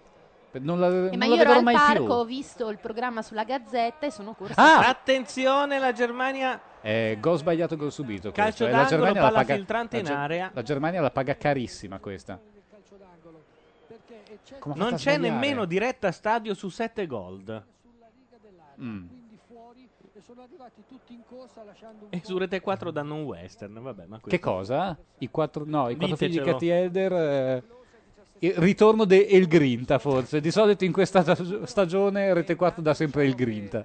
Speaker 3: Non, la, non
Speaker 7: Eh, ma
Speaker 3: la
Speaker 7: io ero
Speaker 3: vedrò
Speaker 7: al
Speaker 3: mai
Speaker 7: parco, ho
Speaker 3: più. Ah!
Speaker 7: visto il programma sulla Gazzetta e sono corsa.
Speaker 2: Ah! Attenzione, la Germania
Speaker 3: Eh, gol sbagliato, gol subito. questo, eh.
Speaker 2: Calcio
Speaker 3: la
Speaker 2: d'angolo,
Speaker 3: Germania la
Speaker 2: palla
Speaker 3: paga,
Speaker 2: filtrante
Speaker 3: la
Speaker 2: in
Speaker 3: Ge-
Speaker 2: area.
Speaker 3: La Germania la paga carissima questa. Come ha fatto
Speaker 2: non
Speaker 3: a
Speaker 2: c'è
Speaker 3: sbagliare?
Speaker 2: nemmeno diretta stadio su 7 gold.
Speaker 3: Mm.
Speaker 2: E su Rete 4 danno un western, vabbè, ma
Speaker 3: Che
Speaker 2: questo-
Speaker 3: cosa? I quattro, no, i quattro figli di
Speaker 2: Ditecelo.
Speaker 3: Cathy Elder. eh, il ritorno di El Grinta, forse. Di solito in questa stag- stagione Rete 4 dà sempre El Grinta.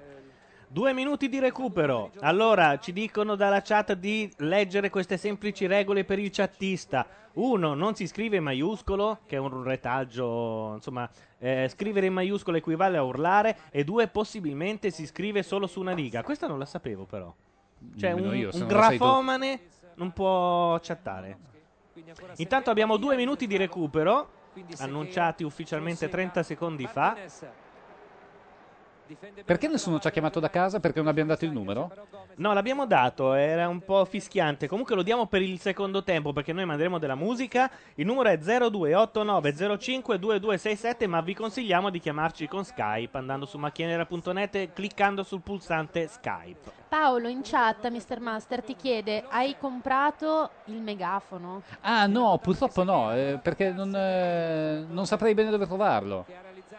Speaker 2: Due minuti di recupero. Allora, ci dicono dalla chat di leggere queste semplici regole per il chattista. Uno, non si scrive in maiuscolo, che è un retaggio, insomma, eh, scrivere in maiuscolo equivale a urlare. E due, possibilmente si scrive solo su una riga. Questa non la sapevo però. Cioè,
Speaker 3: Nemmeno
Speaker 2: un,
Speaker 3: io, se
Speaker 2: un
Speaker 3: non la sai tu.
Speaker 2: grafomane non può chattare. Intanto abbiamo due minuti di recupero, annunciati ufficialmente 30 secondi fa.
Speaker 3: Perché nessuno ci ha chiamato da casa? Perché non abbiamo dato il numero?
Speaker 2: No, l'abbiamo dato, era un po' fischiante. Comunque lo diamo per il secondo tempo perché noi manderemo della musica. Il numero è 0289052267, ma vi consigliamo di chiamarci con Skype andando su macchinera.net e cliccando sul pulsante Skype.
Speaker 7: Paolo in chat, Mr. Master, ti chiede: hai comprato il megafono?
Speaker 3: Ah no, purtroppo no, eh, perché non, eh, non saprei bene dove trovarlo.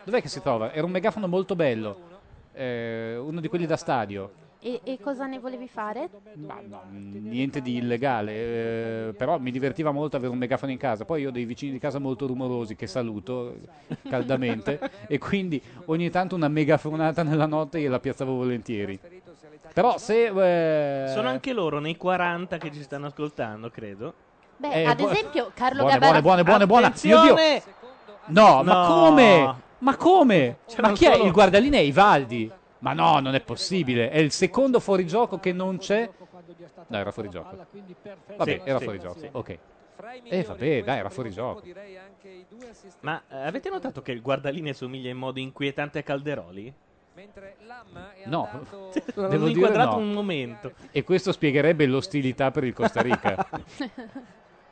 Speaker 3: Dov'è che si trova? Era un megafono molto bello, eh, uno di quelli da stadio.
Speaker 7: E, e cosa ne volevi fare?
Speaker 3: Ma no, mhmm, niente di illegale, eh, però mi divertiva molto avere un megafono in casa. Poi io ho dei vicini di casa molto rumorosi che saluto eh, caldamente e quindi ogni tanto una megafonata nella notte gliela piazzavo volentieri. Però se... eh,
Speaker 2: Sono anche loro nei 40 che ci stanno ascoltando, credo.
Speaker 7: Beh,
Speaker 3: Eh,
Speaker 7: ad
Speaker 3: buo-
Speaker 7: esempio, Carlo
Speaker 3: Buone,
Speaker 7: Gabbara.
Speaker 3: buone, buone, buone, buone. Mio Dio.
Speaker 2: Attenzione!
Speaker 3: No, ma
Speaker 2: No.
Speaker 3: come? Ma come?
Speaker 2: C'erano
Speaker 3: ma chi è
Speaker 2: solo-
Speaker 3: il guardalinee? Ivaldi. Ma no, non è possibile. È il secondo fuorigioco che non c'è. No, era fuorigioco. Vabbè,
Speaker 2: Sì,
Speaker 3: era
Speaker 2: sì,
Speaker 3: fuorigioco.
Speaker 2: sì.
Speaker 3: Ok. Eh, vabbè, dai, era fuorigioco.
Speaker 2: Ma eh, avete notato che il guardaline somiglia in modo inquietante a Calderoli?
Speaker 3: No. [LAUGHS]
Speaker 2: Non
Speaker 3: Devo
Speaker 2: ho
Speaker 3: dire
Speaker 2: inquadrato
Speaker 3: no.
Speaker 2: un momento.
Speaker 3: E questo spiegherebbe l'ostilità per il Costa Rica.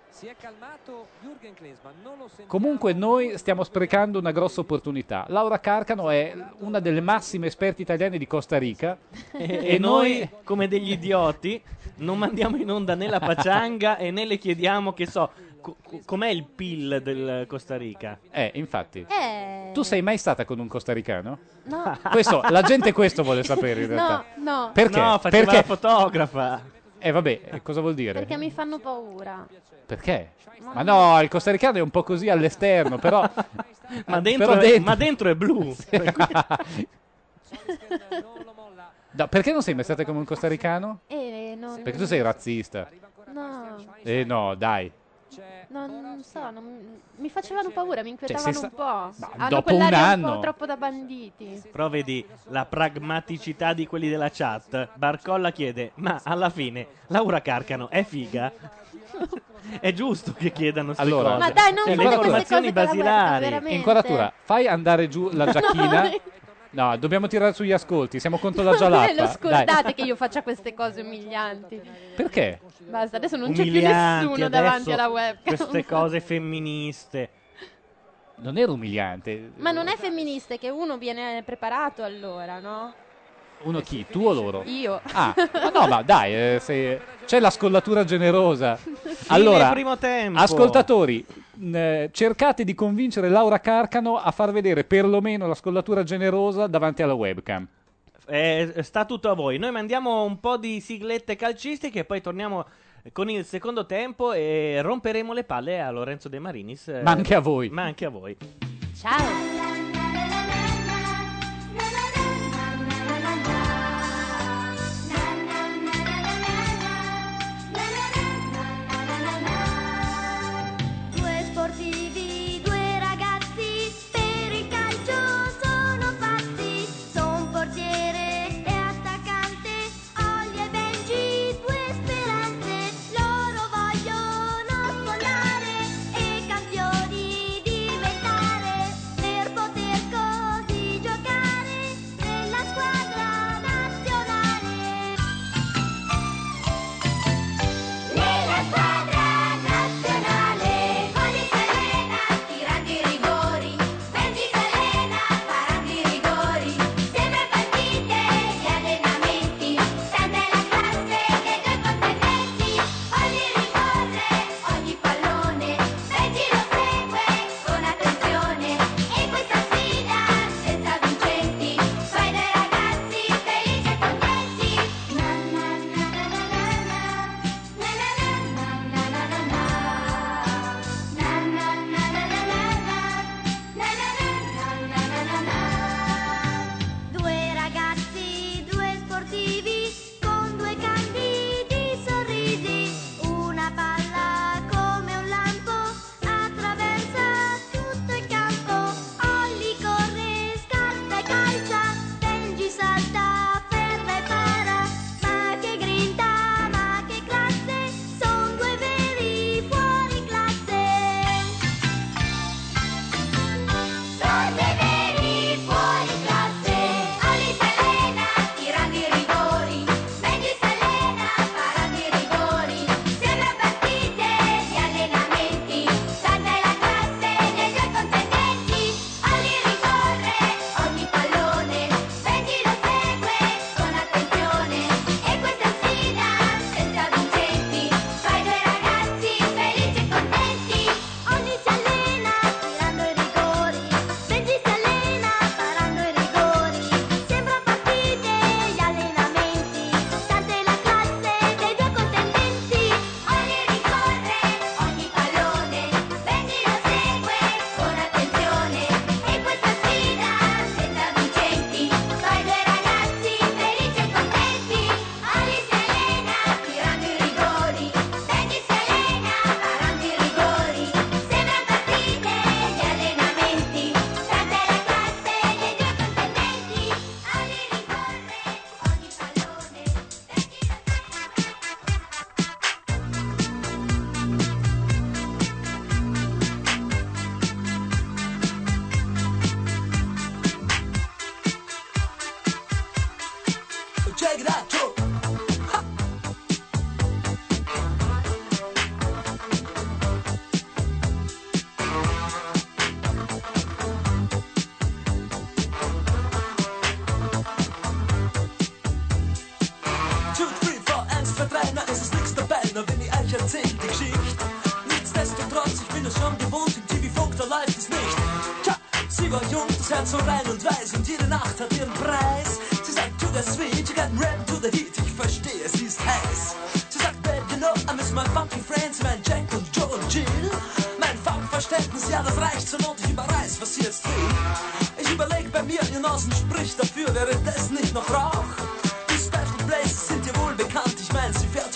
Speaker 8: Si è calmato Jürgen Klinsmann, non lo sentiamo.
Speaker 3: Comunque noi stiamo sprecando una grossa opportunità. Laura Carcano è una delle massime esperte italiane di Costa Rica [LAUGHS]
Speaker 2: E, e noi, come degli idioti, non mandiamo in onda né la paccianga e né le chiediamo, che so, co- co- com'è il PIL del Costa Rica?
Speaker 3: Eh, infatti.
Speaker 7: Eh,
Speaker 3: Tu sei mai stata con un costaricano? [LAUGHS]
Speaker 7: No.
Speaker 3: Questo, la gente questo vuole sapere in realtà.
Speaker 7: No, no.
Speaker 3: Perché?
Speaker 2: No, faceva
Speaker 3: Perché?
Speaker 2: la fotografa.
Speaker 3: Eh vabbè, eh, cosa vuol dire?
Speaker 7: Perché mi fanno paura.
Speaker 3: Perché? Ma no, il costaricano è un po' così all'esterno, però...
Speaker 2: Ma dentro,
Speaker 3: Ah, però [LAUGHS]
Speaker 2: è, ma dentro è blu.
Speaker 3: dentro- No, perché non sei mai stata come un costaricano?
Speaker 7: Eh, non...
Speaker 3: Perché tu sei razzista.
Speaker 7: No,
Speaker 3: Eh no, dai. [LAUGHS]
Speaker 7: no, non so, non- mi facevano paura, mi inquietavano
Speaker 3: se
Speaker 7: un po'.
Speaker 3: sta-
Speaker 7: Hanno
Speaker 2: dopo
Speaker 7: quell'aria
Speaker 2: un
Speaker 7: un
Speaker 2: anno.
Speaker 7: po' troppo da banditi.
Speaker 2: Però vedi la pragmaticità di quelli della chat. Barcolla chiede: Ma alla fine Laura Carcano è figa? [LAUGHS] è giusto che chiedano queste
Speaker 3: Allora,
Speaker 2: cose.
Speaker 3: Ma dai, non
Speaker 2: Cioè, le
Speaker 3: fate queste
Speaker 2: informazioni
Speaker 3: cose con la guerra,
Speaker 2: basilari.
Speaker 3: Inquadratura, fai andare giù la giacchina. No, dobbiamo tirare sugli ascolti, siamo contro
Speaker 11: [LAUGHS]
Speaker 3: la giallata.
Speaker 7: Ve lo
Speaker 3: Dai.
Speaker 7: scordate che io faccia queste cose umilianti.
Speaker 3: Perché?
Speaker 7: Basta, adesso non c'è più
Speaker 2: Umilianti
Speaker 7: nessuno
Speaker 2: adesso,
Speaker 7: davanti alla webcam.
Speaker 2: Queste cose femministe.
Speaker 3: Non era umiliante.
Speaker 7: Ma non è femminista, è che uno viene preparato allora, no?
Speaker 3: Uno chi? Tu o loro?
Speaker 7: Io.
Speaker 3: Ah, ma no, ma dai, eh, se- c'è la scollatura generosa.
Speaker 2: Fine
Speaker 3: [LAUGHS] Allora,
Speaker 2: primo tempo.
Speaker 3: ascoltatori, mh, eh, cercate di convincere Laura Carcano a far vedere perlomeno la scollatura generosa davanti alla webcam.
Speaker 2: Eh, sta tutto a voi. Noi mandiamo un po' di siglette calcistiche e poi torniamo con il secondo tempo e romperemo le palle a Lorenzo De Marinis. eh,
Speaker 3: Ma anche a voi.
Speaker 2: Ma anche a voi.
Speaker 7: Ciao.
Speaker 11: Due sportivi, due ragazzi, per il calcio sono fatti. Son portiere e attaccante, Olli e Benji, due speranze. Loro vogliono sfondare e campioni diventare. Per poter così giocare nella squadra nazionale. Nella squadra nazionale, Oli Calena tirando i rigori, Benji Calena parando i rigori, sempre partite gli allenamenti, tanta è la classe dei due contenenti, ogni ricorre, ogni pallone, Benji lo segue con attenzione, e questa sfida senza vincenti, fai dei ragazzi felici e contenti. Na, na, na, na, na, na, na. Due ragazzi, due sportivi, con due candidi sorrisi. Una palla come un lampo attraversa tutto il campo. Olli corre, scarpa e calcia, Benji salta, ferra e para. Ma che grinta, ma che classe, son due veri fuori classe. Sono due veri fuori classe, Oli Salena tirando i rigori, Benji Salena parando i rigori, sembra partite gli allenamenti, tanta è la classe dei due contendenti, Oli ricorre ogni pallone, Benji lo segue con attenzione, e questa sfida senza vincenti, fai due ragazzi felici e contenti, Oli si allena tirando i rigori, Benji si allena parando i rigori, sembra partite gli allenamenti, tanta è la classe dei due contendenti, Oli ricorre ogni pallone, Benji lo segue con attenzione, e questa sfida senza vincenti, fai due ragazzi felici e contenti, Oli si allena tirando i rigori, Benji si allena parando i rigori, sembra partite gli allenamenti, tanta è la classe dei due contendenti, Oli ricorre ogni pallone, Benji lo
Speaker 12: Check that, yo. Ha. Two, three, four, eins, zwei, drei, na, es ist nix dabei, na, wenn ich euch erzähl die Geschichte. Nichtsdestotrotz, ich bin es schon gewohnt, im TV-Funk, da läuft es nicht. Tja, sie war jung, das Herz so rein und weiß, und jede Nacht hat ihren Preis. Sie sagt, to the sweet, you got rap to the heat, ich verstehe, sie ist heiß. Sie sagt, well, you know, I miss my funky friends, mein Jack und Joe und Jill. Mein Funkverständnis, ja, das reicht zur Not, ich überreiß, was sie jetzt will. Ich überleg bei mir, ihr Nasen spricht dafür, wäre das nicht noch Rauch?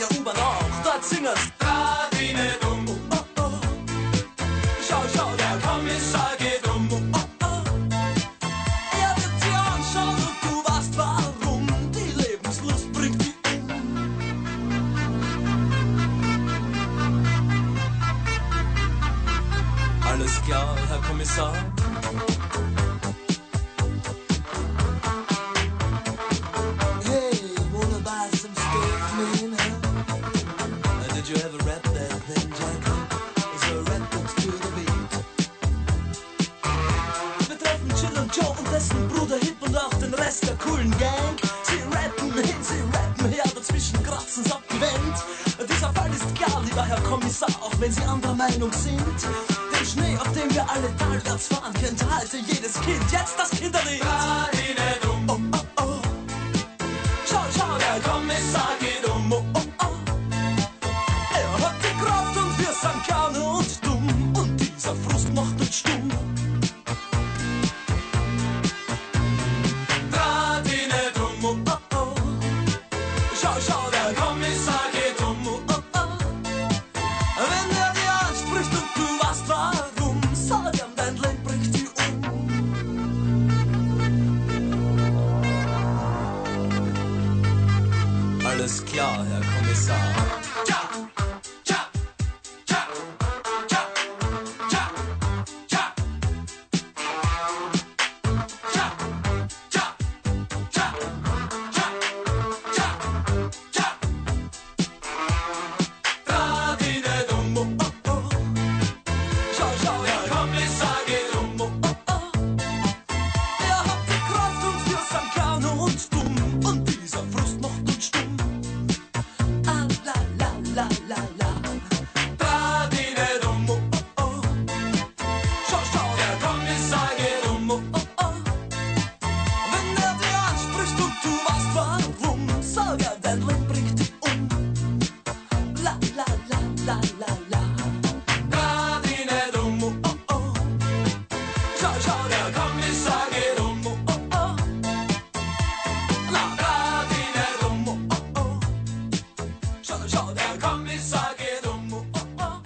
Speaker 12: Die immer noch. Dort singen es. Radine dumm. Oh, oh, oh. Schau, schau, der Kommissar geht um. Oh, oh, oh. Er wird sie anschauen und du weißt warum. Die Lebenslust bringt die um. Alles klar, Herr Kommissar. Hey, wanna buy some steak, man? huh? Uh, did you ever rap that thing, Jackie? It's a rap that's to the beat. Wir treffen Chill und Joe und dessen Bruder Hip und auch den Rest der coolen Gang. Sie rappen hin, sie rappen her, dazwischen kratzen's ab die Wand. Dieser Fall ist klar, lieber Herr Kommissar, auch wenn Sie anderer Meinung sind. Den Schnee, auf dem wir alle talwärts fahren, kennt halte jedes Kind. Jetzt das Kinderlied. Oh, oh, oh. Schau, schau, der Kommissar geht um. Oh, oh, oh. Er hat die Kraft und wir sind gerne und dumm. Und dieser Frust macht uns stumm. Radine dumm. Oh, oh, oh. Schau, schau, der Kommissar geht um. Oh, oh, oh. Wenn er dir anspricht und du weißt warum, sag ihm, dein Leben bricht die um. Alles klar, Herr Kommissar. Tja, tja, tja, tja, tja, tja. Tja, tja, tja, tja, tja, tja. Radine dumm, oh, oh, oh. Schau, schau, Herr Kommissar geht um, oh, oh, oh. Er hat die Kraft und wir sind klein und dumm. Und dieser Frust macht uns stumm. Ah, la, la, la, la, la. Radine dumm, oh, oh, oh. Schau, schau, der Kommissar geht um, oh, oh, oh. Wenn er dir anspricht und du weißt warum, sag er, dein Leben bringt dich um. La, la, la, la, la, la. Radine dumm, oh, oh, oh. Schau, schau, der Kommissar geht um, oh, oh, oh. La, Radine dumm, oh, Schau, schau, der Kommissar geht um. Oh, oh.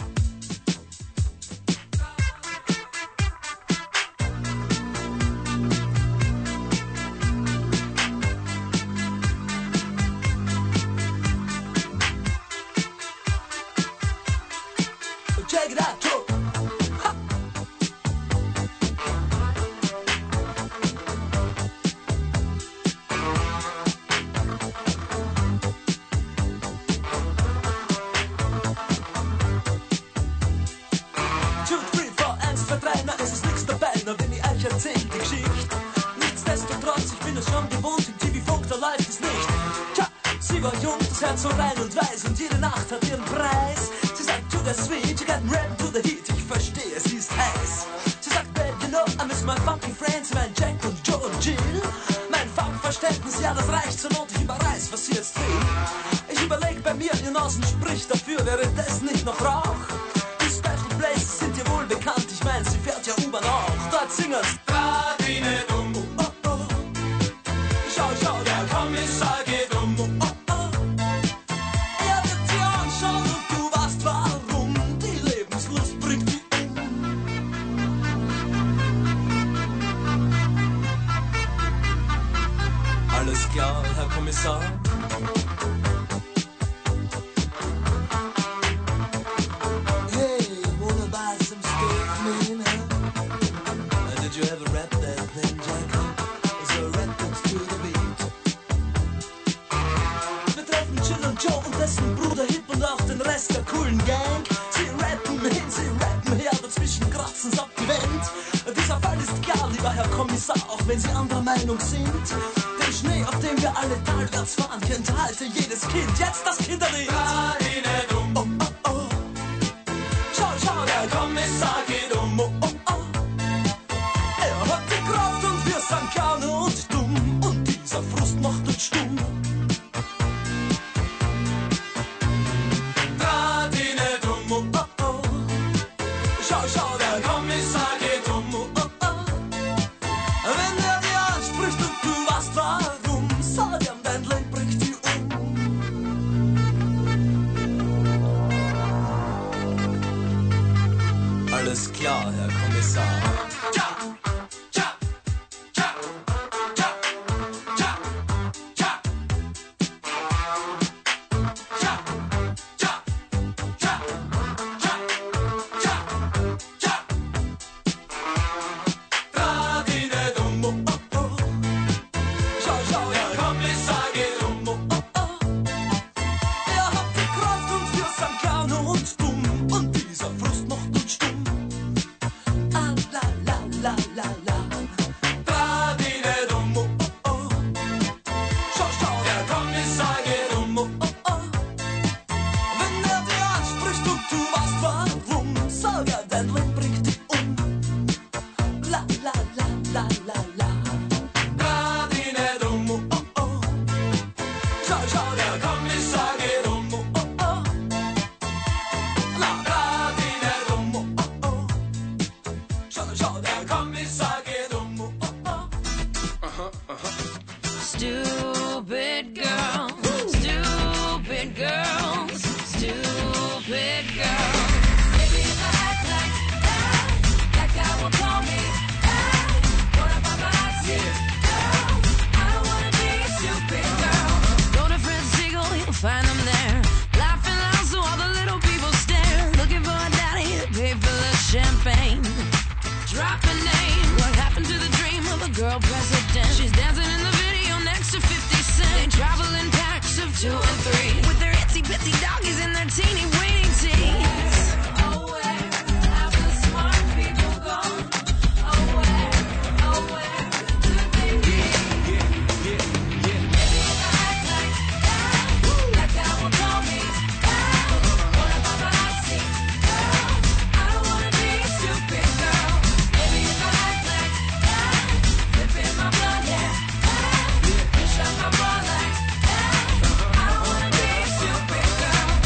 Speaker 12: Check it out, Joe. Ha. Two, three, four, eins, zwei, drei, na, es ist nichts dabei, na, wenn ich euch erzähl die Geschichte. Nichtsdestotrotz, ich bin es schon gewohnt, im TV Funk, da läuft es nicht. Tja, sie war jung, das Herz so rein und weiß, und jede Nacht hat ihren Preis. Sie sagt, to the sweet, you got rap to the heat, ich verstehe, sie ist heiß. Sie sagt, babe, you know, I miss my funky friends, mein Jack und Joe und Jill. Mein Funkverständnis, ja, das reicht zur Not, ich überreiß, was sie jetzt will. Ich überleg bei mir, ihr Nasen spricht dafür, wäre das nicht noch Rauch? Die Special Places sind dir wohl bekannt, ich mein, sie fährt ja U-Bahn auch. Dort singen's Radine dumm, oh, oh. Schau, schau, der Kommissar geht um, oh, oh. Er wird sie anschauen und du weißt warum, die Lebenslust bringt die um. Alles klar, Herr Kommissar. Hey, wanna buy some steak, man? huh? Uh, did you ever rap that thing, Jackie? It's a rap that's to the beat. Wir treffen Chill und Joe und dessen Bruder Hip und auch den Rest der coolen Gang. Sie rappen hin, sie rappen her, dazwischen kratzen's ab die Wand. Dieser Fall ist klar, lieber Herr Kommissar, auch wenn Sie anderer Meinung sind. Den Schnee, auf dem wir alle talwärts fahren, kennt halte jedes Kind. Jetzt das Kinderlied. Oh, oh, oh. Schau, schau, der Kommissar geht um. Oh, oh, oh. Er hat die Kraft und wir sind gerne und dumm. Und dieser Frust macht uns stumm. Radine dumm, oh, oh, oh. Schau, schau, der Kommissar geht um. Oh, oh, oh. Wenn er dir anspricht und du weißt warum, sag ihm, dein Leben bricht die um. Kommissar, Herr Kommissar. Tja, tja, tja, tja, tja, tja. Tja, tja, tja, tja, tja, tja. Radine Dumbo, oh, oh. Schau, schau, Herr Kommissar geht um, oh, oh. Er hat die Kraft und wir sind klein und dumm und dieser Frust macht uns stumm. Ah, la, la, la, la, la. Radine dumm, oh, oh, oh. Schau, schau, der Kommissar geht um, oh, oh, oh. Wenn er dir anspricht und du weißt warum, sag er, dein Leben bringt dich um. La, la, la, la, la, la. Radine dumm, oh, oh, oh. Schau, schau, der Kommissar geht um, oh, oh, oh. La, Radine dumm, oh, oh, oh. Schau, schau, der Kommissar geht um, oh, oh, oh.
Speaker 13: Stupid girls, stupid girls, stupid girls. Maybe if I act like that, that guy will call me out. What if I'm icy? Girl, I don't wanna be a stupid girl. Go to Fred Siegel, you'll find him there. Laughing loud so all the little people stare. Looking for a daddy to pay for the champagne. Drop a name. What happened to the dream of a girl president? She's dancing in the video next to 50 Cent. They travel in packs of two and three. With their itsy bitsy doggies and their teeny weeny teens. Aware of the smart people gone. Aware, aware, do they be? Maybe if I act like that, that guy will call me out. What if I'm icy? Girl, I don't wanna be a stupid girl. Maybe if I act like that, flip in my blood, yeah. Push up my bra like that. I don't wanna be a stupid girl.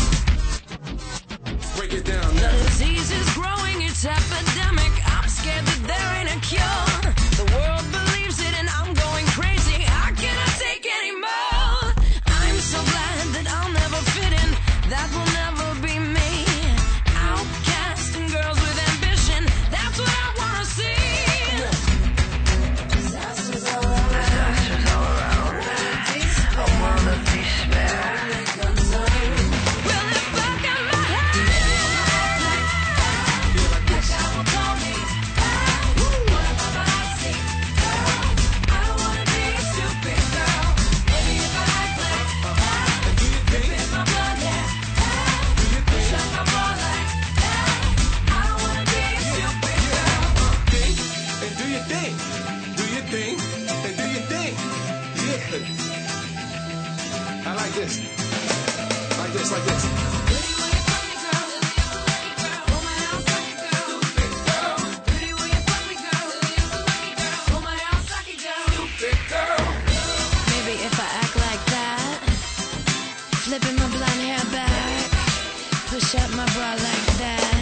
Speaker 1: Break it down
Speaker 13: The
Speaker 1: now.
Speaker 13: disease is growing, it's epidemic. I'm scared that there ain't a cure. The world believes it and I'm going crazy. I cannot take anymore. I'm so glad that I'll never fit in. That will never be me. Outcast and girls with ambition. That's what I wanna see. Disasters all around. Disasters all around. I wanna be spared. Will the fuck out my
Speaker 12: think and do your thing. Do your thing and do your thing. Yeah. I like this. Like this, like this.
Speaker 13: Maybe if I act like that, flipping my blonde hair back, push up my bra like that.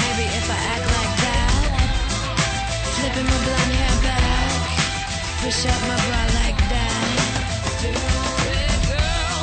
Speaker 13: Maybe if I act like that, flipping my blonde hair back, push up my bra like that. Stupid girl.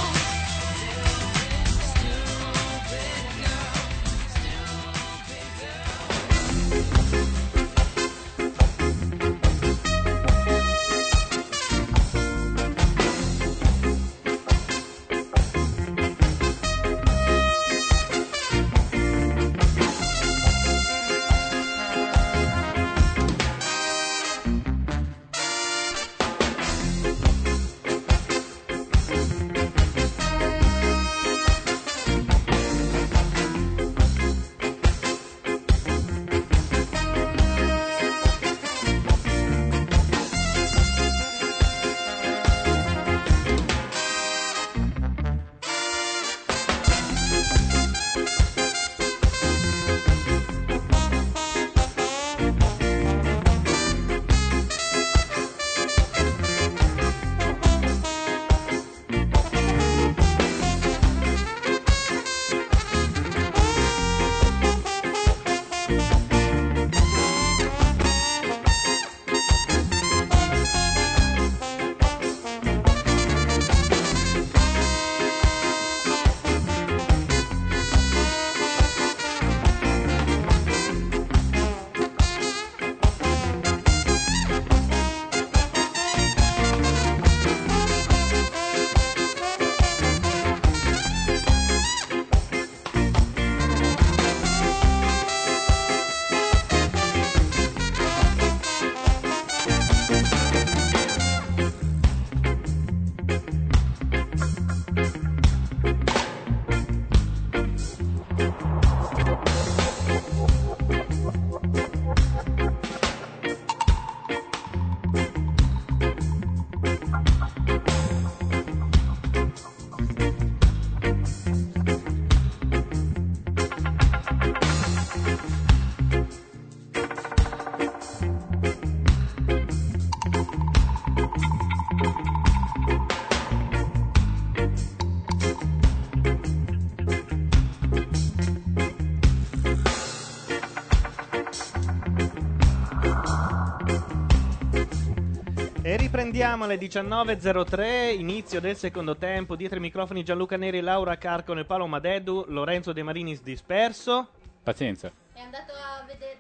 Speaker 2: E riprendiamo alle 19.03, inizio del secondo tempo. Dietro i microfoni Gianluca Neri, Laura Carcone, Paolo Madeddu, Lorenzo De Marinis disperso.
Speaker 3: Pazienza.
Speaker 11: Eh,
Speaker 7: È andato a vedere.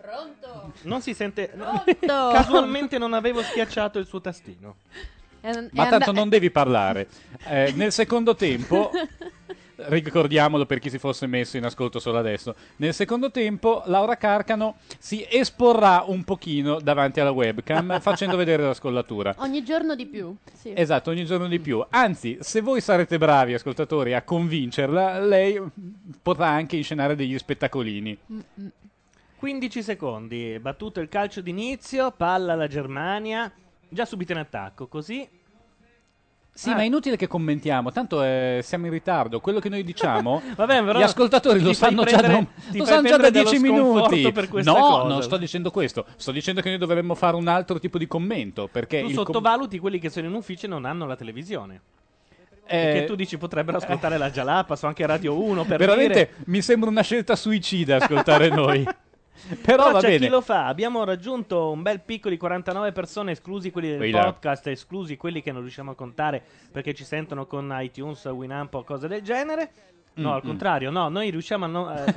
Speaker 7: Pronto?
Speaker 2: Non si sente. Casualmente non avevo schiacciato il suo tastino.
Speaker 7: Eh,
Speaker 3: Ma tanto non devi parlare. Eh, nel
Speaker 7: [LAUGHS]
Speaker 3: secondo tempo, ricordiamolo per chi si fosse messo in ascolto solo adesso, nel secondo tempo Laura Carcano si esporrà un pochino davanti alla webcam facendo vedere la scollatura.
Speaker 7: Ogni giorno di più. Sì.
Speaker 3: Esatto, ogni giorno di più. Anzi, se voi sarete bravi, ascoltatori, a convincerla, lei potrà anche inscenare degli spettacolini.
Speaker 2: 15 secondi, battuto il calcio d'inizio, palla alla Germania. Già subito in attacco, così.
Speaker 3: Eh,
Speaker 2: Eh.
Speaker 3: Sì, ma è inutile che commentiamo, tanto eh, siamo in ritardo. Quello che noi
Speaker 2: [LAUGHS]
Speaker 3: diciamo,
Speaker 2: Vabbè, però
Speaker 3: gli ascoltatori lo
Speaker 2: ti fai
Speaker 3: sanno già
Speaker 2: prendere-
Speaker 3: da,
Speaker 2: ti
Speaker 3: lo
Speaker 2: fai
Speaker 3: sanno già da
Speaker 2: prendere
Speaker 3: 10
Speaker 2: dallo sconforto
Speaker 3: minuti.
Speaker 2: per questa
Speaker 3: no,
Speaker 2: cosa.
Speaker 3: non sto dicendo questo. Sto dicendo che noi dovremmo fare un altro tipo di commento. Perché
Speaker 2: Tu
Speaker 3: il com-
Speaker 2: sottovaluti quelli che sono in ufficio e non hanno la televisione.
Speaker 3: Eh,
Speaker 2: Perché tu dici potrebbero ascoltare la Jalapas o anche Radio 1 per
Speaker 3: veramente
Speaker 2: dire...
Speaker 3: mi sembra una scelta suicida ascoltare
Speaker 2: [LAUGHS]
Speaker 3: noi. Però, va
Speaker 2: c'è
Speaker 3: bene.
Speaker 2: chi lo fa. Abbiamo raggiunto un bel picco di 49 persone, esclusi quelli del
Speaker 3: Quei là.
Speaker 2: podcast, esclusi quelli che non riusciamo a contare perché ci sentono con iTunes, Winamp o cose del genere. No,
Speaker 3: Mm,
Speaker 2: al
Speaker 3: mm.
Speaker 2: contrario, no, noi riusciamo a
Speaker 3: [LAUGHS]
Speaker 2: non, eh,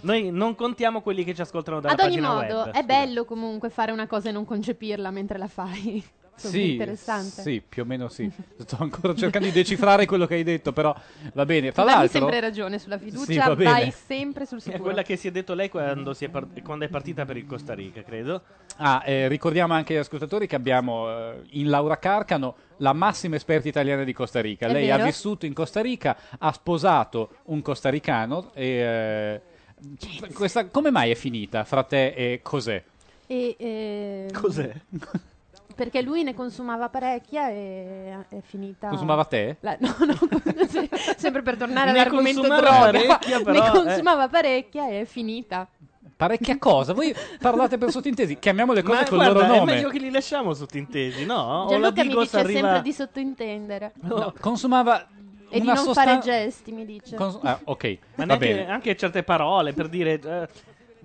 Speaker 2: noi non contiamo quelli che ci ascoltano dalla
Speaker 5: Ad ogni
Speaker 2: pagina
Speaker 5: modo,
Speaker 2: web.
Speaker 5: è bello comunque fare una cosa e non concepirla mentre la fai. [LAUGHS] Insomma, è interessante.
Speaker 3: sì, più o meno sì. Sto ancora cercando di decifrare quello che hai detto, però va bene. Tra
Speaker 5: Tu dammi
Speaker 3: l'altro,
Speaker 5: sempre ragione sulla fiducia,
Speaker 3: va bene.
Speaker 5: vai sempre
Speaker 3: [LAUGHS]
Speaker 5: sul
Speaker 2: È
Speaker 5: sicuro.
Speaker 2: Eh, quella che si è detto lei quando, si è part- quando è partita per il Costa Rica, credo.
Speaker 3: Ah, eh, ricordiamo anche agli ascoltatori che abbiamo eh, in Laura Carcano la massima esperta italiana di Costa Rica.
Speaker 2: È
Speaker 3: Lei ha
Speaker 2: vero.
Speaker 3: vissuto in Costa Rica, ha sposato un costaricano e eh, questa come mai è finita fra te e cos'è?
Speaker 7: E,
Speaker 5: ehm,
Speaker 7: eh,
Speaker 3: Consumava
Speaker 7: Perché lui ne consumava parecchia e è finita.
Speaker 3: te?
Speaker 7: La- no, [LAUGHS] no, se- sempre per tornare
Speaker 3: Ne
Speaker 7: all'argomento
Speaker 3: consumava
Speaker 7: droga.
Speaker 3: parecchia, però,
Speaker 7: ne
Speaker 3: eh.
Speaker 7: consumava parecchia e è finita.
Speaker 3: Parecchia cosa? Voi parlate per sottintesi, chiamiamo le cose
Speaker 2: Ma
Speaker 3: col
Speaker 2: guarda,
Speaker 3: loro
Speaker 2: è
Speaker 3: nome.
Speaker 2: meglio che li lasciamo sottintesi, no? O la
Speaker 7: Gianluca mi
Speaker 2: dico
Speaker 7: dice
Speaker 2: arriva...
Speaker 7: sempre di sottintendere.
Speaker 3: No, consumava
Speaker 7: E di
Speaker 3: una
Speaker 7: non fare
Speaker 3: sostan-
Speaker 7: gesti, mi dice.
Speaker 3: Cons- ah, ok, va
Speaker 2: Ma neanche,
Speaker 3: bene.
Speaker 2: anche certe parole per dire. eh,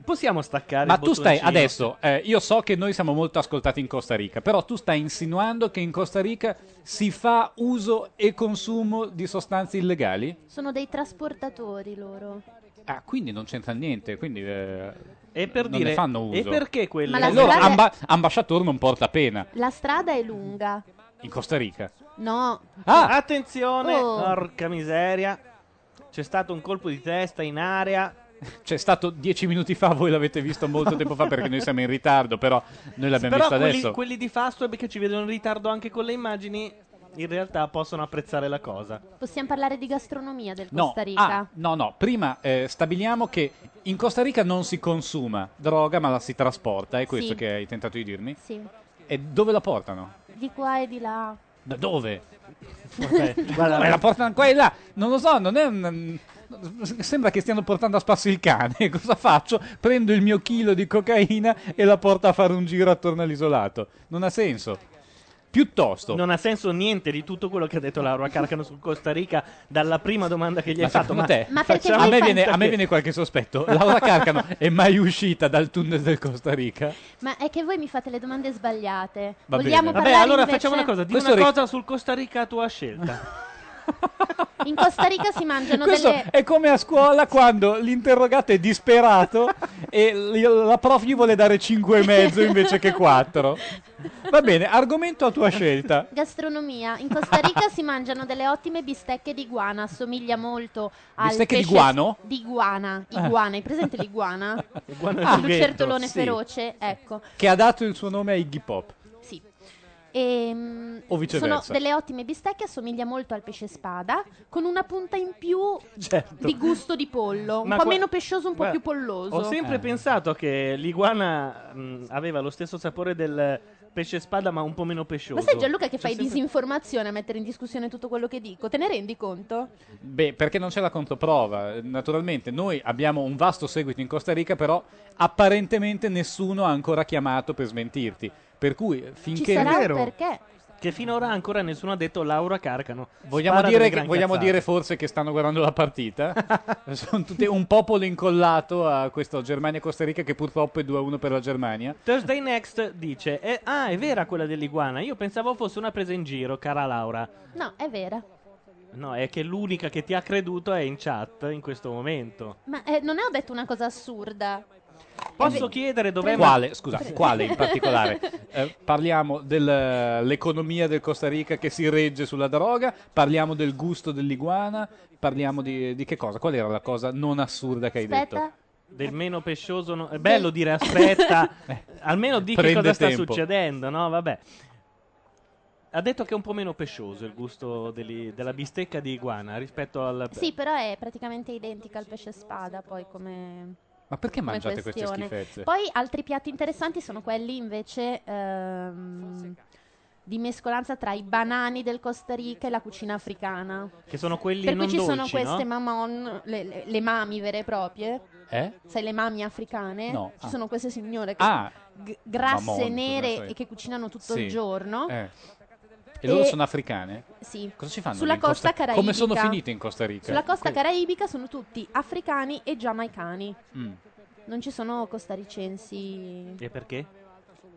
Speaker 2: possiamo staccare
Speaker 3: Ma
Speaker 2: il
Speaker 3: tu stai
Speaker 2: bottoncino?
Speaker 3: adesso, eh, io so che noi siamo molto ascoltati in Costa Rica, però tu stai insinuando che in Costa Rica si fa uso e consumo di sostanze illegali?
Speaker 7: Sono dei trasportatori loro.
Speaker 3: Ah, quindi non c'entra niente, quindi eh,
Speaker 2: E per
Speaker 3: non
Speaker 2: dire,
Speaker 3: ne fanno uso.
Speaker 2: e perché quelle-
Speaker 7: Ma la
Speaker 3: Allora,
Speaker 7: strada è-
Speaker 3: amba- ambasciatore non porta pena
Speaker 7: La strada è lunga.
Speaker 3: in Costa Rica.
Speaker 7: No.
Speaker 3: Ah!
Speaker 2: Attenzione,
Speaker 7: Oh.
Speaker 2: porca miseria. C'è stato un colpo di testa in area.
Speaker 3: C'è stato dieci minuti fa, voi l'avete visto molto tempo fa perché noi siamo in ritardo, però noi l'abbiamo
Speaker 2: Però
Speaker 3: visto
Speaker 2: quelli,
Speaker 3: adesso.
Speaker 2: quelli di Fastweb che ci vedono in ritardo anche con le immagini, in realtà possono apprezzare
Speaker 3: [LAUGHS]
Speaker 2: la cosa.
Speaker 7: Possiamo parlare di gastronomia del
Speaker 3: No,
Speaker 7: Costa Rica.
Speaker 3: ah, no, no, prima eh, stabiliamo che in Costa Rica non si consuma droga, ma la si trasporta, è questo
Speaker 7: Sì.
Speaker 3: che hai tentato di dirmi?
Speaker 7: Sì.
Speaker 3: E dove la portano?
Speaker 7: Di qua e di là.
Speaker 3: Da dove?
Speaker 2: [LAUGHS]
Speaker 3: Guarda, ma la portano qua e là, non lo so, non è un... mm, Sembra che stiano portando a spasso il cane. [LAUGHS] Cosa faccio? Prendo il mio chilo di cocaina e la porto a fare un giro attorno all'isolato. Non ha senso. Piuttosto,
Speaker 2: Non ha senso niente di tutto quello che ha detto Laura Carcano sul Costa Rica dalla prima domanda che gli hai fatto.
Speaker 3: secondo te? Ma perché
Speaker 2: facciamo
Speaker 3: voi A me
Speaker 2: finta
Speaker 3: viene- a me
Speaker 2: che-
Speaker 3: viene qualche sospetto. Laura Carcano è mai uscita dal tunnel del Costa Rica?
Speaker 7: Ma è che voi mi fate le domande sbagliate.
Speaker 3: Va bene.
Speaker 7: Vogliamo
Speaker 2: Vabbè,
Speaker 7: parlare
Speaker 2: allora
Speaker 7: invece-
Speaker 2: facciamo una cosa: di
Speaker 3: Questo
Speaker 2: una
Speaker 3: ri-
Speaker 2: cosa sul Costa Rica a tua [LAUGHS] scelta.
Speaker 7: In Costa Rica si mangiano
Speaker 3: Questo
Speaker 7: delle
Speaker 3: è come a scuola quando l'interrogato è disperato e l- la prof gli vuole dare 5 e mezzo invece che 4. Va bene, argomento a tua scelta.
Speaker 7: gastronomia. In Costa Rica si mangiano delle ottime bistecche di guana, assomiglia molto al
Speaker 3: Bistecche di
Speaker 7: pesce-
Speaker 3: guano?
Speaker 7: Di guana,
Speaker 3: Ah.
Speaker 7: iguana, hai presente l'iguana?
Speaker 3: L'iguana è il
Speaker 7: Ah,
Speaker 3: sughetto,
Speaker 11: [LAUGHS]
Speaker 7: lucertolone
Speaker 3: sì.
Speaker 7: feroce, ecco.
Speaker 3: Che ha dato il suo nome a Iggy Pop.
Speaker 7: Sì. Ehm,
Speaker 3: O viceversa.
Speaker 7: sono delle ottime bistecche, assomiglia molto al pesce spada, con una punta in più
Speaker 3: Certo.
Speaker 7: di gusto di pollo, un
Speaker 2: Ma
Speaker 7: po'
Speaker 2: qua-
Speaker 7: meno pescioso, un po'
Speaker 2: Guarda,
Speaker 7: più polloso.
Speaker 2: Ho sempre pensato che l'iguana mh, aveva lo stesso sapore del pesce spada, ma un po' meno pescioso.
Speaker 7: Ma sai Gianluca che fai
Speaker 2: sempre-
Speaker 7: disinformazione a mettere in discussione tutto quello che dico? Te ne rendi conto?
Speaker 3: Beh, perché non c'è la controprova. Naturalmente, noi abbiamo un vasto seguito in Costa Rica, però apparentemente nessuno ha ancora chiamato per smentirti. Per cui, finché...
Speaker 7: Ci sarà un perché?
Speaker 2: che finora ancora nessuno ha detto Laura Carcano.
Speaker 3: Vogliamo,
Speaker 2: Spara
Speaker 3: dire,
Speaker 2: delle
Speaker 3: che-
Speaker 2: gran
Speaker 3: vogliamo
Speaker 2: cazzate.
Speaker 3: dire forse che stanno guardando la
Speaker 2: [LAUGHS]
Speaker 3: partita? Sono tutti un popolo incollato a questo Germania-Costa Rica che purtroppo è 2-1 per la Germania.
Speaker 2: Thursday Next dice: eh, Ah, è vera quella dell'iguana. Io pensavo fosse una presa in giro, cara Laura.
Speaker 7: No, è vera.
Speaker 2: No, è che l'unica che ti ha creduto è in chat in questo momento.
Speaker 7: Ma eh, non ho detto una cosa assurda.
Speaker 2: Posso chiedere dov'è
Speaker 3: Quale,
Speaker 2: Eh, Ma-
Speaker 3: scusate, quale in particolare?
Speaker 2: [LAUGHS]
Speaker 3: Eh, parliamo dell'economia del Costa Rica che si regge sulla droga, parliamo del gusto dell'iguana, parliamo di, di che cosa? Qual era la cosa non assurda che hai detto?
Speaker 2: Aspetta. Del meno pescioso. no- È bello dire aspetta,
Speaker 3: [LAUGHS]
Speaker 2: almeno di che
Speaker 3: Eh, Prende
Speaker 2: cosa sta
Speaker 3: tempo.
Speaker 2: succedendo, no? Vabbè. Ha detto che è un po' meno pescioso il gusto degli- della bistecca di iguana rispetto al.
Speaker 7: Sì, però è praticamente identica al pesce spada, poi come
Speaker 3: Ma perché
Speaker 7: come
Speaker 3: mangiate queste
Speaker 7: questione.
Speaker 3: schifezze?
Speaker 7: Poi altri piatti interessanti sono quelli invece ehm, di mescolanza tra i banani del Costa Rica e la cucina africana.
Speaker 2: Che sono quelli
Speaker 7: per cui
Speaker 2: non
Speaker 7: ci sono
Speaker 2: dolci,
Speaker 7: queste
Speaker 2: no?
Speaker 7: mamon, le, le- le mami vere e proprie,
Speaker 3: Eh?
Speaker 7: sai le mami africane,
Speaker 3: No,
Speaker 7: ci
Speaker 3: ah.
Speaker 7: sono queste signore che
Speaker 3: Ah.
Speaker 7: g- grasse,
Speaker 3: Mamon, cosa ne so
Speaker 7: nere
Speaker 3: io.
Speaker 7: e che cucinano tutto
Speaker 3: Sì.
Speaker 7: il giorno.
Speaker 3: Eh. E loro
Speaker 7: E-
Speaker 3: sono africane?
Speaker 7: Sì.
Speaker 3: Cosa ci fanno?
Speaker 7: Sulla
Speaker 3: lì in Costa-
Speaker 7: costa caraibica.
Speaker 3: Come sono finite in Costa Rica?
Speaker 7: Sulla costa
Speaker 3: Que-
Speaker 7: caraibica sono tutti africani e giamaicani.
Speaker 3: Mm.
Speaker 7: Non ci sono costaricensi.
Speaker 2: E perché?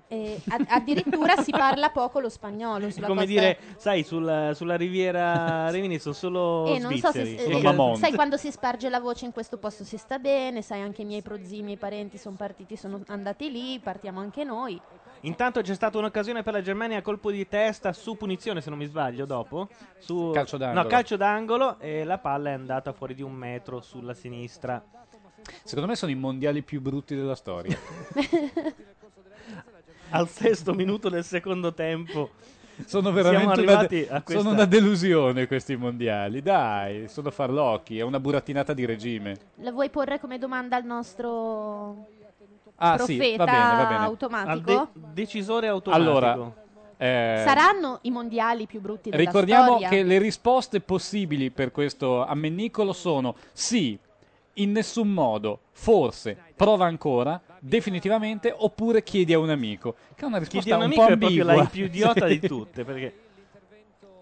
Speaker 7: E a- addirittura si parla poco lo spagnolo.
Speaker 2: È
Speaker 7: Sulla
Speaker 2: come
Speaker 7: costa...
Speaker 2: dire, sai, sulla, sulla
Speaker 7: [LAUGHS]
Speaker 2: riviera Rimini sono solo
Speaker 7: Eh, non so se-
Speaker 2: svizzeri.
Speaker 7: eh, eh, sai quando si sparge la voce in questo posto si sta bene, sai anche i miei prozii, i miei parenti sono partiti, sono andati lì, partiamo anche noi. [LAUGHS]
Speaker 2: Intanto c'è stata un'occasione per la Germania a colpo di testa su punizione, se non mi sbaglio, dopo. Su...
Speaker 3: Calcio d'angolo.
Speaker 2: No, calcio d'angolo e la palla è andata fuori di un metro sulla sinistra.
Speaker 3: Secondo me sono i mondiali più brutti della
Speaker 2: [LAUGHS]
Speaker 3: storia.
Speaker 2: Al sesto minuto del secondo tempo.
Speaker 3: Sono
Speaker 2: Siamo
Speaker 3: veramente una,
Speaker 2: arrivati a questa...
Speaker 3: sono una delusione questi mondiali. Dai, sono farlocchi, è una burattinata di regime.
Speaker 7: La vuoi porre come domanda al nostro
Speaker 3: Ah,
Speaker 7: profeta
Speaker 3: sì, va bene, va bene.
Speaker 7: automatico?
Speaker 2: Al de- decisore automatico.
Speaker 3: Allora, eh,
Speaker 7: Saranno i mondiali più brutti della
Speaker 3: ricordiamo
Speaker 7: storia?
Speaker 3: che le risposte possibili per questo ammennicolo sono sì, in nessun modo, forse, prova ancora, definitivamente, oppure chiedi a un amico. Che è una risposta
Speaker 2: Chiedi a un
Speaker 3: un
Speaker 2: amico
Speaker 3: po'
Speaker 2: è proprio la
Speaker 3: ambigua.
Speaker 2: più idiota
Speaker 3: [LAUGHS] Sì.
Speaker 2: di tutte, perché...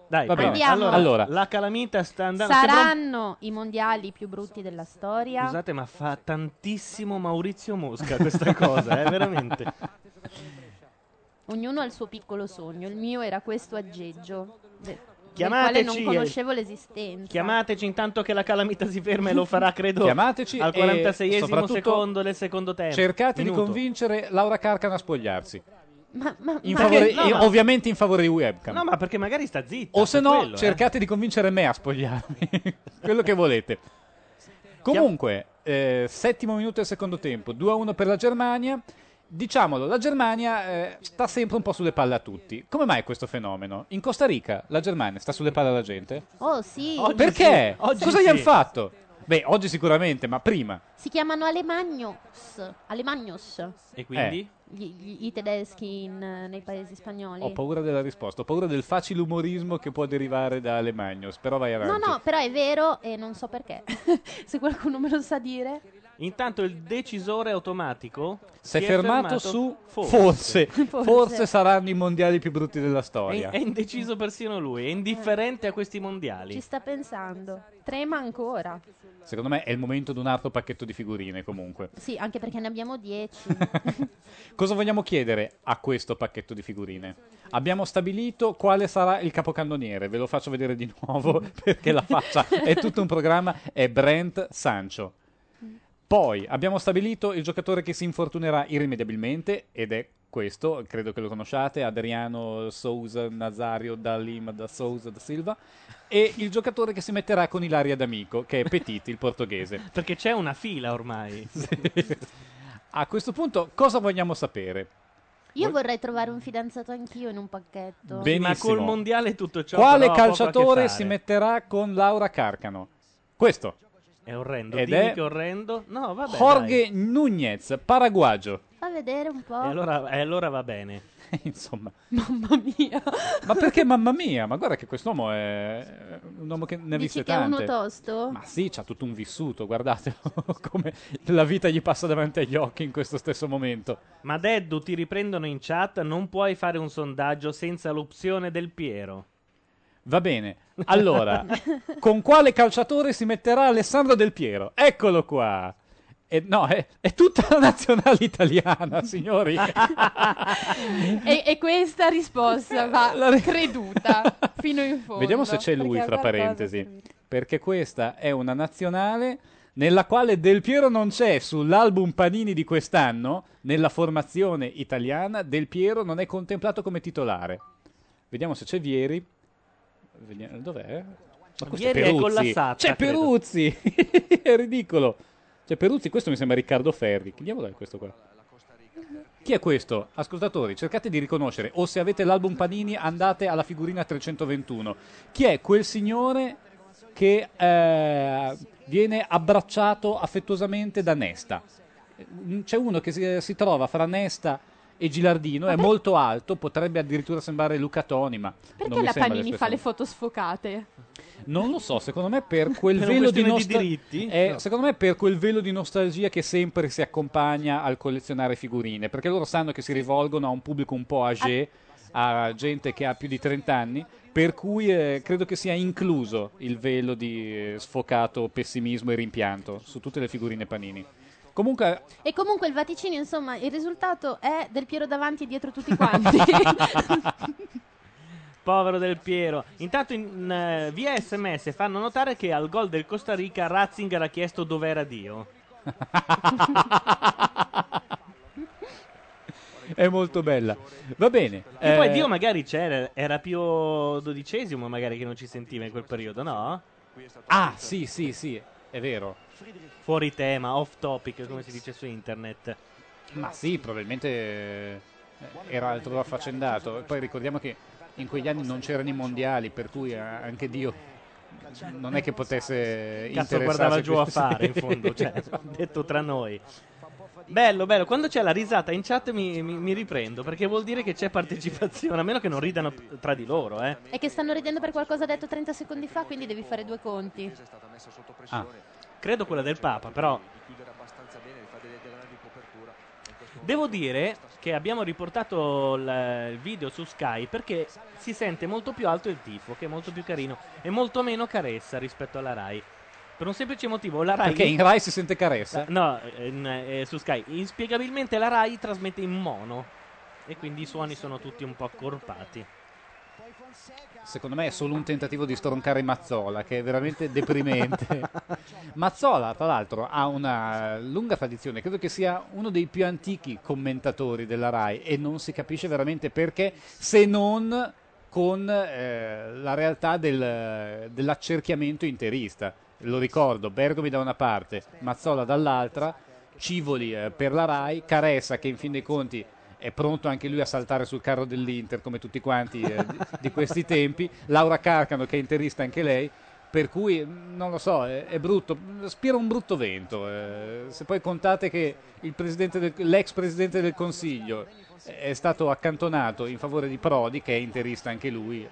Speaker 2: Dai,
Speaker 3: Va bene.
Speaker 2: poi-
Speaker 3: Andiamo.
Speaker 2: Allora,
Speaker 3: Allora.
Speaker 2: la calamita sta andando... sembra un-
Speaker 7: Saranno i mondiali più brutti della storia?
Speaker 3: Esatto.
Speaker 2: Scusate, ma fa tantissimo Maurizio Mosca questa cosa, eh, veramente.
Speaker 7: Ognuno ha il suo piccolo sogno, il mio era questo aggeggio. de- del quale
Speaker 2: Chiamateci,
Speaker 7: non
Speaker 2: eh.
Speaker 7: conoscevo l'esistenza.
Speaker 2: Chiamateci intanto che la calamita si ferma e lo farà, credo,
Speaker 3: Chiamateci
Speaker 2: al
Speaker 3: e
Speaker 2: 46esimo
Speaker 3: soprattutto
Speaker 2: secondo del secondo tempo.
Speaker 3: Cercate
Speaker 2: Certo, Minuto.
Speaker 3: di convincere Laura Carcano a spogliarsi.
Speaker 7: Ma, ma,
Speaker 3: In
Speaker 2: ma-
Speaker 3: favore-
Speaker 2: no, ma-
Speaker 3: Ovviamente in favore di webcam.
Speaker 2: No, ma perché magari sta zitta.
Speaker 3: o se
Speaker 2: per
Speaker 3: no,
Speaker 2: quello, eh.
Speaker 3: cercate di convincere me a spogliarmi. [LAUGHS] quello che volete. Comunque, eh, settimo minuto del secondo tempo, 2-1 per la Germania. Diciamolo, la Germania eh, sta sempre un po' sulle palle a tutti. Come mai questo fenomeno? In Costa Rica la Germania sta sulle palle alla gente?
Speaker 7: Oh sì,
Speaker 3: Perché?
Speaker 7: Oggi
Speaker 3: Cosa
Speaker 7: sì.
Speaker 3: gli hanno fatto? Beh, oggi sicuramente, ma prima.
Speaker 7: si chiamano Alemagnos. Alemagnos.
Speaker 2: E
Speaker 3: quindi? Eh.
Speaker 7: Gli- gli- I tedeschi in, eh, nei paesi spagnoli.
Speaker 3: Ho paura
Speaker 7: eh,
Speaker 3: della risposta, ho paura del facile umorismo che può derivare da Alemagnos, però vai avanti.
Speaker 7: No, no, però è vero e non so perché. [LAUGHS] Se qualcuno me lo sa dire.
Speaker 2: Intanto il decisore automatico
Speaker 3: Si è fermato,
Speaker 2: fermato,
Speaker 3: su forse.
Speaker 7: [LAUGHS]
Speaker 2: forse.
Speaker 3: Forse, saranno i mondiali più brutti della
Speaker 2: È,
Speaker 3: storia.
Speaker 2: è indeciso persino lui, è indifferente a questi mondiali.
Speaker 7: Ci sta pensando. Trema ancora.
Speaker 3: Secondo me è il momento di un altro pacchetto di figurine comunque.
Speaker 7: Sì, anche perché ne abbiamo 10.
Speaker 3: [LAUGHS] Cosa vogliamo chiedere a questo pacchetto di figurine? Abbiamo stabilito quale sarà il capocannoniere, ve lo faccio vedere di nuovo [LAUGHS] perché la faccia è tutto un programma, è Brent Sancho. Poi abbiamo stabilito il giocatore che si infortunerà irrimediabilmente ed è questo, credo che lo conosciate, Adriano Sousa Nazario da Lima da Sousa da Silva e il giocatore che si metterà con Ilaria D'Amico, che è Petit, il portoghese.
Speaker 2: Perché c'è una fila ormai.
Speaker 3: A questo punto cosa vogliamo sapere?
Speaker 7: Io vorrei trovare un fidanzato anch'io in un pacchetto.
Speaker 3: Benissimo.
Speaker 2: Ma col mondiale tutto ciò
Speaker 3: Quale
Speaker 2: però ha poco a che
Speaker 3: calciatore
Speaker 2: fare.
Speaker 3: si metterà con Laura Carcano? Questo.
Speaker 2: È orrendo,
Speaker 3: Ed
Speaker 2: dimmi
Speaker 3: è
Speaker 2: che è orrendo. No, vabbè,
Speaker 3: Jorge Nunez, paraguagio.
Speaker 7: Fa vedere un po'.
Speaker 2: E allora, e allora va bene.
Speaker 3: [LAUGHS] Insomma. Ma perché mamma mia? Ma guarda che quest'uomo è un uomo che ne ha
Speaker 7: Dici
Speaker 3: viste
Speaker 7: che è uno
Speaker 3: tante.
Speaker 7: tosto? [LAUGHS]
Speaker 3: Ma sì, c'ha tutto un vissuto, guardate [LAUGHS] come la vita gli passa davanti agli occhi in questo stesso momento.
Speaker 2: Ma Deddu, ti riprendono in chat, non puoi fare un sondaggio senza l'opzione del Piero.
Speaker 3: Va bene,
Speaker 7: [LAUGHS]
Speaker 3: allora, con quale calciatore si metterà Alessandro Del Piero? Eccolo qua. E no, è, è tutta la [LAUGHS] nazionale italiana, signori.
Speaker 7: [LAUGHS]
Speaker 5: E, e questa risposta
Speaker 3: [LAUGHS]
Speaker 5: va creduta fino in fondo.
Speaker 3: Vediamo se c'è lui,
Speaker 5: Perché
Speaker 3: fra
Speaker 5: qualcosa-
Speaker 3: parentesi. Perché questa è una nazionale nella quale Del Piero non c'è sull'album Panini di quest'anno, nella formazione italiana, Del Piero non è contemplato come titolare. Vediamo se c'è Vieri. Vediamo- dov'è? Ma questo
Speaker 2: Vieri
Speaker 3: è
Speaker 2: è
Speaker 3: Peruzzi.
Speaker 2: collassata,
Speaker 3: C'è
Speaker 2: credo.
Speaker 3: Peruzzi! [LAUGHS] è ridicolo. C'è Peruzzi, questo mi sembra Riccardo Ferri. Chi diavolo è questo qua? Chi è questo? Ascoltatori, cercate di riconoscere o se avete l'album Panini andate alla figurina 321. Chi è quel signore che eh, viene abbracciato affettuosamente da Nesta? Mm, C'è uno che si, si trova fra Nesta e Gilardino, è molto alto, potrebbe addirittura sembrare Luca Toni, ma non
Speaker 5: Perché
Speaker 3: mi
Speaker 5: la
Speaker 3: sembra
Speaker 5: Panini fa
Speaker 3: l'espressione.
Speaker 5: le foto sfocate?
Speaker 3: Non lo so, secondo me per quel
Speaker 2: Per
Speaker 3: velo di,
Speaker 2: questione
Speaker 3: nostal-
Speaker 2: di diritti?
Speaker 3: eh,
Speaker 2: No.
Speaker 3: secondo me per quel velo di nostalgia che sempre si accompagna al collezionare figurine, perché loro sanno che si rivolgono a un pubblico un po' âgé, a gente che ha più di 30 anni, per cui eh, credo che sia incluso il velo di eh, sfocato pessimismo e rimpianto su tutte le figurine Panini. Comunque [LAUGHS]
Speaker 7: E comunque il vaticinio, insomma, il risultato è del Piero davanti e dietro tutti quanti. [LAUGHS]
Speaker 2: Povero Del Piero. Intanto in, eh, via sms fanno notare che al gol del Costa Rica Ratzinger ha chiesto dov'era Dio.
Speaker 3: è molto bella. Va bene.
Speaker 2: E poi
Speaker 3: eh,
Speaker 2: Dio magari c'era, era Pio XII magari che non ci sentiva in quel periodo, no?
Speaker 3: Ah, sì, sì, sì, è vero.
Speaker 2: Fuori tema, off topic, come si dice su internet.
Speaker 3: Ma sì, probabilmente eh, era altro affaccendato. E Poi ricordiamo che in quegli anni non c'erano i mondiali, per cui eh, anche Dio non è che potesse
Speaker 2: Cazzo
Speaker 3: interessarsi
Speaker 2: guardava
Speaker 3: a Certo.
Speaker 2: giù a
Speaker 3: queste-
Speaker 2: fare,
Speaker 3: [LAUGHS]
Speaker 2: in fondo, cioè, [LAUGHS] detto tra noi. Bello, bello. Quando c'è la risata in chat mi, mi- mi riprendo, perché vuol dire che c'è partecipazione, a meno che non ridano p- tra di loro, eh.
Speaker 7: e che stanno ridendo per qualcosa detto 30 secondi fa, quindi devi fare due conti.
Speaker 2: Ah. Credo quella del Papa, però Devo dire che abbiamo riportato il il video su Sky perché si sente molto più alto il tifo, che è molto più carino e molto meno caressa rispetto alla Rai. Per un semplice motivo, la Rai.
Speaker 3: Perché in Rai si sente caressa?
Speaker 2: No, eh, in- eh, su Sky. Inspiegabilmente la Rai trasmette in mono e quindi i suoni sono tutti un po' accorpati.
Speaker 3: Secondo me è solo un tentativo di stroncare Mazzola, che è veramente deprimente.
Speaker 2: [LAUGHS]
Speaker 3: Mazzola, tra l'altro, ha una eh, lunga tradizione, credo che sia uno dei più antichi commentatori della RAI e non si capisce veramente perché, se non con eh, la realtà del- dell'accerchiamento interista. Lo ricordo, Bergomi da una parte, Mazzola dall'altra, Civoli eh, per la RAI, Caressa che in fin dei conti è pronto anche lui a saltare sul carro dell'Inter come tutti quanti eh, di, di questi tempi, Laura Carcano che è interista anche lei, per cui mh, non lo so, è, è brutto, spira un brutto vento. eh, se poi contate che il presidente del- l'ex presidente del Consiglio è stato accantonato in favore di Prodi che è interista anche lui.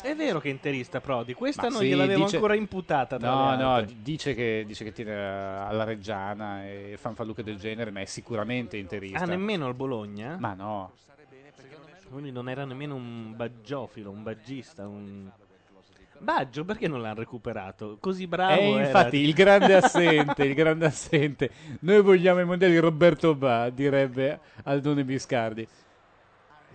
Speaker 2: È vero che è interista Prodi, questa
Speaker 3: Ma
Speaker 2: non
Speaker 3: sì,
Speaker 2: gliel'avevo
Speaker 3: dice-
Speaker 2: ancora imputata. Tra
Speaker 3: No,
Speaker 2: le
Speaker 3: no,
Speaker 2: altre.
Speaker 3: d- dice che, dice che tiene alla Reggiana e fanfaluche del genere, ma è sicuramente interista.
Speaker 2: Ah, nemmeno al Bologna?
Speaker 3: Ma no.
Speaker 2: Quindi non era nemmeno un baggiofilo, un baggista, un... Baggio, perché non l'hanno recuperato? Così bravo
Speaker 3: Eh,
Speaker 2: era.
Speaker 3: infatti, il
Speaker 2: [LAUGHS]
Speaker 3: grande assente, il grande assente. Noi vogliamo i mondiali di Roberto Ba, direbbe Aldone Biscardi.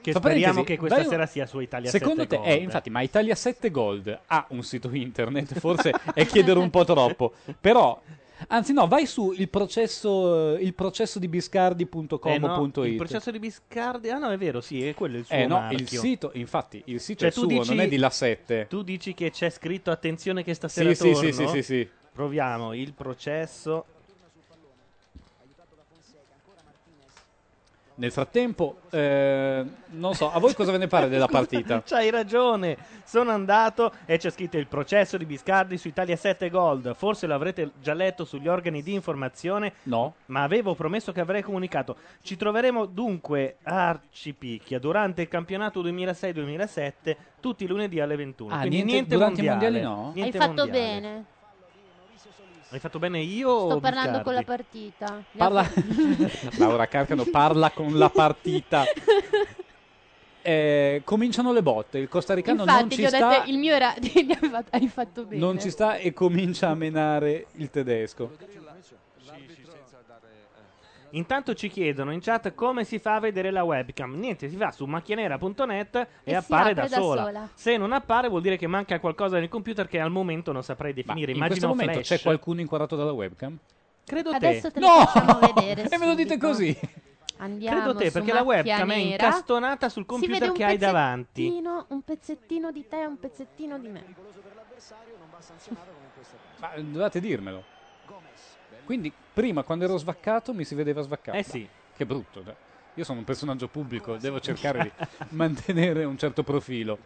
Speaker 2: Che
Speaker 3: Tra
Speaker 2: speriamo
Speaker 3: parentesi,
Speaker 2: che questa
Speaker 3: dai un-
Speaker 2: sera sia su Italia
Speaker 3: Secondo
Speaker 2: 7
Speaker 3: te, eh,
Speaker 2: Gold.
Speaker 3: infatti, ma Italia 7 Gold ha un sito internet, forse è chiedere un po' troppo, però... Anzi no, vai su il processo, il processo di biscardi.com.it.
Speaker 2: Eh, no, il processo di Biscardi... Ah no, è vero, sì, è quello il suo
Speaker 3: Eh, no,
Speaker 2: marchio.
Speaker 3: il sito, infatti, il sito
Speaker 2: Cioè,
Speaker 3: è
Speaker 2: tu
Speaker 3: suo,
Speaker 2: dici-
Speaker 3: non è di La 7.
Speaker 2: Tu dici che c'è scritto attenzione che stasera
Speaker 3: Sì, sì,
Speaker 2: torno?
Speaker 3: sì, sì, sì, sì.
Speaker 2: Proviamo, il processo...
Speaker 3: Nel frattempo, eh, non so, a voi cosa ve ne pare della partita?
Speaker 2: [LAUGHS] C'hai ragione, sono andato e c'è scritto il processo di Biscardi su Italia 7 Gold. Forse lo avrete già letto sugli organi di informazione.
Speaker 3: No.
Speaker 2: Ma avevo promesso che avrei comunicato. Ci troveremo dunque a Arcipicchia durante il campionato 2006-2007, tutti i lunedì alle 21.
Speaker 3: Ah,
Speaker 2: Quindi
Speaker 3: niente-
Speaker 2: niente,
Speaker 3: durante i
Speaker 2: mondiale.
Speaker 3: mondiali no?
Speaker 2: Niente
Speaker 7: Hai fatto
Speaker 2: mondiale.
Speaker 7: bene.
Speaker 2: Hai fatto bene io
Speaker 7: Sto
Speaker 2: o
Speaker 7: parlando
Speaker 2: Biscardi?
Speaker 7: con la partita. Le
Speaker 5: [LAUGHS]
Speaker 3: Oh, Parla...
Speaker 7: ha-
Speaker 3: Laura Carcano parla con
Speaker 7: [LAUGHS]
Speaker 3: la partita. Eh, cominciano le botte, il costaricano non
Speaker 5: Infatti,
Speaker 3: ci
Speaker 5: gli ho
Speaker 3: sta...
Speaker 5: detto il mio era. gli hai fatto- hai fatto bene.
Speaker 3: non ci sta e comincia a menare il tedesco.
Speaker 2: Intanto ci chiedono in chat come si fa a vedere la webcam. Niente, si va su macchianera.net e,
Speaker 7: si
Speaker 2: appare
Speaker 7: apre da
Speaker 2: sola.
Speaker 7: sola.
Speaker 2: Se non appare vuol dire che manca qualcosa nel computer che al momento non saprei definire.
Speaker 3: in questo
Speaker 2: Immagino
Speaker 3: momento
Speaker 2: flash.
Speaker 3: c'è qualcuno inquadrato dalla webcam?
Speaker 2: Credo
Speaker 7: Adesso te
Speaker 2: te.
Speaker 7: lo facciamo vedere.
Speaker 3: [LAUGHS] E me lo dite
Speaker 7: subito.
Speaker 3: così?
Speaker 7: Andiamo
Speaker 2: Credo te
Speaker 7: su
Speaker 2: perché la webcam è
Speaker 7: Macchia Nera.
Speaker 2: incastonata sul
Speaker 7: Si vede
Speaker 2: computer
Speaker 7: un
Speaker 2: che hai davanti.
Speaker 7: pezzettino- Un pezzettino di te e un pezzettino di me.
Speaker 3: Ma dovevate dirmelo. Quindi prima quando ero svaccato mi si vedeva svaccato.
Speaker 2: Eh sì.
Speaker 3: Che brutto. dai. Io sono un personaggio pubblico, devo cercare di mantenere un certo profilo.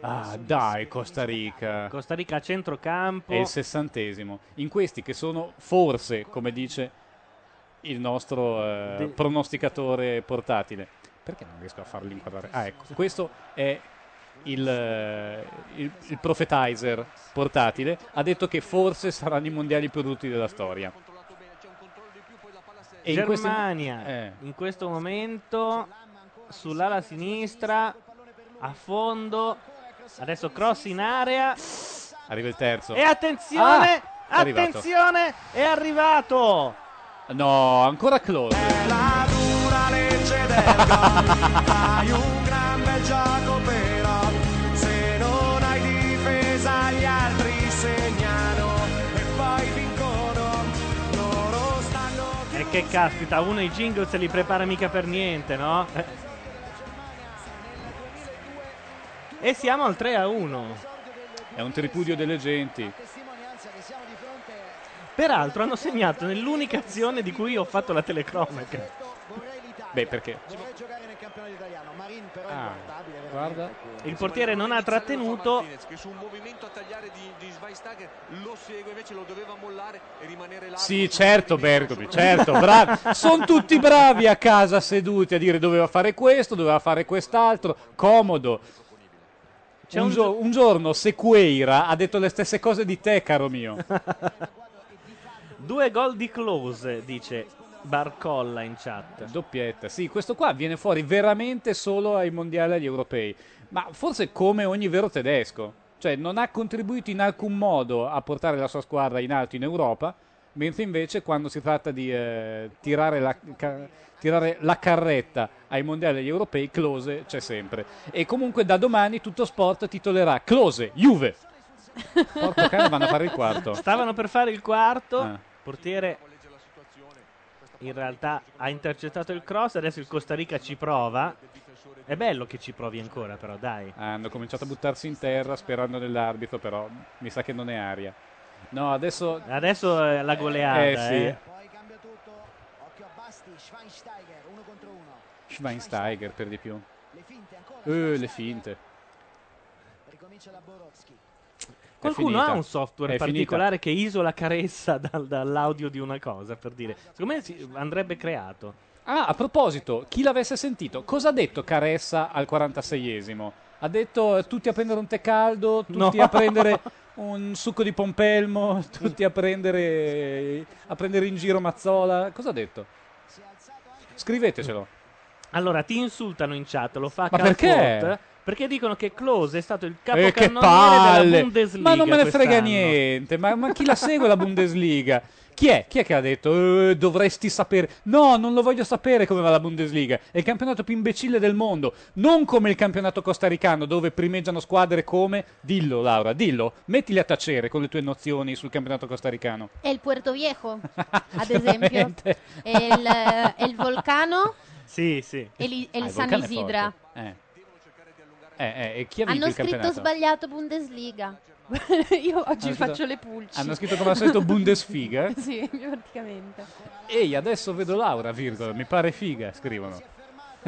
Speaker 3: Ah, dai, Costa Rica.
Speaker 2: Costa Rica a centrocampo.
Speaker 3: È il sessantesimo. In questi che sono forse, come dice il nostro eh,
Speaker 2: De-
Speaker 3: pronosticatore portatile. Perché non riesco a farli inquadrare? Ah, ecco, questo è il, eh, il, il profetizer portatile. Ha detto che forse saranno i mondiali più brutti della storia. E in questi-
Speaker 2: Germania
Speaker 3: eh.
Speaker 2: in questo momento sull'ala sinistra a fondo adesso cross in area
Speaker 3: Arriva il terzo.
Speaker 2: e attenzione
Speaker 3: Ah, è arrivato.
Speaker 2: attenzione è arrivato
Speaker 3: No, ancora close.
Speaker 12: Una legge
Speaker 3: [LAUGHS]
Speaker 12: del gol, hai un gran bel gioco però, se non hai difesa gli altri segnano e poi vincono, loro stanno
Speaker 2: e che caspita uno i jingle se li prepara mica per niente no? e siamo al 3 a 1
Speaker 3: È un tripudio delle genti.
Speaker 2: peraltro hanno segnato nell'unica azione di cui ho fatto la telecronaca
Speaker 3: Beh, perché? Ah, guarda.
Speaker 2: il portiere non ha trattenuto
Speaker 10: che su un movimento a tagliare di, di Schweinsteiger lo segue, invece lo doveva mollare e rimanere là.
Speaker 3: Sì, certo Bergomi, certo, bravi. Sono tutti bravi a casa seduti a dire doveva fare questo, doveva fare quest'altro, comodo.
Speaker 2: C'è
Speaker 3: un,
Speaker 2: un
Speaker 3: gio-
Speaker 2: gio-
Speaker 3: un giorno Sequeira ha detto le stesse cose di te, caro mio.
Speaker 2: Due gol di close, dice Barcolla in chat.
Speaker 3: Doppietta, sì, questo qua viene fuori veramente solo ai mondiali e agli europei, ma forse come ogni vero tedesco. Cioè non ha contribuito in alcun modo a portare la sua squadra in alto in Europa, mentre invece quando si tratta di eh, tirare, la, ca- tirare la carretta ai mondiali e agli europei, Close c'è sempre. E comunque da domani tutto sport titolerà Close, Juve. Porco cane, vanno a fare il quarto.
Speaker 2: Stavano per fare il quarto.
Speaker 3: Ah.
Speaker 2: Portiere in realtà ha intercettato il cross. Adesso il Costa Rica ci prova. È bello che ci provi ancora, però dai.
Speaker 3: Hanno cominciato a buttarsi in terra sperando nell'arbitro, però mi sa che non è aria. No, adesso...
Speaker 2: Adesso è la goleata.
Speaker 3: Eh, sì.
Speaker 2: eh.
Speaker 3: Schweinsteiger per di più. Eh, le finte.
Speaker 2: Qualcuno
Speaker 3: finita.
Speaker 2: ha un software
Speaker 3: È
Speaker 2: particolare che isola caressa dal- dall'audio di una cosa, per dire. Secondo me si- andrebbe creato.
Speaker 3: Ah, a proposito, chi l'avesse sentito, cosa ha detto Caressa al 46esimo? Ha detto eh, tutti a prendere un tè caldo, tutti
Speaker 2: No.
Speaker 3: a
Speaker 2: [LAUGHS]
Speaker 3: prendere un succo di pompelmo, tutti a prendere, a prendere in giro Mazzola. Cosa ha detto? Scrivetecelo.
Speaker 2: Allora, ti insultano in chat, lo fa
Speaker 3: Ma
Speaker 2: Calcott,
Speaker 3: perché?
Speaker 2: Perché dicono che Close è stato il
Speaker 3: Eh, che
Speaker 2: capocannoniere della
Speaker 3: palle!
Speaker 2: Bundesliga.
Speaker 3: Ma non me ne frega
Speaker 2: quest'anno.
Speaker 3: niente. Ma, ma chi la segue la Bundesliga? Chi è? Chi è che ha detto eh, dovresti sapere? No, non lo voglio sapere come va la Bundesliga. È il campionato più imbecille del mondo. Non come il campionato costaricano dove primeggiano squadre come. Dillo, Laura, dillo. Mettili a tacere con le tue nozioni sul campionato costaricano.
Speaker 7: E il Puerto
Speaker 3: [LAUGHS]
Speaker 7: Viejo, ad esempio. eh,
Speaker 3: Veramente.
Speaker 7: E il, e il vulcano
Speaker 2: Sì, sì.
Speaker 7: e, li- e
Speaker 3: Ah,
Speaker 7: il
Speaker 3: il
Speaker 7: San
Speaker 3: vulcano è
Speaker 7: Isidra.
Speaker 3: forte. Eh. Eh, eh, e chi ha vinto
Speaker 7: Hanno
Speaker 3: il
Speaker 7: scritto
Speaker 3: campionato?
Speaker 7: sbagliato Bundesliga.
Speaker 5: [LAUGHS] Io oggi
Speaker 3: Hanno
Speaker 5: faccio
Speaker 3: scritto-
Speaker 5: le pulci.
Speaker 3: Hanno scritto come al solito Bundesfiga.
Speaker 5: [LAUGHS] sì, praticamente.
Speaker 3: Ehi, adesso vedo Laura, virgola, mi pare figa, scrivono. [LAUGHS]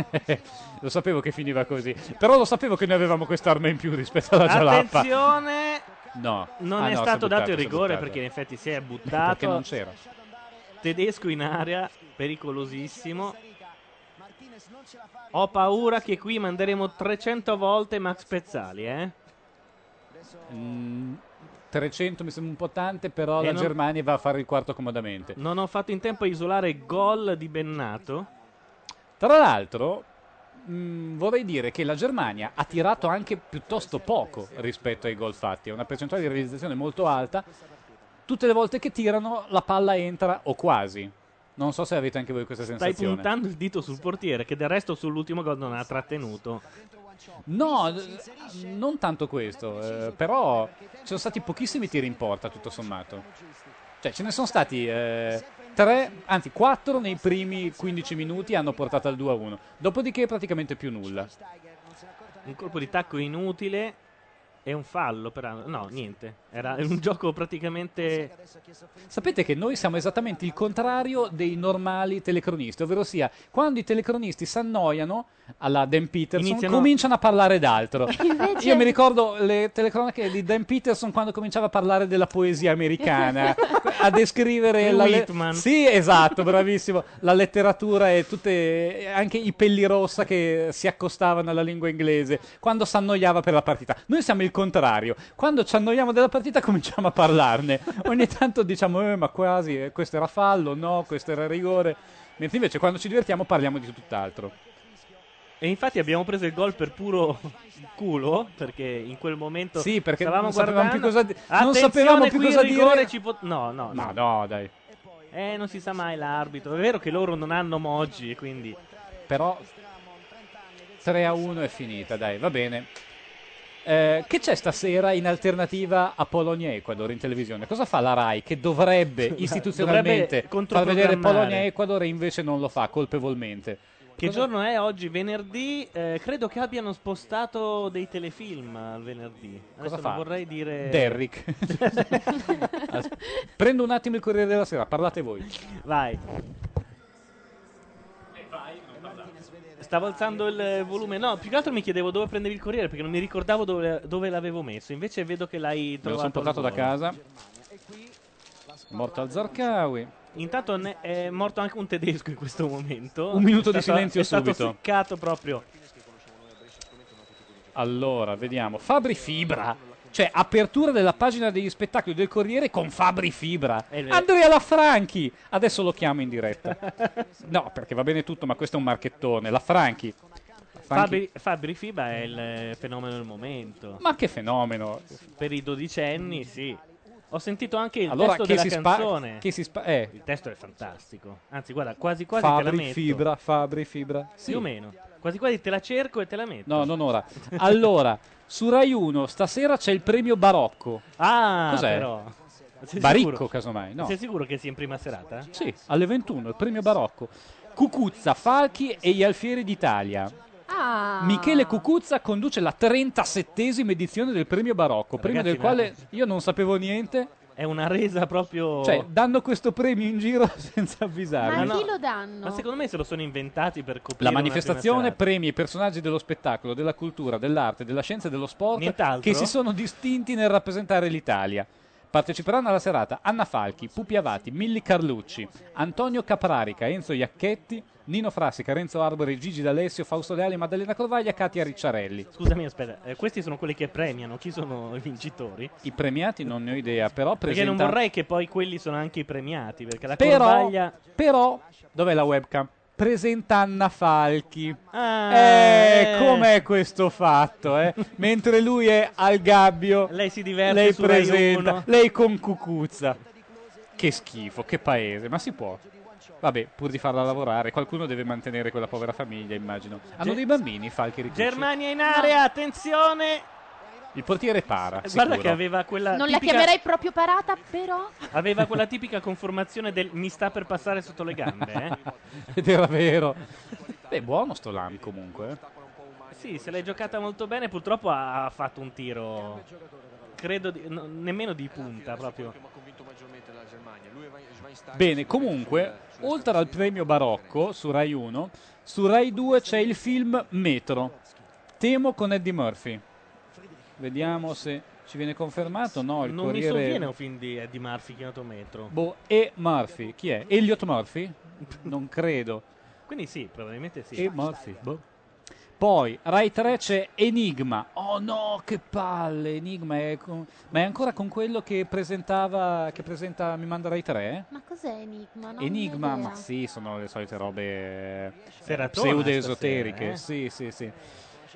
Speaker 3: lo sapevo che finiva così. Però lo sapevo che noi avevamo quest'arma in più rispetto alla Jalappa.
Speaker 2: Attenzione,
Speaker 3: No.
Speaker 2: non
Speaker 3: Ah,
Speaker 2: è
Speaker 3: no, si
Speaker 2: stato
Speaker 3: buttato,
Speaker 2: dato il
Speaker 3: si è
Speaker 2: rigore
Speaker 3: buttato.
Speaker 2: perché in effetti si è buttato.
Speaker 3: Perché non c'era.
Speaker 2: Tedesco in area, pericolosissimo. Ho paura che qui manderemo 300 volte Max Pezzali, eh?
Speaker 3: Mm, 300 mi sembra un po' tante, però
Speaker 2: E
Speaker 3: la
Speaker 2: non-
Speaker 3: Germania va a fare il quarto comodamente.
Speaker 2: Non ho fatto in tempo a isolare gol di Bennato.
Speaker 3: Tra l'altro, mm, vorrei dire che la Germania ha tirato anche piuttosto poco rispetto ai gol fatti, è una percentuale di realizzazione molto alta. Tutte le volte che tirano la palla entra o quasi. Non so se avete anche voi questa
Speaker 2: Stai
Speaker 3: sensazione.
Speaker 2: puntando il dito sul portiere, che del resto sull'ultimo gol non ha trattenuto.
Speaker 3: No, eh, non tanto questo, eh, però ci sono stati pochissimi tiri in porta tutto sommato. Cioè ce ne sono stati eh, tre, anzi quattro nei primi 15 minuti hanno portato al 2-1, dopodiché praticamente più nulla.
Speaker 2: Un colpo di tacco inutile e un fallo, però. No, niente. Era un gioco praticamente.
Speaker 3: Sapete che noi siamo esattamente il contrario dei normali telecronisti, ovvero sia, quando i telecronisti si annoiano alla Dan Peterson,
Speaker 2: Iniziano-
Speaker 3: cominciano a parlare d'altro.
Speaker 2: Invece-
Speaker 3: Io mi ricordo le telecronache di Dan Peterson quando cominciava a parlare della poesia americana, a descrivere
Speaker 2: Di
Speaker 3: la le-
Speaker 2: Whitman.
Speaker 3: Sì, esatto, bravissimo, la letteratura e tutte anche i pelli rossa che si accostavano alla lingua inglese quando si annoiava per la partita. Noi siamo il contrario. Quando ci annoiamo della partita cominciamo a parlarne. Ogni tanto diciamo "Eh, ma quasi eh, questo era fallo, no, questo era rigore". Mentre invece quando ci divertiamo parliamo di tutt'altro.
Speaker 2: E infatti abbiamo preso il gol per puro [LAUGHS] culo, perché in quel momento
Speaker 3: Sì, perché
Speaker 2: stavamo
Speaker 3: non sapevamo
Speaker 2: guardando-
Speaker 3: più cosa di- non
Speaker 2: Attenzione,
Speaker 3: sapevamo più
Speaker 2: qui il
Speaker 3: cosa dire.
Speaker 2: rigore ci pot- No, no,
Speaker 3: Ma
Speaker 2: no.
Speaker 3: no, dai.
Speaker 2: Eh, non si sa mai l'arbitro. È vero che loro non hanno Moggi, quindi
Speaker 3: Però 3 a 1 è finita, dai, va bene. Eh, che c'è stasera in alternativa a Polonia-Ecuador in televisione? Cosa fa la Rai che dovrebbe istituzionalmente far vedere
Speaker 2: controprogrammare.
Speaker 3: Polonia-Ecuador e invece non lo fa colpevolmente?
Speaker 2: Che
Speaker 3: Cosa-
Speaker 2: giorno è oggi? Venerdì? Eh, credo che abbiano spostato dei telefilm al venerdì. Adesso
Speaker 3: Cosa
Speaker 2: non
Speaker 3: fa?
Speaker 2: vorrei dire...
Speaker 3: Derrick. As- Prendo un attimo il Corriere della Sera, parlate voi.
Speaker 2: Vai. Stavo alzando il eh, volume. No, più che altro mi chiedevo dove prendevi il corriere perché non mi ricordavo dove, dove l'avevo messo. Invece vedo che l'hai
Speaker 3: Me lo
Speaker 2: trovato.
Speaker 3: sono portato
Speaker 2: al
Speaker 3: da
Speaker 2: volo.
Speaker 3: casa. Morto al Zarqawi.
Speaker 2: Intanto ne- è morto anche un tedesco in questo momento.
Speaker 3: Un minuto
Speaker 2: È
Speaker 3: di
Speaker 2: stato-
Speaker 3: silenzio
Speaker 2: è stato
Speaker 3: subito.
Speaker 2: seccato proprio.
Speaker 3: Allora, vediamo. Fabri Fibra. Cioè, apertura della pagina degli spettacoli del Corriere con Fabri Fibra. Andrea Lafranchi. Adesso lo chiamo in diretta. No, perché va bene tutto, ma questo è un marchettone. Lafranchi. Lafranchi-
Speaker 2: Fabri, Fabri Fiba è il eh, fenomeno del momento.
Speaker 3: Ma che fenomeno.
Speaker 2: Per i dodicenni, sì. Ho sentito anche il
Speaker 3: Allora,
Speaker 2: testo
Speaker 3: che
Speaker 2: della
Speaker 3: si spa-
Speaker 2: canzone.
Speaker 3: che si spa- eh.
Speaker 2: Il testo è fantastico. Anzi, guarda, quasi quasi te la
Speaker 3: Fabri
Speaker 2: metto.
Speaker 3: Fibra, Fabri Fibra. Sì.
Speaker 2: Più o meno. Quasi quasi te la cerco e te la metto.
Speaker 3: No, non ora. Allora, su Rai 1 stasera c'è il premio Barocco.
Speaker 2: Ah,
Speaker 3: Cos'è?
Speaker 2: però. Sei
Speaker 3: Baricco,
Speaker 2: sicuro?
Speaker 3: casomai. No.
Speaker 2: Sei sicuro che sia in prima serata?
Speaker 3: Sì, alle 21, il premio Barocco. Cucuzza, Falchi e gli Alfieri d'Italia.
Speaker 5: Ah,
Speaker 3: Michele Cucuzza conduce la 37esima edizione del premio Barocco, premio
Speaker 2: Ragazzi,
Speaker 3: del quale io non sapevo niente.
Speaker 2: È una resa proprio...
Speaker 3: Cioè, danno questo premio in giro [LAUGHS] senza
Speaker 7: Ma
Speaker 3: avvisarmi.
Speaker 7: a chi lo danno?
Speaker 2: Ma secondo me se lo sono inventati per coprire
Speaker 3: La
Speaker 2: una
Speaker 3: manifestazione
Speaker 2: prima serata.
Speaker 3: premi i personaggi dello spettacolo, della cultura, dell'arte, della scienza e dello sport
Speaker 2: Nient'altro?
Speaker 3: che si sono distinti nel rappresentare l'Italia. Parteciperanno alla serata Anna Falchi, Pupi Avati, Milli Carlucci, Antonio Caprarica, Enzo Iacchetti, Nino Frassica, Renzo Arbore, Gigi D'Alessio, Fausto Leali, Maddalena Corvaglia, Katia Ricciarelli.
Speaker 2: Scusami, aspetta. eh, questi sono quelli che premiano. Chi sono i vincitori?
Speaker 3: I premiati non ne ho idea, però
Speaker 2: Perché non
Speaker 3: presentano...
Speaker 2: vorrei che poi quelli sono anche i premiati. Perché la
Speaker 3: Però,
Speaker 2: Corvaglia...
Speaker 3: però, dov'è la webcam? Presenta Anna Falchi.
Speaker 2: Ah,
Speaker 3: eh,
Speaker 2: eh.
Speaker 3: com'è questo fatto?
Speaker 2: [LAUGHS]
Speaker 3: Eh? Mentre lui è al gabbio,
Speaker 2: lei si diverte
Speaker 3: lei
Speaker 2: su Rai
Speaker 3: presenta,
Speaker 2: 1.
Speaker 3: lei con cucuzza. Che schifo, che paese, ma si può. Vabbè, pur di farla lavorare, qualcuno deve mantenere quella povera famiglia, immagino. Hanno
Speaker 2: Ge-
Speaker 3: dei bambini, Falchi Ricucci.
Speaker 2: Germania in area, attenzione!
Speaker 3: Il portiere para,
Speaker 2: Eh, Guarda
Speaker 3: sicuro.
Speaker 2: che
Speaker 3: [LAUGHS]
Speaker 2: aveva quella
Speaker 7: non la
Speaker 2: tipica...
Speaker 7: chiamerei proprio parata, però.
Speaker 2: Aveva quella tipica conformazione del mi sta per passare sotto le gambe, eh?
Speaker 3: Ed era vero. Beh, buono sto Lam comunque. eh.
Speaker 2: Sì, se l'è giocata molto bene, purtroppo ha ha fatto un tiro credo di- no, nemmeno di punta proprio.
Speaker 3: Bene, comunque, oltre al premio barocco su Rai 1, su Rai 2 c'è il film Metro. Temo con Eddie Murphy. Vediamo se ci viene confermato. No, il
Speaker 2: non mi
Speaker 3: Corriere
Speaker 2: sovviene un film di Eddie Murphy chiamato Metro.
Speaker 3: Boh, e Murphy, chi è? Elliot
Speaker 2: [LAUGHS]
Speaker 3: Murphy? Non credo.
Speaker 2: Quindi sì, probabilmente sì.
Speaker 3: E Murphy, boh. Poi, Rai 3 c'è Enigma. Oh no, che palle, Enigma è con- Ma è ancora con quello che presentava che presenta Mi manda Rai eh? 3?
Speaker 7: Ma cos'è Enigma? No,
Speaker 3: Enigma,
Speaker 7: non ho
Speaker 3: ma
Speaker 7: idea.
Speaker 3: sì, sono le solite robe eh,
Speaker 2: Seratona
Speaker 3: pseudo-esoteriche. Sì, sì, sì.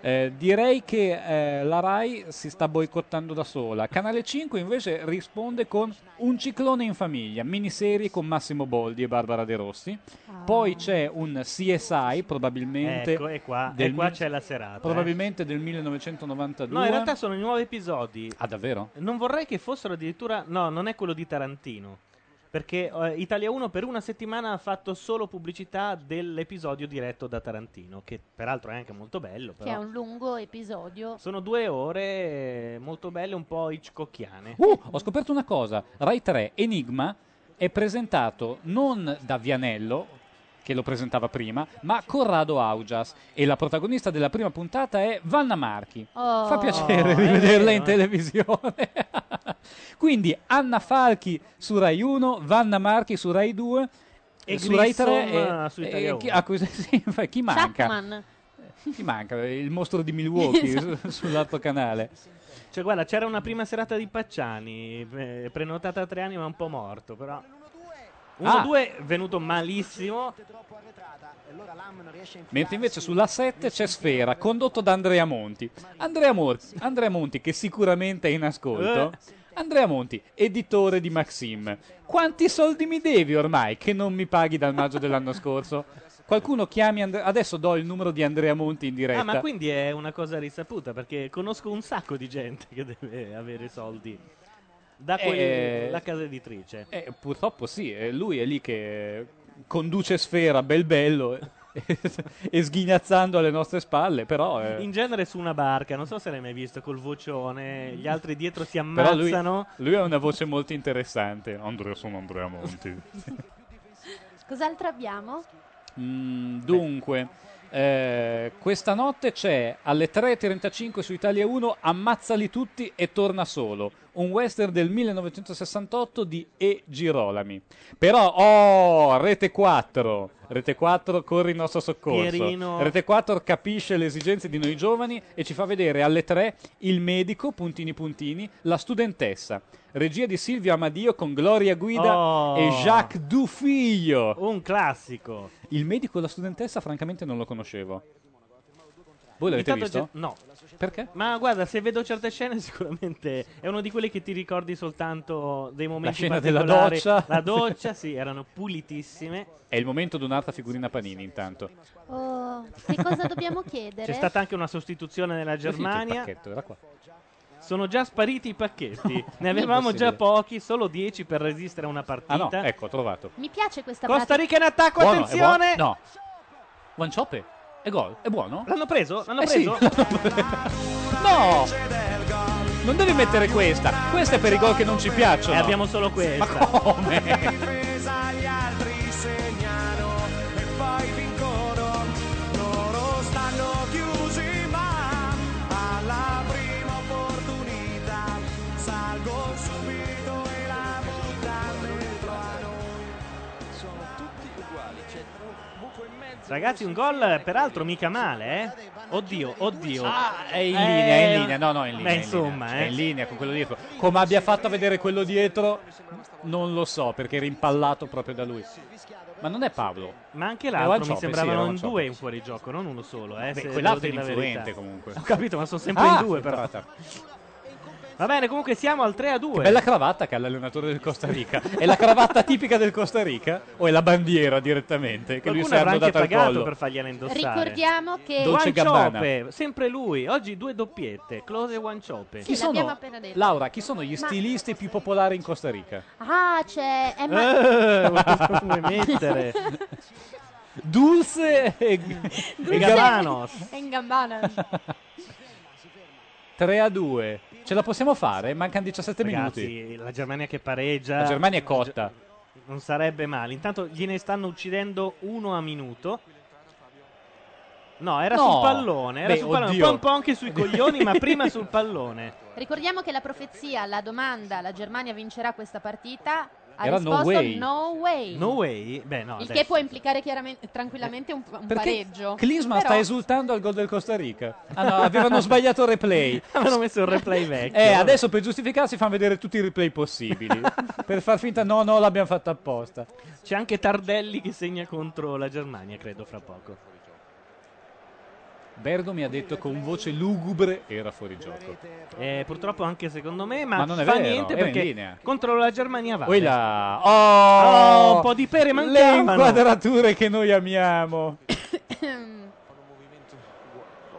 Speaker 3: Eh, direi che eh, la Rai si sta boicottando da sola. Canale 5 invece risponde con Un ciclone in famiglia, miniserie con Massimo Boldi e Barbara De Rossi. Poi c'è un CSI, probabilmente.
Speaker 2: Ecco, e qua, e
Speaker 3: del
Speaker 2: qua
Speaker 3: mil-
Speaker 2: c'è la serata. eh.
Speaker 3: Probabilmente del 1992.
Speaker 2: No, in realtà sono i nuovi episodi.
Speaker 3: Ah, davvero?
Speaker 2: Non vorrei che fossero addirittura. No, non è quello di Tarantino. Perché eh, Italia 1 per una settimana ha fatto solo pubblicità dell'episodio diretto da Tarantino, che peraltro è anche molto bello.
Speaker 7: Che è
Speaker 2: Però.
Speaker 7: un lungo episodio.
Speaker 2: Sono due ore eh, molto belle, un po' Hitchcockiane.
Speaker 3: Uh, ho scoperto una cosa. Rai 3 Enigma è presentato non da Vianello, che lo presentava prima, ma Corrado Augias. E la protagonista della prima puntata è Vanna Marchi.
Speaker 7: Oh.
Speaker 3: Fa piacere
Speaker 7: Oh, è
Speaker 3: rivederla
Speaker 7: vero,
Speaker 3: in
Speaker 7: eh.
Speaker 3: televisione. [LAUGHS] Quindi Anna Falchi su Rai 1, Vanna Marchi su Rai 2.
Speaker 2: E
Speaker 3: su Rai
Speaker 2: Grissom,
Speaker 3: 3
Speaker 2: eh, su Italia
Speaker 3: chi,
Speaker 2: uno.
Speaker 3: a cui- sì, [LAUGHS] infatti,
Speaker 7: Oh,
Speaker 3: chi manca?
Speaker 7: Chapman.
Speaker 3: Chi manca? Il mostro
Speaker 7: [LAUGHS]
Speaker 3: di Milwaukee su- sull'altro canale.
Speaker 2: Cioè, guarda, c'era una prima serata di Pacciani, eh, prenotata a tre anni, ma un po' morto. Però. 1-2
Speaker 3: Ah!
Speaker 2: è venuto malissimo.
Speaker 3: Mentre invece sulla 7 c'è Sfera, condotto da Andrea Monti. Andrea, Mor- Andrea Monti, che sicuramente è in ascolto.
Speaker 2: Eh.
Speaker 3: Andrea Monti, editore di Maxim. Quanti soldi mi devi ormai che non mi paghi dal maggio dell'anno scorso? Qualcuno chiami Andre- Adesso do il numero di Andrea Monti in diretta.
Speaker 2: Ah, ma quindi è una cosa risaputa, perché conosco un sacco di gente che deve avere soldi da quella
Speaker 3: Eh,
Speaker 2: casa editrice.
Speaker 3: Eh, purtroppo sì, eh, lui è lì che conduce Sfera, bel bello, eh, e [LAUGHS] sghignazzando alle nostre spalle, però... eh,
Speaker 2: In genere su una barca, non so se l'hai mai visto col vocione, gli altri dietro si
Speaker 3: Però lui,
Speaker 2: ammazzano.
Speaker 3: lui ha una voce molto interessante. Andrea, sono Andrea Monti.
Speaker 7: Cos'altro abbiamo?
Speaker 3: Mm, dunque, eh, questa notte c'è alle 3.35 su Italia 1 Ammazzali tutti e torna solo. Un western del 1968 di E. Girolami. Però, oh, Rete 4. Rete 4 corre in nostro soccorso.
Speaker 2: Pierino.
Speaker 3: Rete 4 capisce le esigenze di noi giovani e ci fa vedere alle 3 il medico, puntini puntini, la studentessa. Regia di Silvio Amadio con Gloria Guida
Speaker 2: Oh.
Speaker 3: e Jacques Dufiglio.
Speaker 2: Un classico.
Speaker 3: Il medico e la studentessa, francamente, non lo conoscevo. Voi l'avete
Speaker 2: Intanto
Speaker 3: visto?
Speaker 2: c'è- No.
Speaker 3: Perché?
Speaker 2: Ma guarda, se vedo certe scene [LAUGHS] sicuramente è uno di quelli che ti ricordi soltanto dei momenti
Speaker 3: scena della
Speaker 2: particolari.
Speaker 3: doccia.
Speaker 2: La doccia, sì, erano pulitissime.
Speaker 3: È il momento di un'altra figurina Panini, intanto.
Speaker 7: Oh, che cosa dobbiamo chiedere?
Speaker 2: C'è stata anche una sostituzione nella
Speaker 3: Sentite,
Speaker 2: Germania.
Speaker 3: il pacchetto, era qua.
Speaker 2: Sono già spariti
Speaker 3: [LAUGHS]
Speaker 2: i pacchetti. ne
Speaker 3: Non è
Speaker 2: avevamo già
Speaker 3: possibile.
Speaker 2: pochi, solo 10 per resistere a una partita.
Speaker 3: Ah no, ecco, ho trovato.
Speaker 7: Mi piace questa
Speaker 2: Costa
Speaker 7: pratica-
Speaker 2: Rica in attacco,
Speaker 3: Buono, è buono?
Speaker 2: attenzione!
Speaker 3: No. One choppe. È gol, è buono?
Speaker 2: L'hanno preso? L'hanno
Speaker 3: Eh sì, [LAUGHS]
Speaker 2: preso?
Speaker 3: l'hanno preso. no! Non devi mettere questa. Questa è per i gol che non ci piacciono. Oh,
Speaker 2: E
Speaker 3: [LAUGHS]
Speaker 2: Eh, abbiamo solo questa.
Speaker 3: Ma come?
Speaker 12: difesa gli altri segnano e poi vincono. Loro stanno chiusi ma alla prima opportunità salgo subito e la buttano dentro a noi.
Speaker 10: Sono tutti uguali, c'è un buco in mezzo.
Speaker 2: Ragazzi, un gol peraltro mica male, eh? Oddio, oddio. Eh,
Speaker 3: Ah, è in linea, è in linea. No, no, è in linea. è
Speaker 2: Beh,
Speaker 3: in linea.
Speaker 2: insomma,
Speaker 3: Cioè,
Speaker 2: eh.
Speaker 3: è in linea con quello dietro. Come abbia fatto a vedere quello dietro, non lo so, perché era impallato proprio da lui. Ma non è Paolo.
Speaker 2: Ma anche
Speaker 3: Era Eh, One
Speaker 2: l'altro mi
Speaker 3: Choppe, sì, era
Speaker 2: sembravano
Speaker 3: One
Speaker 2: in
Speaker 3: Choppe.
Speaker 2: due in fuorigioco, non uno solo, eh?
Speaker 3: Beh,
Speaker 2: se
Speaker 3: quell'altro è
Speaker 2: devo dire la
Speaker 3: l'influente,
Speaker 2: verità.
Speaker 3: comunque.
Speaker 2: Ho capito, ma sono sempre
Speaker 3: Ah,
Speaker 2: in due, però.
Speaker 3: infatti.
Speaker 2: Va bene, comunque siamo al 3 a 2.
Speaker 3: Bella cravatta che ha l'allenatore del Costa Rica. È la cravatta tipica del Costa Rica? O è la bandiera direttamente? Che lui
Speaker 2: Qualcuno
Speaker 3: si è
Speaker 2: avrà anche
Speaker 3: annodata al
Speaker 2: pagato
Speaker 3: collo.
Speaker 2: per fargliela indossare.
Speaker 7: Ricordiamo che
Speaker 3: Dolce
Speaker 2: One
Speaker 3: Gabbana.
Speaker 2: Chope, sempre lui. Oggi due doppiette, Close e One Chope.
Speaker 7: Sì, l'abbiamo appena detto.
Speaker 3: Laura, chi sono gli
Speaker 7: Ma-
Speaker 3: stilisti più popolari in Costa Rica?
Speaker 7: Ah, c'è
Speaker 2: Eh, ma [LAUGHS] vuoi mettere?
Speaker 3: [LAUGHS] Dulce e, e
Speaker 2: Gabanos.
Speaker 5: È in gambana.
Speaker 3: 3 a 2. Ce la possiamo fare? Mancano 17 minuti.
Speaker 2: Ragazzi, eh, la Germania che pareggia.
Speaker 3: La Germania è cotta.
Speaker 2: Non sarebbe male. Intanto gliene stanno uccidendo uno a minuto. No, era
Speaker 3: No.
Speaker 2: sul pallone. Era
Speaker 3: Beh,
Speaker 2: sul pallone.
Speaker 3: oddio.
Speaker 2: Un po', un po' anche sui coglioni, ma prima
Speaker 7: [LAUGHS]
Speaker 2: sul pallone.
Speaker 7: [LAUGHS] Ricordiamo che la profezia, la domanda, la Germania vincerà questa partita, ha
Speaker 2: Era no
Speaker 7: risposto
Speaker 2: way.
Speaker 7: no way.
Speaker 2: No way? Beh, no.
Speaker 7: Il
Speaker 2: adesso.
Speaker 7: che può implicare chiaramente- tranquillamente un, un
Speaker 3: Perché
Speaker 7: pareggio.
Speaker 3: Klinsmann
Speaker 7: Però-
Speaker 3: sta esultando al gol del Costa Rica. Ah no, avevano sbagliato il replay.
Speaker 2: Avevano messo
Speaker 7: [LAUGHS]
Speaker 2: il replay vecchio.
Speaker 3: Eh, adesso per giustificarsi fanno vedere tutti i replay possibili. per far finta no, no, l'abbiamo fatto apposta.
Speaker 2: C'è anche Tardelli che segna contro la Germania, credo, fra poco.
Speaker 3: Berdo mi ha detto con voce lugubre era fuori gioco.
Speaker 2: Eh, purtroppo anche secondo me, ma,
Speaker 3: Ma non è
Speaker 2: fa
Speaker 3: vero,
Speaker 2: niente
Speaker 3: era in
Speaker 2: perché
Speaker 3: linea.
Speaker 2: contro la Germania va. Ah,
Speaker 3: Poi là. Oh,
Speaker 2: un po' di pere
Speaker 3: Le
Speaker 2: mancavano.
Speaker 3: inquadrature che noi amiamo.
Speaker 10: Non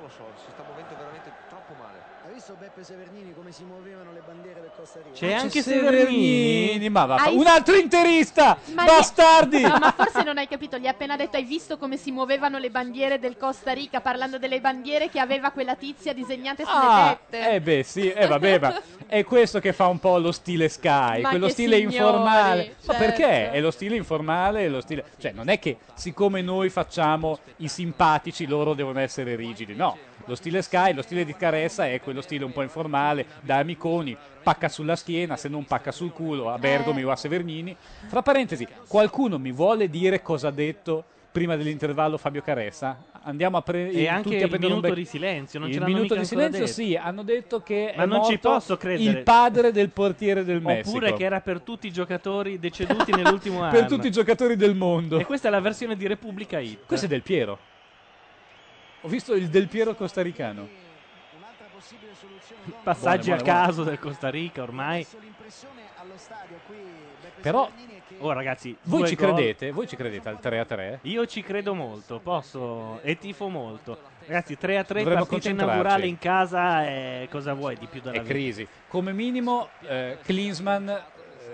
Speaker 10: lo so, si sta muovendo veramente troppo male. Hai visto Beppe Severnini come si muovevano le bandiere del Costa Rica?
Speaker 2: C'è
Speaker 3: Ah, c'è
Speaker 2: anche Severini.
Speaker 3: Severini, ma va-
Speaker 7: Hai-
Speaker 3: un altro interista!
Speaker 7: Ma gli-
Speaker 3: bastardi!
Speaker 7: No, [LAUGHS] ma forse non hai capito, gli ha appena detto hai visto come si muovevano le bandiere del Costa Rica parlando delle bandiere che aveva quella tizia disegnate sulle
Speaker 3: Ah,
Speaker 7: tette.
Speaker 3: eh beh sì, eh
Speaker 7: [LAUGHS]
Speaker 3: vabbè, ma è questo che fa un po' lo stile Sky,
Speaker 7: Ma
Speaker 3: quello
Speaker 7: che
Speaker 3: stile
Speaker 7: signori,
Speaker 3: informale. Ma
Speaker 7: certo.
Speaker 3: perché? È lo stile informale, è lo stile... Cioè, non è che siccome noi facciamo i simpatici, loro devono essere rigidi, no. Lo stile Sky, lo stile di Caressa è quello stile un po' informale, da amiconi, pacca sulla schiena, se non pacca sul culo, a Bergomi
Speaker 7: Eh.
Speaker 3: o a Severnini. Fra parentesi, qualcuno mi vuole dire cosa ha detto prima dell'intervallo Fabio Caressa? Andiamo a prendere...
Speaker 2: E anche
Speaker 3: tutti a
Speaker 2: il
Speaker 3: prendere un
Speaker 2: minuto
Speaker 3: bec-
Speaker 2: di silenzio, non
Speaker 3: Il
Speaker 2: ce l'hanno
Speaker 3: minuto
Speaker 2: mica
Speaker 3: di
Speaker 2: ancora
Speaker 3: silenzio,
Speaker 2: detto.
Speaker 3: sì, hanno detto che
Speaker 2: Ma
Speaker 3: è
Speaker 2: non ci
Speaker 3: morto
Speaker 2: posso credere.
Speaker 3: il padre del portiere del Messico.
Speaker 2: Oppure che era per tutti i
Speaker 3: [LAUGHS]
Speaker 2: giocatori deceduti nell'ultimo anno.
Speaker 3: per tutti i giocatori del mondo.
Speaker 2: E questa è la versione di Repubblica Hit.
Speaker 3: Questo è Del Piero. Ho visto il Del Piero costaricano.
Speaker 2: Passaggi
Speaker 3: Buone, buone, buone.
Speaker 2: a caso del Costa Rica ormai.
Speaker 3: Però
Speaker 2: Oh ragazzi,
Speaker 3: voi
Speaker 2: due
Speaker 3: ci
Speaker 2: gol.
Speaker 3: credete? Voi ci credete al 3 a 3?
Speaker 2: Io ci credo molto, posso e tifo molto. Ragazzi, 3 a 3
Speaker 3: Dovremmo
Speaker 2: partita
Speaker 3: concentrarci.
Speaker 2: inaugurale in casa è- cosa vuoi di più dalla
Speaker 3: È
Speaker 2: vita?
Speaker 3: crisi. Come minimo eh, Klinsmann eh,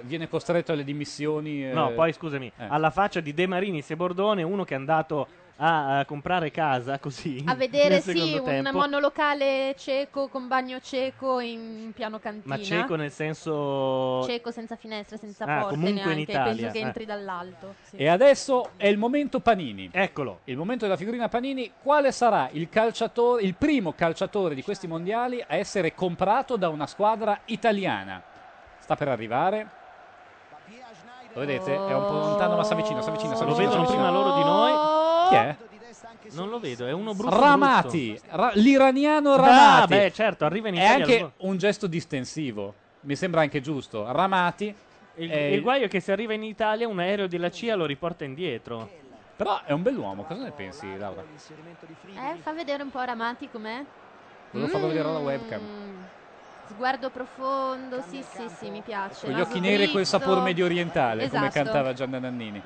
Speaker 3: viene costretto alle dimissioni. eh,
Speaker 2: No, poi scusami,
Speaker 3: eh.
Speaker 2: alla faccia di De Marinis e Bordone, uno che è andato a, a comprare casa così
Speaker 7: A vedere
Speaker 2: nel
Speaker 7: sì,
Speaker 2: secondo
Speaker 7: un
Speaker 2: tempo.
Speaker 7: monolocale cieco con bagno cieco in piano cantina.
Speaker 2: ma cieco nel senso
Speaker 7: Cieco senza finestre, senza
Speaker 2: Ah,
Speaker 7: porte
Speaker 2: comunque in
Speaker 7: neanche,
Speaker 2: Italia,
Speaker 7: penso che
Speaker 2: eh.
Speaker 7: entri dall'alto. sì.
Speaker 3: E adesso è il momento Panini.
Speaker 2: Eccolo.
Speaker 3: Il momento della figurina Panini. Quale sarà il, calciatore, il primo calciatore di questi mondiali a essere comprato da una squadra italiana? Sta per arrivare. Lo vedete? È un po' lontano, ma si avvicina, si avvicina, si
Speaker 2: Lo
Speaker 3: avvicina, si
Speaker 2: vedono
Speaker 3: avvicina.
Speaker 2: prima loro di noi.
Speaker 3: Chi è?
Speaker 2: Non lo vedo, è uno brutto.
Speaker 3: Ramati,
Speaker 2: brutto.
Speaker 3: Ra- l'iraniano
Speaker 2: Ah,
Speaker 3: Ramati.
Speaker 2: beh, certo, arriva in
Speaker 3: È
Speaker 2: Italia,
Speaker 3: anche
Speaker 2: lo-
Speaker 3: un gesto distensivo. Mi sembra anche giusto. Ramati.
Speaker 2: Il,
Speaker 3: è-
Speaker 2: il guaio è che se arriva in Italia un aereo della CIA lo riporta indietro.
Speaker 3: Però è un bell'uomo, cosa ne pensi, Laura?
Speaker 7: Eh, fa vedere un po' Ramati com'è.
Speaker 3: Volevo farlo vedere alla
Speaker 7: Mm.
Speaker 3: webcam.
Speaker 7: Sguardo profondo, sì, sì, sì, mi piace. Ah,
Speaker 3: Con gli
Speaker 7: naso
Speaker 3: occhi neri e quel
Speaker 7: dritto.
Speaker 3: sapore medio orientale, come
Speaker 7: Esatto.
Speaker 3: cantava Gianna Nannini.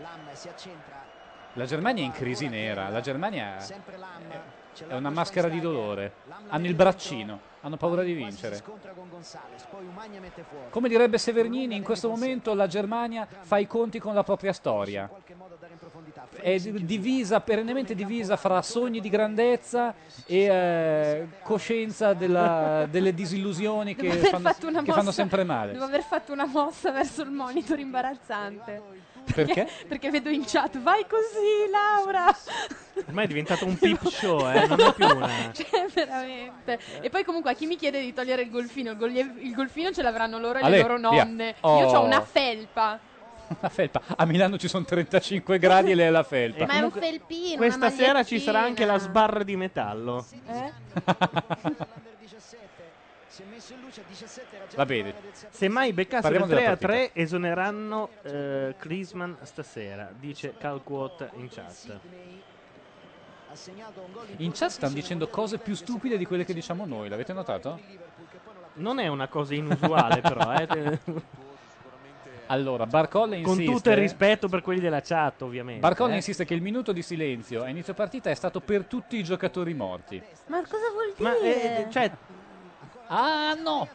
Speaker 3: La Germania è in crisi nera, la Germania è una maschera di dolore. Hanno il braccino, hanno paura di vincere. Come direbbe Severnini, in questo momento la Germania fa i conti con la propria storia. È divisa, perennemente divisa fra sogni di grandezza e eh, coscienza della- delle disillusioni che
Speaker 7: Devo aver
Speaker 3: fanno,
Speaker 7: fatto una
Speaker 3: che fanno
Speaker 7: mossa-
Speaker 3: sempre male.
Speaker 7: Devo aver fatto una mossa verso il monitor imbarazzante.
Speaker 3: Perché?
Speaker 7: [LAUGHS] Perché vedo in chat, vai così
Speaker 3: [LAUGHS]
Speaker 7: Laura!
Speaker 2: Ormai è diventato un peep show, eh, non è
Speaker 7: [LAUGHS]
Speaker 2: più una.
Speaker 7: Cioè, veramente. E poi comunque a chi mi chiede di togliere il golfino? Il, gol- il golfino ce l'avranno loro e
Speaker 3: Ale,
Speaker 7: le loro
Speaker 3: via.
Speaker 7: nonne.
Speaker 3: Oh.
Speaker 7: Io ho una felpa.
Speaker 3: La felpa. A Milano ci sono 35 gradi e lei è la felpa.
Speaker 7: Ma è un felpino,
Speaker 2: Questa
Speaker 7: una
Speaker 2: sera ci sarà
Speaker 7: magliettino.
Speaker 2: anche la sbarra di metallo.
Speaker 7: Eh?
Speaker 11: Si è messo in luce a 17 era già
Speaker 3: Va bene.
Speaker 2: Semmai beccassero
Speaker 3: Parliamo
Speaker 2: il
Speaker 3: della
Speaker 2: 3 a
Speaker 3: partita.
Speaker 2: 3 esoneranno eh, Klinsmann stasera, dice Calquot in chat.
Speaker 11: ha segnato un gol
Speaker 3: In chat stanno dicendo cose più stupide di quelle che diciamo noi, l'avete notato?
Speaker 2: Non è una cosa inusuale però,
Speaker 3: [LAUGHS]
Speaker 2: eh.
Speaker 3: Allora, Barcolle
Speaker 2: Con
Speaker 3: insiste.
Speaker 2: tutto il rispetto per quelli della chat, ovviamente.
Speaker 3: Barcolle
Speaker 2: eh.
Speaker 3: insiste che il minuto di silenzio a inizio partita è stato per tutti i giocatori morti.
Speaker 2: eh, cioè,
Speaker 7: Ma cosa vuol dire?
Speaker 2: Ma eh, cioè
Speaker 3: Ah no!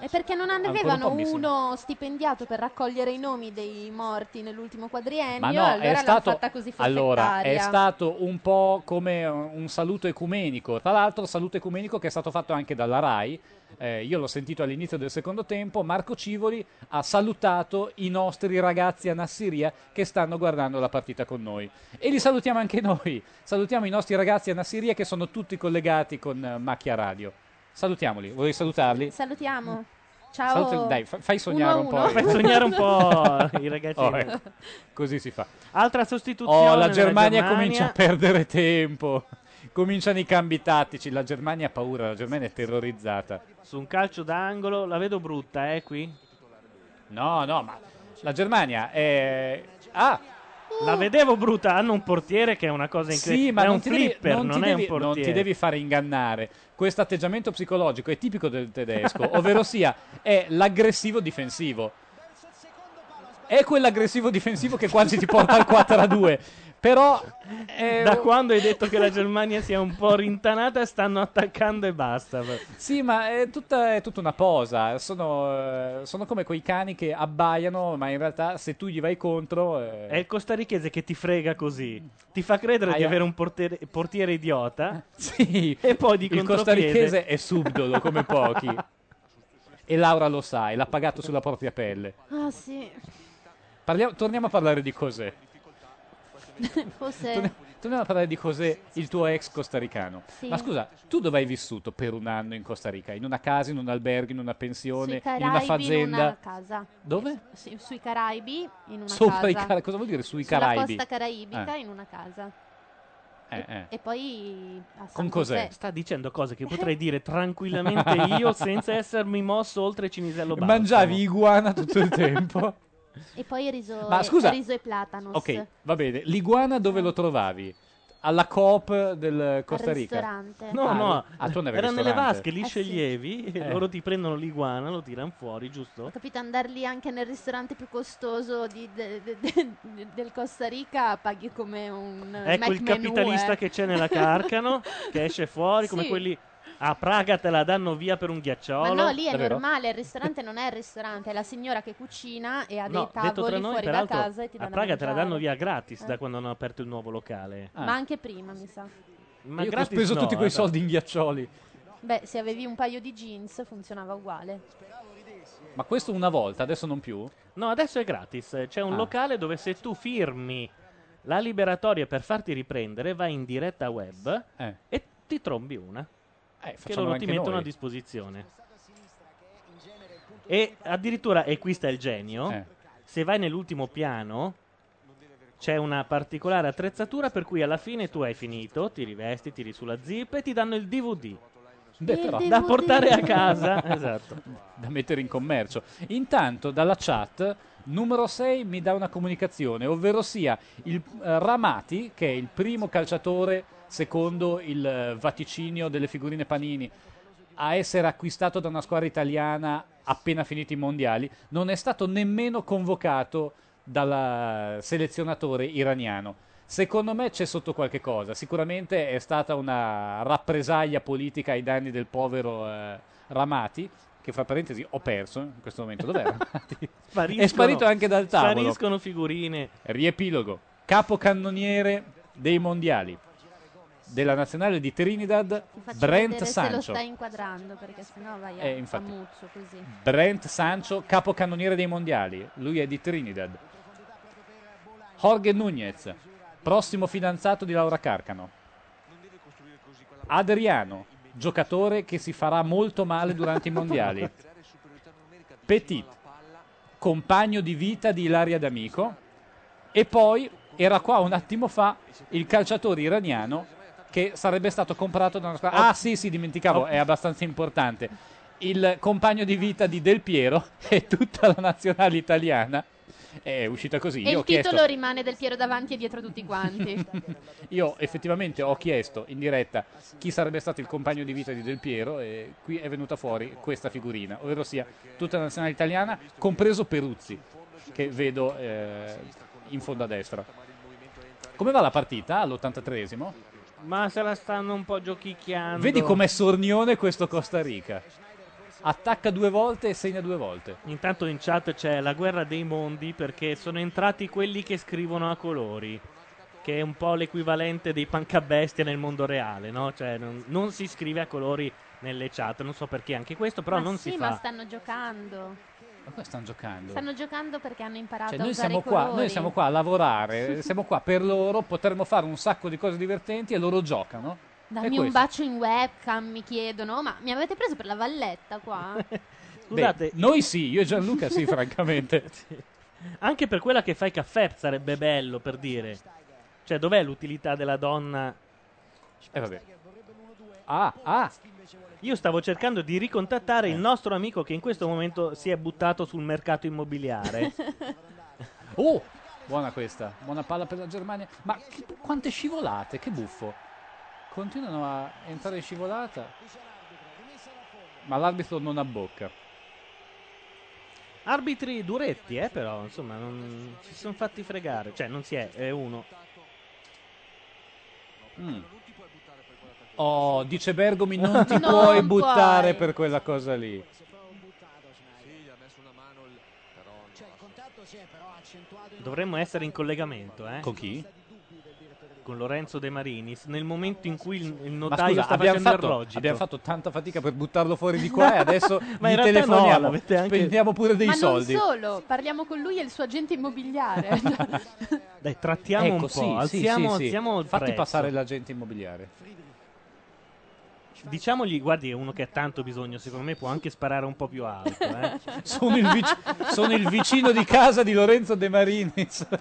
Speaker 7: E perché non
Speaker 3: Ancora un
Speaker 7: avevano
Speaker 3: po' mi sembra.
Speaker 7: uno stipendiato per raccogliere i nomi dei morti nell'ultimo quadriennio?
Speaker 3: Ma no,
Speaker 7: Eh, allora
Speaker 3: è
Speaker 7: l'hanno
Speaker 3: stato,
Speaker 7: fatta così
Speaker 3: allora, è
Speaker 7: forfettaria.
Speaker 3: stato un po' come eh, un saluto ecumenico. Tra l'altro, saluto ecumenico che è stato fatto anche dalla RAI. Eh, io l'ho sentito all'inizio del secondo tempo. Marco Civoli ha salutato i nostri ragazzi a Nassiria che stanno guardando la partita con noi. E li salutiamo anche noi. Salutiamo i nostri ragazzi a Nassiria che sono tutti collegati con eh, Macchia Radio. Salutiamoli, volevi salutarli?
Speaker 7: Salutiamo. Ciao.
Speaker 3: Saluta- Mm. dai, fa- fai sognare
Speaker 7: Uno
Speaker 3: un
Speaker 7: a
Speaker 3: po'.
Speaker 7: uno. Fai sognare un po'
Speaker 2: i ragazzini.
Speaker 3: Oh, ecco. Così si fa.
Speaker 2: Altra sostituzione.
Speaker 3: Oh, la
Speaker 2: della
Speaker 3: Germania,
Speaker 2: Germania.
Speaker 3: comincia a perdere tempo. Cominciano i cambi tattici. La Germania ha paura, la Germania è terrorizzata.
Speaker 2: Su un calcio d'angolo, la vedo brutta, eh, qui.
Speaker 3: No, no, ma la Germania è... Ah!
Speaker 2: La vedevo brutta, hanno un portiere che è una cosa incredibile.
Speaker 3: Sì, ma
Speaker 2: è
Speaker 3: non
Speaker 2: un
Speaker 3: ti devi-
Speaker 2: flipper,
Speaker 3: non ti
Speaker 2: non è
Speaker 3: devi-
Speaker 2: un portiere.
Speaker 3: Non ti devi fare ingannare. Questo atteggiamento psicologico è tipico del tedesco, ovvero sia è l'aggressivo difensivo. È quell'aggressivo difensivo che quasi ti porta al 4 a 2. Però eh,
Speaker 2: Da quando hai detto che la Germania sia un po' rintanata, stanno attaccando e basta.
Speaker 3: Sì, ma è tutta, è tutta una posa. Sono, eh, sono come quei cani che abbaiano, ma in realtà se tu gli vai contro. eh,
Speaker 2: È il costarichese che ti frega così. Ti fa credere di
Speaker 3: Aia.
Speaker 2: avere un portiere, portiere idiota.
Speaker 3: Sì.
Speaker 2: E poi di
Speaker 3: il
Speaker 2: contropiede-
Speaker 3: costarichese è subdolo
Speaker 7: [LAUGHS]
Speaker 3: come pochi. E Laura lo sa, e l'ha pagato sulla propria pelle.
Speaker 7: Ah sì,
Speaker 3: Parliamo- torniamo a parlare di cos'è.
Speaker 7: forse...
Speaker 3: Torni- Torniamo a parlare di cos'è il tuo ex costaricano.
Speaker 7: Sì.
Speaker 3: Ma scusa, tu dove hai vissuto per un anno in Costa Rica? In una casa, in un albergo, in una pensione,
Speaker 7: Sui
Speaker 3: in una
Speaker 7: Caraibi in,
Speaker 3: fazenda?
Speaker 7: una casa.
Speaker 3: Dove?
Speaker 7: Sì, sui Caraibi in una
Speaker 3: Sopra
Speaker 7: casa.
Speaker 3: i Cara- cosa vuol dire sui
Speaker 7: Sulla
Speaker 3: Caraibi?
Speaker 7: costa caraibica
Speaker 3: Eh.
Speaker 7: in una casa.
Speaker 3: Eh, eh.
Speaker 7: E poi a San
Speaker 3: Con cos'è?
Speaker 7: José.
Speaker 2: Sta dicendo cose che potrei dire tranquillamente io senza essermi mosso oltre Cinisello Balsamo.
Speaker 3: Mangiavi iguana tutto il tempo?
Speaker 7: E poi riso,
Speaker 3: Ma
Speaker 7: e-
Speaker 3: scusa-
Speaker 7: riso e platanos.
Speaker 3: ok, va bene. L'iguana dove lo trovavi? Alla Coop del Costa Rica?
Speaker 7: ristorante.
Speaker 2: No,
Speaker 3: Ah,
Speaker 2: no,
Speaker 3: ah, tu andavi al
Speaker 2: erano nelle
Speaker 3: ristorante.
Speaker 2: vasche, li
Speaker 7: Eh, sì.
Speaker 2: sceglievi, e
Speaker 3: Eh.
Speaker 2: loro ti prendono l'iguana, lo tirano fuori, giusto?
Speaker 7: Capito, andare lì anche nel ristorante più costoso di- de- de- de- del Costa Rica paghi come un
Speaker 2: Ecco
Speaker 7: Mac
Speaker 2: il
Speaker 7: menù,
Speaker 2: capitalista
Speaker 7: eh.
Speaker 2: che c'è
Speaker 7: [LAUGHS]
Speaker 2: nella Carcano, che esce fuori come
Speaker 7: Sì.
Speaker 2: quelli a Praga te la danno via per un
Speaker 7: Ma
Speaker 2: ghiacciolo.
Speaker 7: no, lì è normale, il ristorante non è il ristorante, è la signora che cucina e ha dei
Speaker 2: No, detto tra
Speaker 7: tavoli
Speaker 2: noi,
Speaker 7: fuori da
Speaker 2: peraltro,
Speaker 7: casa e ti
Speaker 2: a
Speaker 7: danno da
Speaker 2: Praga te la
Speaker 7: mangiare.
Speaker 2: danno via gratis
Speaker 7: Eh.
Speaker 2: da quando hanno aperto il nuovo locale.
Speaker 7: Ma anche prima, mi sa.
Speaker 2: Ma
Speaker 3: Io che ho
Speaker 2: gratis
Speaker 3: speso
Speaker 2: no,
Speaker 3: tutti quei
Speaker 2: eh,
Speaker 3: soldi in ghiaccioli.
Speaker 7: Beh, se avevi un paio di jeans funzionava uguale.
Speaker 3: Ma questo una volta, adesso non più?
Speaker 2: No, adesso è gratis. C'è un
Speaker 3: Ah.
Speaker 2: locale dove se tu firmi la liberatoria per farti riprendere, vai in diretta web e ti trombi una. che
Speaker 3: facciamolo
Speaker 2: loro ti
Speaker 3: Eh, anche
Speaker 2: mettono
Speaker 3: noi.
Speaker 2: a disposizione. E addirittura, e qui sta il genio,
Speaker 3: Eh.
Speaker 2: se vai nell'ultimo piano c'è una particolare attrezzatura per cui alla fine tu hai finito, ti rivesti, tiri sulla zip e ti danno il DVD.
Speaker 3: Beh, Il però.
Speaker 2: Da
Speaker 3: DVD.
Speaker 2: portare a
Speaker 3: [LAUGHS]
Speaker 2: casa. esatto.
Speaker 3: Da mettere in commercio. Intanto, dalla chat, numero 6 mi dà una comunicazione, ovvero sia il eh, Ramati, che è il primo calciatore secondo il eh, vaticinio delle figurine Panini a essere acquistato da una squadra italiana appena finiti i mondiali, non è stato nemmeno convocato dal eh, selezionatore iraniano. Secondo me c'è sotto qualche cosa, sicuramente è stata una rappresaglia politica ai danni del povero eh, Ramati, che fra parentesi ho perso in questo momento, dov'è Ramati?
Speaker 2: Spariscono-
Speaker 3: è sparito anche dal tavolo.
Speaker 2: Spariscono figurine.
Speaker 3: Riepilogo, capocannoniere dei mondiali della nazionale di Trinidad,
Speaker 7: Ti faccio
Speaker 3: Brent
Speaker 7: vedere se lo
Speaker 3: Sancho.
Speaker 7: stai inquadrando perché sennò vai a,
Speaker 3: Eh, infatti.
Speaker 7: a muzzo così.
Speaker 3: Brent Sancho, capocannoniere dei mondiali. Lui è di Trinidad. Jorge Nunez, prossimo fidanzato di Laura Carcano. Adriano, giocatore che si farà molto male durante i mondiali. Petit, compagno di vita di Ilaria D'Amico. E poi era qua un attimo fa il calciatore iraniano che sarebbe stato comprato da una squadra. Ah, sì, sì, dimenticavo, è abbastanza importante. Il compagno di vita di Del Piero [LAUGHS] e tutta la nazionale italiana. È uscita così.
Speaker 7: e
Speaker 3: Io ho
Speaker 7: il titolo
Speaker 3: chiesto,
Speaker 7: rimane del Piero davanti e dietro tutti
Speaker 3: [LAUGHS]
Speaker 7: quanti.
Speaker 3: io effettivamente ho chiesto in diretta chi sarebbe stato il compagno di vita di Del Piero e qui è venuta fuori questa figurina, ovvero sia tutta la nazionale italiana, compreso Peruzzi, che vedo eh, in fondo a destra. Come va la partita all'83esimo?
Speaker 2: Ma se la stanno un po' giochicchiando.
Speaker 3: Vedi com'è sornione questo Costa Rica. attacca due volte e segna due volte.
Speaker 2: Intanto in chat c'è la guerra dei mondi perché sono entrati quelli che scrivono a colori, che è un po' l'equivalente dei pancabestia nel mondo reale, no? Cioè non, non si scrive a colori nelle chat, non so perché anche questo, però
Speaker 7: ma
Speaker 2: non
Speaker 7: sì,
Speaker 2: si
Speaker 7: ma
Speaker 2: fa.
Speaker 7: stanno giocando.
Speaker 3: Ma poi stanno giocando.
Speaker 7: Stanno giocando perché hanno imparato
Speaker 3: Cioè,
Speaker 7: a Ah,
Speaker 3: noi,
Speaker 7: usare
Speaker 3: siamo
Speaker 7: i
Speaker 3: qua,
Speaker 7: colori.
Speaker 3: noi siamo qua
Speaker 7: [LAUGHS]
Speaker 3: a lavorare, siamo qua per loro, potremmo fare un sacco di cose divertenti e loro giocano. È
Speaker 7: Dammi un
Speaker 3: questo.
Speaker 7: bacio in webcam, mi chiedono, ma mi avete preso per la valletta
Speaker 3: [LAUGHS]
Speaker 7: qua?
Speaker 3: Beh, noi sì, io e
Speaker 7: [LAUGHS]
Speaker 3: Gianluca sì, francamente.
Speaker 2: Anche per quella che fa i caffè sarebbe bello per dire. Cioè, dov'è l'utilità della donna?
Speaker 3: Eh vabbè. Ah, ah.
Speaker 2: Io stavo cercando di ricontattare il nostro amico che in questo momento si è buttato sul mercato
Speaker 7: [LAUGHS]
Speaker 2: immobiliare.
Speaker 3: oh, buona questa. Buona palla per la Germania. Ma che- quante scivolate, che buffo. Continuano a entrare in scivolata. Ma l'arbitro non abbocca.
Speaker 2: Arbitri duretti, eh, però, insomma, non si sono fatti fregare. Cioè, non si è, è uno.
Speaker 3: Mm. Oh, dice Bergomi,
Speaker 7: [LAUGHS]
Speaker 3: non ti
Speaker 2: Non
Speaker 3: puoi
Speaker 2: puoi.
Speaker 3: buttare per quella cosa lì.
Speaker 10: Sì, gli ha messo una mano il- però non la-
Speaker 2: Dovremmo essere in collegamento, eh.
Speaker 3: Con chi?
Speaker 2: Con Lorenzo De Marinis. Nel momento in cui il, il
Speaker 3: Ma
Speaker 2: notaio
Speaker 3: scusa,
Speaker 2: sta
Speaker 3: abbiamo
Speaker 2: facendo il
Speaker 3: fatto,
Speaker 2: rogito.
Speaker 3: abbiamo fatto tanta fatica per buttarlo fuori
Speaker 2: [LAUGHS]
Speaker 3: di qua e adesso
Speaker 2: Ma
Speaker 3: gli
Speaker 2: in realtà no,
Speaker 3: telefoniamo.
Speaker 2: l'avete anche-
Speaker 3: Spendiamo pure dei
Speaker 5: Ma
Speaker 3: soldi. [LAUGHS]
Speaker 5: non solo, parliamo con lui e il suo agente immobiliare.
Speaker 2: Dai, trattiamo
Speaker 3: Ecco,
Speaker 2: un po',
Speaker 3: sì, sì,
Speaker 2: alziamo,
Speaker 3: sì, sì.
Speaker 2: alziamo il
Speaker 3: Fatti
Speaker 2: prezzo.
Speaker 3: passare l'agente immobiliare.
Speaker 2: Diciamogli, guardi, è uno che ha tanto bisogno, secondo me può anche sparare un po' più
Speaker 3: [LAUGHS]
Speaker 2: alto. eh.
Speaker 3: [LAUGHS] Sono il, vic- sono il vicino di casa di Lorenzo De Marinis. [LAUGHS]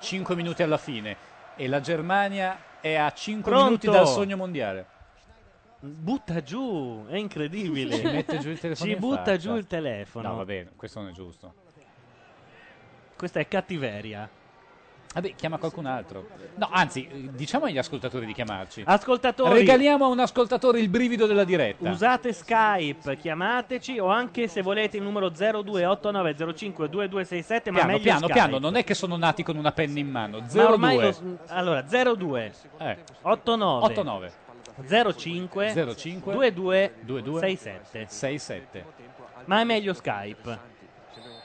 Speaker 3: 5 minuti alla fine e la Germania è a 5
Speaker 2: Pronto?
Speaker 3: minuti dal sogno mondiale.
Speaker 2: Butta giù, è incredibile.
Speaker 3: Ci mette giù il telefono.
Speaker 2: [LAUGHS] Ci
Speaker 3: in
Speaker 2: butta
Speaker 3: faccia.
Speaker 2: giù il telefono.
Speaker 3: No, va bene, questo non è giusto.
Speaker 2: Questa è cattiveria.
Speaker 3: Vabbè, chiama qualcun altro. No, anzi, eh, diciamo agli ascoltatori di chiamarci.
Speaker 2: Ascoltatori.
Speaker 3: Regaliamo a un ascoltatore il brivido della diretta.
Speaker 2: Usate Skype, chiamateci o anche se volete il numero 0289052267, ma
Speaker 3: piano,
Speaker 2: meglio
Speaker 3: piano,
Speaker 2: Skype.
Speaker 3: piano, non è che sono nati con una penna in mano. Eh,
Speaker 2: Ma ormai
Speaker 3: 02
Speaker 2: lo- allora 02 89
Speaker 3: 89
Speaker 2: 05
Speaker 3: 05
Speaker 2: 22
Speaker 3: 22
Speaker 2: 67
Speaker 3: 67.
Speaker 2: Ma è meglio Skype.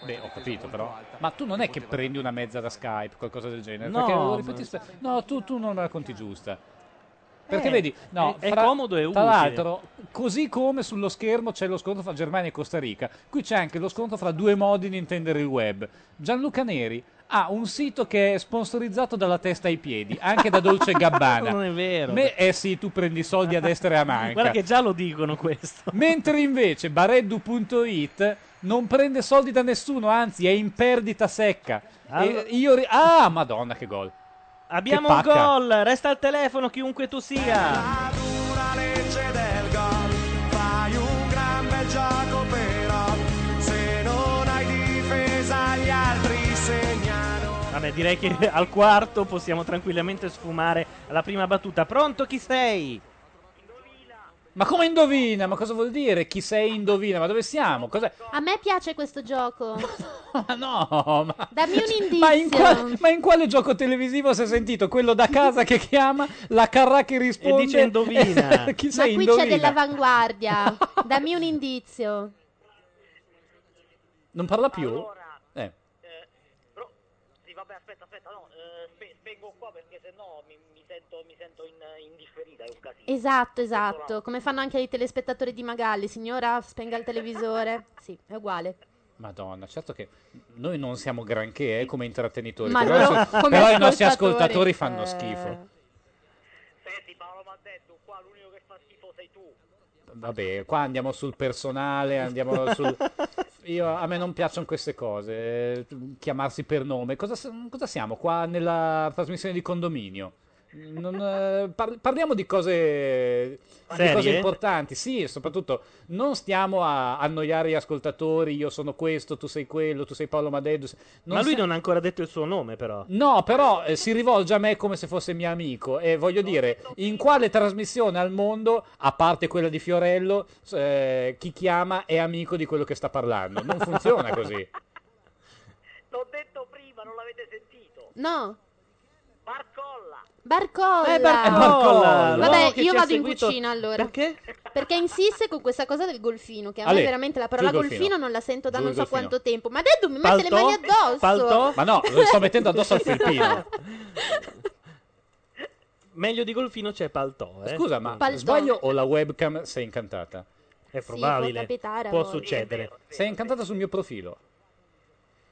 Speaker 3: Beh, ho capito però. Ma tu non è che prendi una mezza da Skype, qualcosa del genere.
Speaker 2: No,
Speaker 3: perché lo
Speaker 2: ma-
Speaker 3: ripeti spe- no tu, tu non me la conti giusta. Perché
Speaker 2: Eh,
Speaker 3: vedi, no,
Speaker 2: è- è
Speaker 3: fra-
Speaker 2: comodo e utile.
Speaker 3: Tra l'altro, così come sullo schermo c'è lo scontro fra Germania e Costa Rica, qui c'è anche lo scontro fra due modi di intendere il web. Gianluca Neri ha un sito che è sponsorizzato dalla testa ai piedi, anche da
Speaker 2: [LAUGHS]
Speaker 3: Dolce Gabbana.
Speaker 2: Non è vero.
Speaker 3: Me- eh sì, tu prendi soldi a destra e a manca.
Speaker 2: [LAUGHS] Guarda che già lo dicono questo.
Speaker 3: Mentre invece Bareddu.it non prende soldi da nessuno, anzi è in perdita secca.
Speaker 2: Allo-
Speaker 3: E io ri- ah, madonna che gol.
Speaker 2: Abbiamo
Speaker 3: Che
Speaker 2: un
Speaker 3: pacca.
Speaker 2: gol, resta al telefono chiunque tu
Speaker 3: Ah.
Speaker 2: sia.
Speaker 12: una legge del gol, fai un gran bel gioco però, se non hai difesa gli altri segnano.
Speaker 2: Vabbè, direi che [LAUGHS] al quarto possiamo tranquillamente sfumare la prima battuta. Pronto chi sei?
Speaker 3: Ma come indovina? Ma cosa vuol dire? Chi sei indovina? Ma dove siamo? Cos'è? [LAUGHS]
Speaker 7: A me piace questo gioco.
Speaker 3: Ma no, ma...
Speaker 7: Dammi un indizio.
Speaker 3: [LAUGHS] Ma in, quale, ma in quale gioco televisivo si è sentito? Quello da casa che chiama, la carrà che risponde
Speaker 2: dice indovina.
Speaker 3: [LAUGHS] Chi
Speaker 7: Ma
Speaker 3: sei
Speaker 7: qui
Speaker 3: indovina?
Speaker 7: c'è
Speaker 3: [LAUGHS]
Speaker 7: dell'avanguardia. Dammi un indizio.
Speaker 3: Non parla più? Eh.
Speaker 14: Ah, Sì, vabbè, aspetta, aspetta, no, eh, spe- spengo qua perché sennò mi, mi sento, mi sento in, in differita, è un casino.
Speaker 7: Esatto, esatto. Come fanno anche i telespettatori di Magalli. Signora, spenga il televisore. Sì, è uguale.
Speaker 3: Madonna, certo che noi non siamo granché eh, come intrattenitori,
Speaker 7: Ma
Speaker 3: però,
Speaker 7: loro-
Speaker 3: adesso-
Speaker 7: come
Speaker 3: però i nostri
Speaker 7: ascoltatori,
Speaker 3: ascoltatori fanno
Speaker 7: eh.
Speaker 3: schifo.
Speaker 14: Senti Paolo mi ha detto, qua l'unico che fa schifo sei tu.
Speaker 3: Vabbè, qua andiamo sul personale,
Speaker 7: [LAUGHS]
Speaker 3: andiamo sul... Io, a me non piacciono queste cose, eh, chiamarsi per nome. Cosa, s- cosa siamo qua nella trasmissione di condominio? Non, eh, par- parliamo di cose, di
Speaker 2: Serie?
Speaker 3: cose importanti, sì, e soprattutto non stiamo a annoiare gli ascoltatori, io sono questo, tu sei quello, tu sei Paolo Madedus.
Speaker 2: Ma lui non ha ancora detto il suo nome, però.
Speaker 3: No, però eh, si rivolge a me come se fosse mio amico e voglio dire, in quale trasmissione al mondo, a parte quella di Fiorello, s- eh, chi chiama è amico di quello che sta parlando? Non funziona così.
Speaker 14: L'ho detto prima, non l'avete sentito.
Speaker 7: No.
Speaker 14: Barcolla.
Speaker 7: Barcolla.
Speaker 14: Eh, Barcolla,
Speaker 7: Vabbè,
Speaker 14: no, che
Speaker 7: io
Speaker 14: ci ha
Speaker 7: vado in
Speaker 14: seguito-
Speaker 7: cucina allora.
Speaker 2: Perché?
Speaker 7: Perché insiste con questa cosa del golfino, che a
Speaker 3: Ale,
Speaker 7: me veramente la
Speaker 3: giù il
Speaker 7: parola
Speaker 3: golfino.
Speaker 7: golfino. non la sento da
Speaker 3: Giù il
Speaker 7: non so
Speaker 3: golfino.
Speaker 7: quanto tempo. Ma Deddu mi mette le
Speaker 3: Paltò?
Speaker 7: mani addosso.
Speaker 2: Paltò?
Speaker 3: Ma no, lo sto mettendo addosso al felpino.
Speaker 2: Meglio di Golfino c'è Paltò. Eh?
Speaker 3: Scusa, ma
Speaker 7: Paltò.
Speaker 3: sbaglio o la webcam sei incantata?
Speaker 2: È probabile.
Speaker 7: capitare a
Speaker 2: Può
Speaker 7: volte.
Speaker 2: succedere.
Speaker 3: Sei incantata sul mio profilo.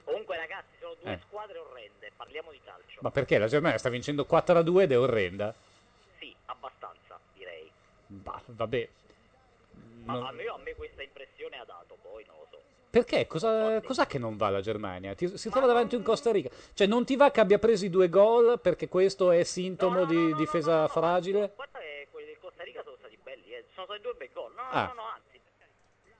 Speaker 14: Comunque, ragazzi, sono due
Speaker 3: Eh.
Speaker 14: squadre orrende. Parliamo di calcio.
Speaker 3: Ma perché? La Germania sta vincendo 4 a 2 ed è orrenda.
Speaker 14: Sì, abbastanza, direi.
Speaker 3: Bah, vabbè.
Speaker 14: Ma
Speaker 3: Non-
Speaker 14: almeno a me questa impressione ha dato, poi non lo so.
Speaker 3: Perché? Cosa, cos'ha che non va la Germania? Ti- si trova davanti un Costa Rica. Cioè, non ti va che abbia preso i due gol perché questo è sintomo di difesa fragile?
Speaker 14: Guarda che quelli del Costa Rica sono stati belli, eh. sono stati due bei gol. No, no,
Speaker 3: Ah.
Speaker 14: no, no, anzi.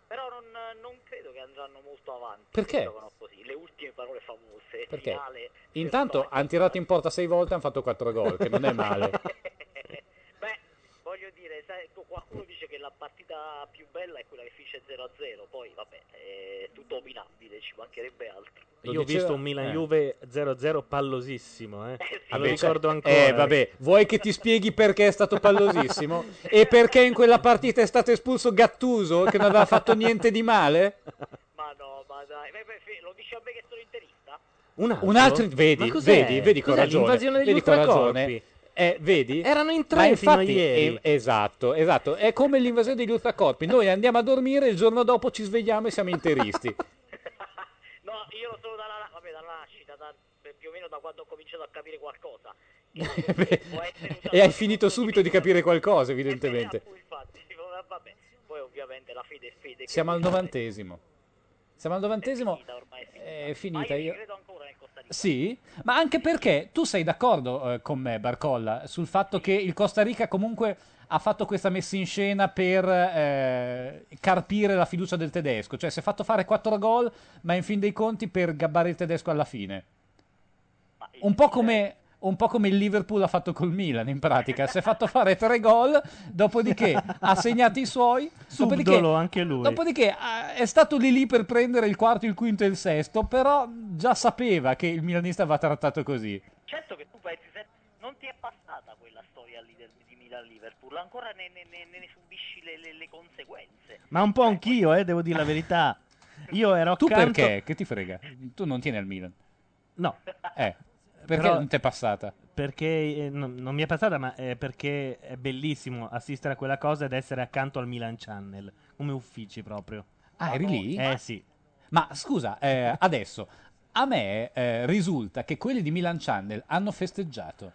Speaker 14: Però non, non credo che andranno molto avanti.
Speaker 3: Perché?
Speaker 14: se giocano così. Le ultime parole famose.
Speaker 3: Perché?
Speaker 14: Finale.
Speaker 3: Intanto hanno tirato in porta sei volte e hanno fatto quattro gol, che non è
Speaker 2: [LAUGHS]
Speaker 3: male.
Speaker 14: [LAUGHS] Beh, voglio dire, sai, ecco, qualcuno dice che la partita più bella è quella che finisce 0-0. Poi, vabbè, è tutto opinabile, ci mancherebbe altro.
Speaker 2: Io ho visto un Milan Juve 0-0 pallosissimo, eh. Lo
Speaker 3: Eh. Vabbè,
Speaker 2: ricordo
Speaker 3: cioè,
Speaker 2: ancora.
Speaker 3: Eh, vabbè, vuoi che ti spieghi perché è stato pallosissimo? e perché in quella partita è stato espulso Gattuso, che non aveva fatto niente di male?
Speaker 14: Ma no, ma dai, beh, beh, fe- lo dici a me che sono interista?
Speaker 2: Un
Speaker 3: Un altro, vedi,
Speaker 2: Ma cos'è?
Speaker 3: vedi, vedi con
Speaker 2: Cos'è,
Speaker 3: ragione.
Speaker 2: l'invasione degli
Speaker 3: vedi con
Speaker 2: ultracorpi?
Speaker 3: ragione. Eh, vedi?
Speaker 2: Erano in tre
Speaker 3: Ma
Speaker 2: fino a
Speaker 3: infatti,
Speaker 2: ieri.
Speaker 3: eh, esatto, esatto. È come l'invasione degli ultracorpi. Noi andiamo a dormire, il giorno dopo ci svegliamo e siamo interisti.
Speaker 14: No, io lo sono dalla, vabbè, dalla nascita, da- beh, più o meno da quando ho cominciato a
Speaker 3: [LAUGHS]
Speaker 14: capire qualcosa. Eh,
Speaker 3: e hai finito subito di capire qualcosa, evidentemente.
Speaker 14: Infatti, [LAUGHS] vabbè, poi ovviamente la fede è fede. che
Speaker 3: Siamo al
Speaker 14: poi-
Speaker 3: novantesimo. Siamo al novantesimo. È finita. Io Sì, ma anche perché tu sei d'accordo eh, con me, Barcolla, sul fatto che il Costa Rica comunque ha fatto questa messa in scena per eh, carpire la fiducia del tedesco. Cioè, si è fatto fare 4 gol, ma in fin dei conti per gabbare il tedesco alla fine. Un po' come. Un po' come il Liverpool ha fatto col Milan, in pratica. Si è fatto fare tre gol, dopodiché ha segnato i suoi. dopodiché-
Speaker 2: Subdolo anche lui.
Speaker 3: Dopodiché ah, è stato lì lì per prendere il quarto, il quinto e il sesto, però già sapeva che il milanista va trattato così.
Speaker 14: Certo che tu pensi, se- non ti è passata quella storia lì del- di Milan-Liverpool, ancora ne, ne- ne- ne subisci le, le- le conseguenze. [LAUGHS]
Speaker 2: Ma un po' anch'io, eh, devo dire la verità. Io ero
Speaker 3: Tu
Speaker 2: accanto...
Speaker 3: perché? Che ti frega? Tu non tieni al Milan.
Speaker 2: No.
Speaker 3: Eh, perché
Speaker 2: Però-
Speaker 3: non ti è passata?
Speaker 2: Perché eh, non, non mi è passata, ma eh, perché è bellissimo assistere a quella cosa ed essere accanto al Milan Channel, come uffici proprio.
Speaker 3: Ah, eri lì?
Speaker 2: Eh sì.
Speaker 3: Ma scusa, eh, adesso, a me eh, risulta che quelli di Milan Channel hanno festeggiato.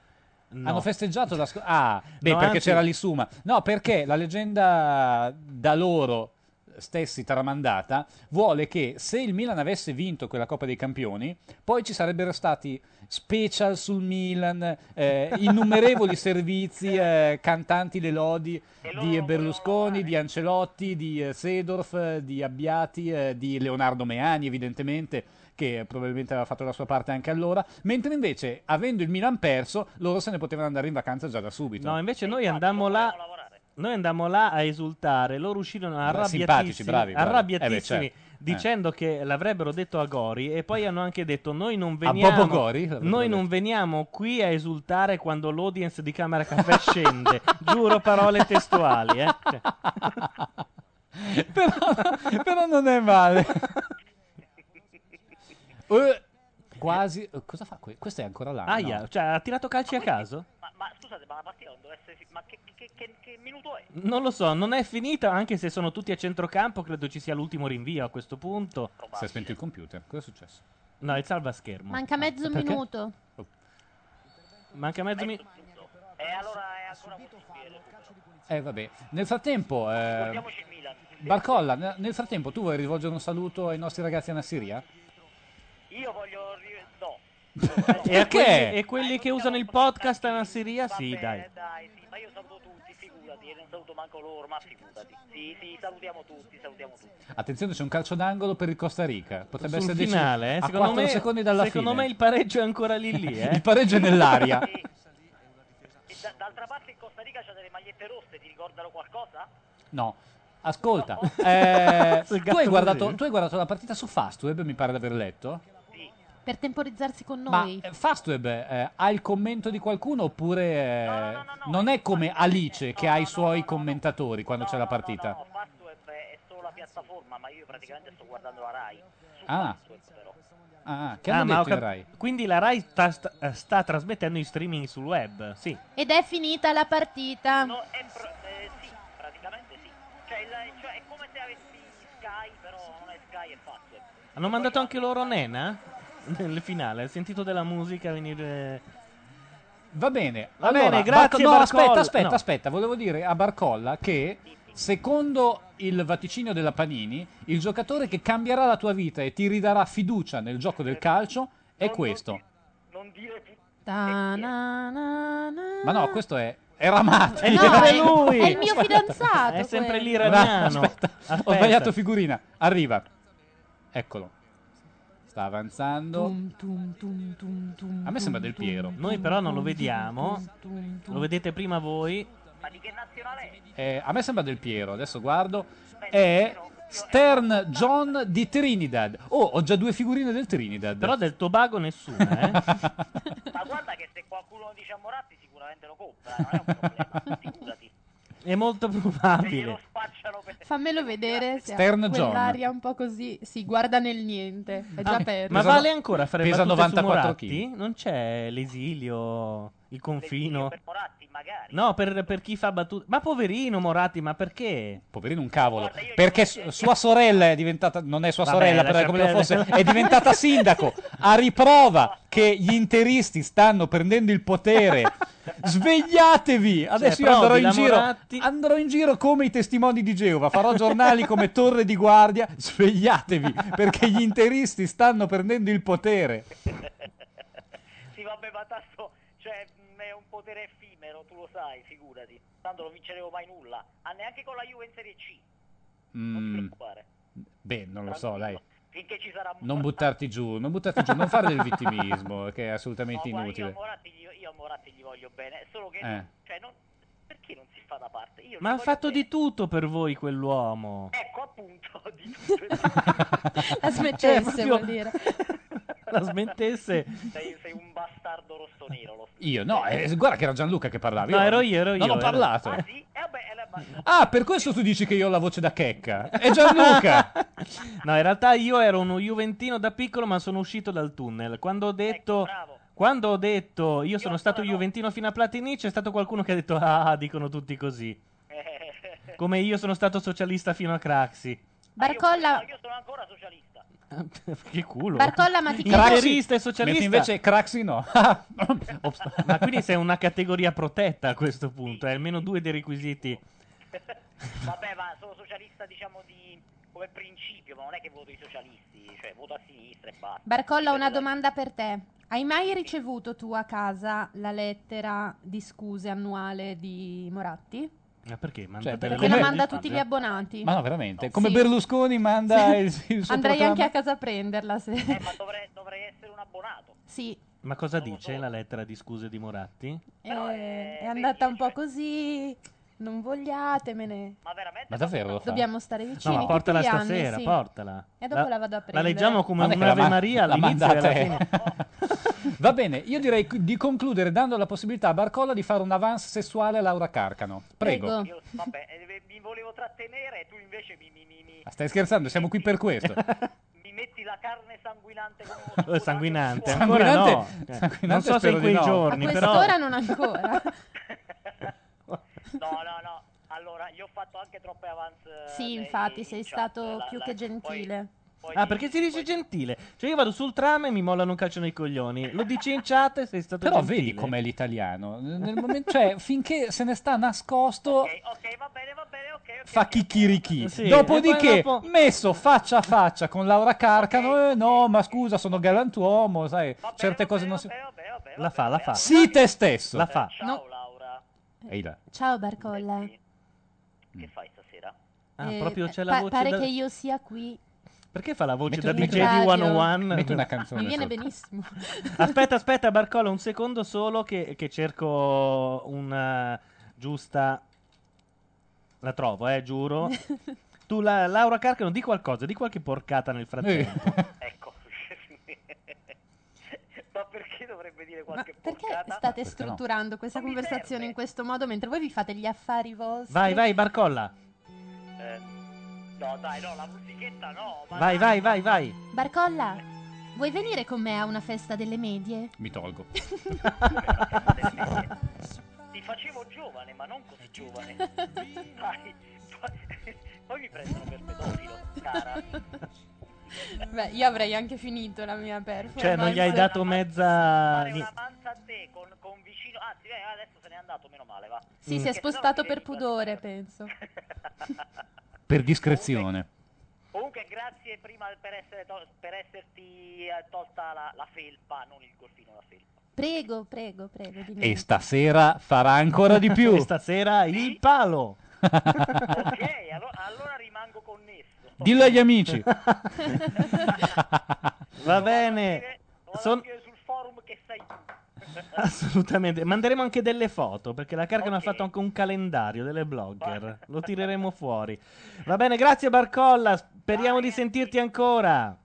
Speaker 2: No.
Speaker 3: Hanno festeggiato la scorsa... Ah, beh,
Speaker 2: No,
Speaker 3: perché
Speaker 2: anzi-
Speaker 3: c'era l'Isuma. No, perché la leggenda da loro stessi tramandata vuole che se il Milan avesse vinto quella Coppa dei Campioni, poi ci sarebbero stati special sul Milan, eh, [LAUGHS] innumerevoli servizi, eh, cantanti le lodi di Berlusconi, di Ancelotti, di eh, Sedorf, eh, di Abbiati, eh, di Leonardo Meani evidentemente, che probabilmente aveva fatto la sua parte anche allora, mentre invece avendo il Milan perso, loro se ne potevano andare in vacanza già da subito.
Speaker 2: No, invece noi andammo là. Noi andammo là a esultare, loro uscirono
Speaker 3: Eh, simpatici,
Speaker 2: arrabbiatissimi,
Speaker 3: bravi, bravi.
Speaker 2: arrabbiatissimi,
Speaker 3: Eh beh, certo.
Speaker 2: dicendo che l'avrebbero detto a Gori e poi hanno anche detto noi non
Speaker 3: A
Speaker 2: veniamo,
Speaker 3: Bobo Gori? L'avrebbero
Speaker 2: noi non veniamo qui a esultare quando l'audience di Camera Caffè
Speaker 3: [LAUGHS]
Speaker 2: scende, giuro parole testuali.
Speaker 3: Ah,
Speaker 2: Eh. Cioè,
Speaker 3: però, però non è
Speaker 2: [LAUGHS]
Speaker 3: male. Eh, quasi. eh, Cosa fa? que- Questo è ancora là.
Speaker 2: aia,
Speaker 3: no?
Speaker 2: cioè, ha tirato calci a caso?
Speaker 14: Ma, ma scusate, ma la partita non doveva essere... fi- ma che, che- che- che minuto è?
Speaker 2: Non lo so, non è finita, anche se sono tutti a centrocampo, credo ci sia l'ultimo rinvio a questo punto.
Speaker 3: Si è spento il computer, cosa è successo?
Speaker 2: No, il salvaschermo.
Speaker 7: Manca mezzo
Speaker 2: Perché?
Speaker 7: minuto.
Speaker 2: Manca mezzo minuto.
Speaker 14: E Eh, allora è ancora possibile.
Speaker 3: Eh, vabbè. Nel frattempo, eh,
Speaker 14: Ricordiamoci il Milan.
Speaker 3: Barcolla, ne- nel frattempo tu vuoi rivolgere un saluto ai nostri ragazzi in Assiria?
Speaker 14: Io voglio... ri- No.
Speaker 2: E
Speaker 3: Perché?
Speaker 2: a quelli, e quelli che usano il podcast in Assiria, sì, dai.
Speaker 14: Eh, dai, sì, ma io saluto tutti, figurati, e non saluto manco loro, ma figurati. Sì, sì, salutiamo tutti, salutiamo tutti.
Speaker 3: Attenzione, c'è un calcio d'angolo per il Costa Rica. Potrebbe
Speaker 2: Sul
Speaker 3: essere deciso
Speaker 2: finale, eh,
Speaker 3: a
Speaker 2: secondo
Speaker 3: 4
Speaker 2: me-
Speaker 3: secondi dalla
Speaker 2: secondo
Speaker 3: fine.
Speaker 2: me il pareggio è ancora lì lì, eh.
Speaker 3: [LAUGHS] il pareggio è nell'aria.
Speaker 14: E da- d'altra parte in Costa Rica c'ha delle magliette rosse, ti ricordano qualcosa?
Speaker 3: No. Ascolta, eh,
Speaker 2: [LAUGHS] Sul
Speaker 3: tu,
Speaker 2: gatto
Speaker 3: hai guardato,
Speaker 2: così.
Speaker 3: tu hai guardato la partita su Fastweb, mi pare di aver letto.
Speaker 14: Sì.
Speaker 7: per temporizzarsi con
Speaker 3: Ma
Speaker 7: noi.
Speaker 3: eh, Fastweb eh, ha il commento di qualcuno oppure eh, non è come Alice che ha i suoi commentatori quando c'è la partita?
Speaker 14: Fastweb è solo la piattaforma, ma io praticamente sto guardando la Rai. Su
Speaker 3: Ah.
Speaker 14: Fastweb, però.
Speaker 3: Ah, che
Speaker 2: Ah,
Speaker 3: hanno
Speaker 2: ma ho
Speaker 3: detto in
Speaker 2: cap-
Speaker 3: Rai?
Speaker 2: Quindi la Rai sta, sta- eh, sta trasmettendo in streaming sul web, sì.
Speaker 7: Ed è finita la partita.
Speaker 14: eh, Praticamente sì. Cioè, il- cioè, è come se avessi Sky, però non è Sky, è Fastweb.
Speaker 2: Hanno mandato anche loro Nena nel finale, hai sentito della musica venire...
Speaker 3: Va bene,
Speaker 2: va
Speaker 3: Allora,
Speaker 2: bene,
Speaker 3: Barco-
Speaker 2: grazie
Speaker 3: no, aspetta,
Speaker 2: Barcolla.
Speaker 3: aspetta,
Speaker 2: No.
Speaker 3: aspetta. Volevo dire a Barcolla che secondo il vaticinio della Panini, il giocatore che cambierà la tua vita e ti ridarà fiducia nel gioco del calcio è questo.
Speaker 7: Ta- na- na- na-
Speaker 3: Ma no, questo è era Matti.
Speaker 7: È sempre No, è- lui. è il mio fidanzato, È sempre quello. l'iraniano.
Speaker 3: Ma Aspetta, ho
Speaker 2: Aspetta.
Speaker 3: sbagliato figurina. Arriva. Eccolo. Sta avanzando. A me sembra Del Piero.
Speaker 2: Noi però non lo vediamo, lo vedete prima voi.
Speaker 3: Eh, a me sembra Del Piero, adesso guardo. È
Speaker 14: ecco,
Speaker 3: Stern John di Trinidad. Oh, ho già due figurine del Trinidad. Eh? Però
Speaker 2: del Tobago nessuna,
Speaker 14: Ma guarda che se qualcuno dice a Moratti sicuramente lo compra, non è un
Speaker 3: [LAUGHS]
Speaker 14: problema, figurati.
Speaker 2: È molto
Speaker 14: Se glielo
Speaker 2: probabile.
Speaker 14: spacciano per...
Speaker 5: Fammelo vedere se
Speaker 2: Stern
Speaker 5: ha
Speaker 2: John.
Speaker 5: quell'aria un po' così, si guarda nel niente, è già
Speaker 2: Ah,
Speaker 5: perso.
Speaker 2: Ma vale ancora fare
Speaker 3: pesa
Speaker 2: battute su
Speaker 3: 94
Speaker 2: Moratti? Non c'è l'esilio, il confino. per
Speaker 14: Moratti, magari.
Speaker 2: No, per, per chi fa battute. Ma poverino Moratti, ma perché?
Speaker 3: [LAUGHS] Poverino un cavolo. Perché su- sua sorella è diventata. Non è sua
Speaker 2: Vabbè,
Speaker 3: sorella, però è
Speaker 2: lascia
Speaker 3: come la fosse.
Speaker 2: perdere.
Speaker 3: È diventata sindaco. A riprova che gli interisti stanno prendendo il potere. Svegliatevi! Adesso io
Speaker 2: Prodi,
Speaker 3: andrò in
Speaker 2: Cioè, la
Speaker 3: giro.
Speaker 2: Moratti.
Speaker 3: Andrò in giro come i testimoni di Geova. Farò giornali come Torre di Guardia. Svegliatevi! Perché gli interisti stanno prendendo il potere.
Speaker 14: sì, vabbè, ma tanto cioè, mh, è un potere effimero, tu lo sai, figurati. Tanto non vinceremo mai nulla. Ah, neanche con la Juve in Serie C.
Speaker 3: Mm,
Speaker 14: guarda.
Speaker 3: beh, non lo so, dai.
Speaker 14: Finché ci sarà
Speaker 3: Non buttarti giù, non buttarti giù, non fare
Speaker 7: [LAUGHS]
Speaker 3: del vittimismo, che è assolutamente inutile.
Speaker 14: Moratti, io, io a Moratti gli voglio bene, solo che
Speaker 3: Eh.
Speaker 14: non- cioè, non- perché non si fa da parte? Io
Speaker 2: Ma
Speaker 14: gli
Speaker 2: ha
Speaker 14: voglio
Speaker 2: fatto
Speaker 14: bene.
Speaker 2: di tutto per voi quell'uomo.
Speaker 14: Ecco appunto
Speaker 3: [LAUGHS]
Speaker 14: di tutto.
Speaker 5: La smettesse,
Speaker 2: Eh, proprio-
Speaker 5: vuol dire.
Speaker 2: [LAUGHS] La smettesse.
Speaker 14: Sei, sei un bastardo rosso nero, lo
Speaker 3: Io no, eh, guarda che era Gianluca che parlava.
Speaker 2: No, ero io, ero io,
Speaker 3: Non ho
Speaker 2: ero-
Speaker 3: parlato.
Speaker 2: Ah,
Speaker 14: Eh,
Speaker 3: Ah, per questo tu dici che io ho la voce da checca. È
Speaker 2: [LAUGHS]
Speaker 3: Gianluca.
Speaker 2: No, in realtà io ero uno Juventino da piccolo, ma sono uscito dal tunnel. Quando ho
Speaker 14: Ecco,
Speaker 2: detto. quando ho detto Ecco, io sono stato Juventino fino a Platini, c'è stato qualcuno che ha detto: Ah, ah, dicono tutti così.
Speaker 14: Eh.
Speaker 2: Come io sono stato socialista fino a Craxi. [LAUGHS]
Speaker 7: Barcolla. [LAUGHS]
Speaker 2: che culo.
Speaker 7: Barcolla, ma ti chiedo-
Speaker 2: Interista e socialista.
Speaker 3: Mentre invece Craxi no. [LAUGHS]
Speaker 2: ma quindi sei una categoria protetta a questo punto. Hai almeno due dei requisiti.
Speaker 14: Vabbè, ma sono socialista, diciamo, di, come principio, ma non è che voto i socialisti, cioè voto a sinistra e basta.
Speaker 7: Barcolla,
Speaker 14: Cioè,
Speaker 7: una
Speaker 14: dai.
Speaker 7: domanda per te. Hai mai ricevuto tu a casa la lettera di scuse annuale di Moratti?
Speaker 2: Ma perché? Ma
Speaker 3: Cioè,
Speaker 7: Perché
Speaker 3: come-
Speaker 7: la manda a tutti gli abbonati.
Speaker 3: Ma no, veramente. Come
Speaker 7: Sì.
Speaker 3: Berlusconi manda il, il suo
Speaker 7: Andrei
Speaker 3: programma.
Speaker 7: anche a casa a prenderla se...
Speaker 2: Eh.
Speaker 7: ma
Speaker 14: eh, dovrei, essere un abbonato.
Speaker 7: [LAUGHS] Sì,
Speaker 2: Ma cosa dice la lettera di scuse di Moratti?
Speaker 7: eh, è, andata un po' così. Non vogliatemene.
Speaker 14: Ma veramente?
Speaker 2: Ma davvero lo fa?
Speaker 7: Dobbiamo stare
Speaker 2: No,
Speaker 7: vicini
Speaker 2: ma portala
Speaker 7: tutti gli anni,
Speaker 2: stasera,
Speaker 7: sì.
Speaker 2: portala.
Speaker 7: E dopo la, vado a prendere.
Speaker 2: leggiamo come
Speaker 3: Non è che
Speaker 2: un'Ave
Speaker 3: la ma-
Speaker 2: Maria
Speaker 3: la
Speaker 2: all'inizio e alla
Speaker 3: [LAUGHS] mandate- [LAUGHS] Va bene, io direi di concludere dando la possibilità a Barcolla di fare un avance sessuale a Laura Carcano. Prego.
Speaker 14: Io, vabbè, eh, mi volevo trattenere e tu invece mi, mi- mi- mi-
Speaker 3: Ma Stai scherzando, siamo qui per
Speaker 2: [LAUGHS]
Speaker 3: questo.
Speaker 14: mi metti la carne sanguinante come uno
Speaker 2: Eh, sanguinante,
Speaker 3: Sanguinante-
Speaker 2: ancora no.
Speaker 3: sanguinante
Speaker 2: Eh, non so se
Speaker 3: spero
Speaker 2: in quei
Speaker 3: di no.
Speaker 2: giorni,
Speaker 3: A
Speaker 2: però.
Speaker 7: Ora non
Speaker 2: [LAUGHS]
Speaker 7: ancora.
Speaker 14: [LAUGHS] No, no, no. Allora, gli ho fatto anche troppe avance.
Speaker 7: sì, infatti, sei stato più che gentile.
Speaker 2: Ah, perché si dice gentile? Cioè, io vado sul tram e mi mollano un calcio nei coglioni. Lo dici in chat e sei stato
Speaker 3: Però
Speaker 2: gentile.
Speaker 3: vedi com'è l'italiano. Nel momento- cioè, finché se ne sta nascosto. Fa chicchirichì.
Speaker 2: Sì,
Speaker 3: Dopodiché,
Speaker 2: e poi dopo-
Speaker 3: messo faccia a faccia con Laura Carcano, eh, no, ma scusa, sono galantuomo, sai, certe cose non si.
Speaker 2: La fa, la fa.
Speaker 3: Sì, te stesso.
Speaker 2: La fa.
Speaker 14: Ciao, Laura.
Speaker 3: Ehi là.
Speaker 7: Ciao Barcolla.
Speaker 14: Che fai stasera?
Speaker 2: Ah,
Speaker 7: Eh,
Speaker 2: proprio c'è
Speaker 7: pa-
Speaker 2: la voce.
Speaker 7: pare
Speaker 2: da-
Speaker 7: che io sia qui.
Speaker 2: Perché fa la voce
Speaker 3: Metti
Speaker 2: da
Speaker 3: una-
Speaker 2: DJ
Speaker 3: metti
Speaker 2: di
Speaker 3: una-
Speaker 2: 101?
Speaker 3: metti una canzone
Speaker 7: Mi viene benissimo.
Speaker 2: Aspetta, aspetta, Barcola, un secondo solo che, che cerco una giusta... La trovo, eh, giuro. Tu, la-
Speaker 3: Eh.
Speaker 14: [LAUGHS]
Speaker 2: Laura Carcano, di qualcosa, di qualche porcata nel frattempo.
Speaker 14: Ecco. dire qualche
Speaker 7: Perché state
Speaker 2: no?
Speaker 7: strutturando questa conversazione in questo modo mentre voi vi fate gli affari vostri?
Speaker 2: Vai, vai, Barcolla.
Speaker 14: Eh, no, dai, no, la musichetta no. ma
Speaker 2: Vai,
Speaker 14: dai,
Speaker 2: vai, vai, vai.
Speaker 7: Barcolla, vuoi venire con me a una festa delle medie?
Speaker 3: Mi tolgo.
Speaker 14: [LAUGHS] Ti facevo giovane, ma non così giovane. Dai, poi- poi mi prendono per pedofilo, cara.
Speaker 5: [LAUGHS] Beh, io avrei anche finito la mia performance.
Speaker 2: [LAUGHS] Cioè, non gli hai dato mezza.
Speaker 14: Fare
Speaker 2: ni-
Speaker 14: una panza a te con, con vicino. Anzi, eh, adesso se n'è andato, meno male, va. [LAUGHS]
Speaker 5: Sì, si è
Speaker 14: Perché
Speaker 5: spostato
Speaker 14: sennò
Speaker 5: per pudore, penso.
Speaker 3: Per discrezione.
Speaker 14: Comunque, grazie prima per, essere to- per esserti eh, tolta la, la felpa, non il golfino, la
Speaker 2: [LAUGHS]
Speaker 14: felpa.
Speaker 7: Prego, prego, prego. di me.
Speaker 3: E stasera farà ancora di più.
Speaker 2: Mm. [LAUGHS] E stasera il palo.
Speaker 14: ok, allo- allora rimango connesso.
Speaker 3: Dillo agli
Speaker 2: [LAUGHS]
Speaker 3: amici.
Speaker 2: Va bene.
Speaker 14: Dire- vado a
Speaker 2: Son-
Speaker 14: dire sul forum che sei tu. [LAUGHS]
Speaker 2: Assolutamente. Manderemo anche delle foto perché la Carcano ha fatto anche un calendario delle blogger. Lo tireremo fuori. Va bene, grazie Barcolla. Speriamo di sentirti ancora.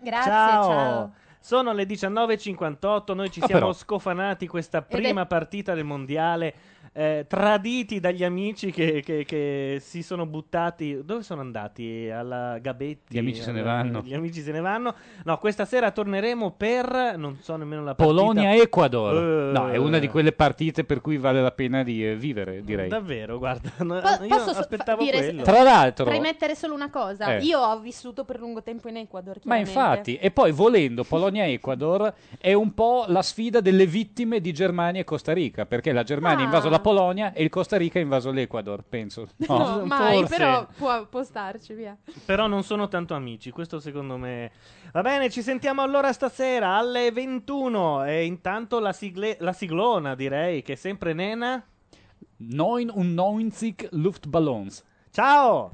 Speaker 7: Grazie,
Speaker 2: ciao.
Speaker 7: ciao.
Speaker 2: Sono le 19.58, noi ci
Speaker 3: Ah,
Speaker 2: siamo
Speaker 3: però.
Speaker 2: scofanati questa prima partita del mondiale, eh, traditi dagli amici che, che- che si sono buttati. Dove sono andati? Alla Gabetti.
Speaker 3: Gli amici se ne
Speaker 2: alla-
Speaker 3: vanno.
Speaker 2: Gli amici se ne vanno. No, questa sera torneremo per. Non so nemmeno la partita.
Speaker 3: Polonia-Ecuador.
Speaker 2: Eh,
Speaker 3: No, è una di quelle partite per cui vale la pena di eh, vivere, direi.
Speaker 2: Mm, Davvero, guarda. [LAUGHS] no,
Speaker 7: Po-
Speaker 2: io
Speaker 7: posso so-
Speaker 2: aspettavo
Speaker 7: fa- dire-
Speaker 2: quello.
Speaker 3: Tra l'altro-
Speaker 7: Premettere solo una cosa.
Speaker 3: Eh.
Speaker 7: Io ho vissuto per lungo tempo in Ecuador.
Speaker 3: Ma
Speaker 7: chiaramente.
Speaker 3: infatti, e poi volendo Polonia-Ecuador è un po' la sfida delle vittime di Germania e Costa Rica, perché la Germania ha invaso la Polonia e il Costa Rica ha invaso l'Ecuador, penso. No,
Speaker 5: No, mai,
Speaker 2: forse.
Speaker 5: però può, può starci, via.
Speaker 2: Però non sono tanto amici, questo secondo me. Va bene, ci sentiamo allora stasera alle 21. E intanto la, sigle- la siglona, direi, che è sempre nena.
Speaker 3: 990 Luftballons.
Speaker 2: Ciao!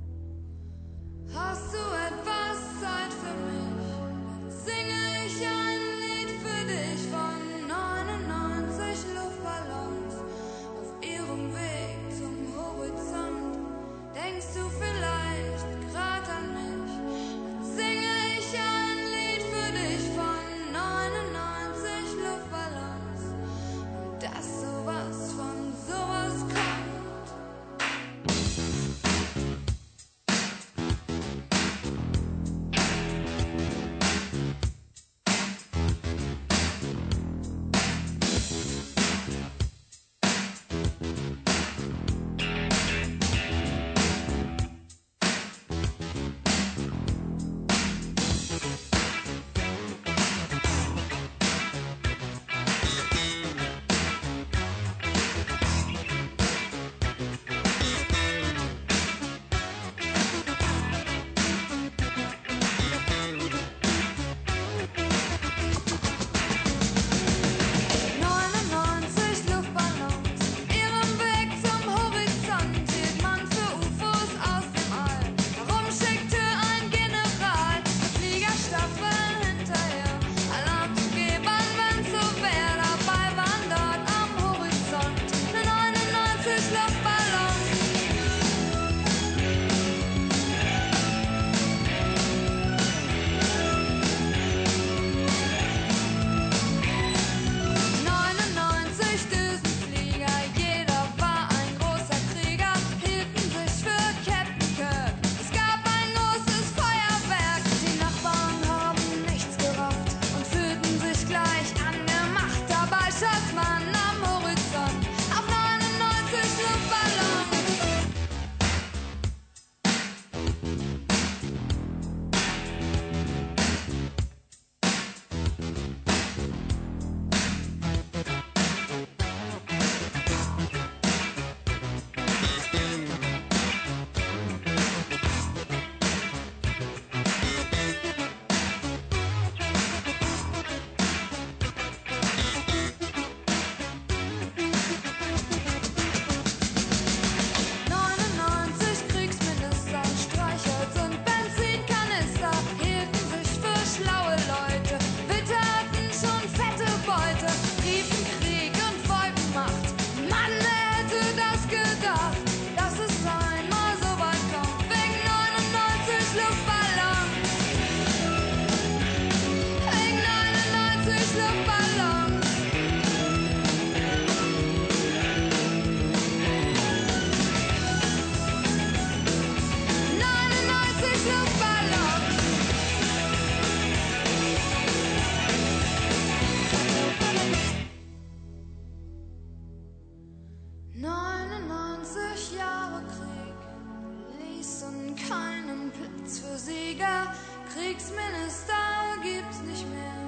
Speaker 1: Hast du etwas Zeit für mich? Singe ich ein Lied für dich von 99 Luftballons auf ihrem Weg zum Horizont. Denkst du vielleicht gerade an mich? Dann singe ich ein Lied für dich von 99 Luftballons und dass sowas von sowas kommt. gibt's für Sieger, Kriegsminister gibt's nicht mehr.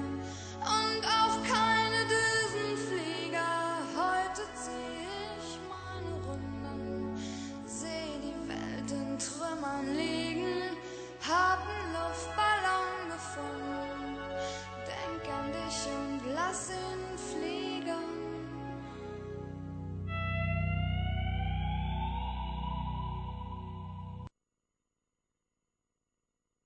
Speaker 1: Und auch keine Düsenflieger. Heute zieh ich meine Runden, seh die Welt in Trümmern liegen.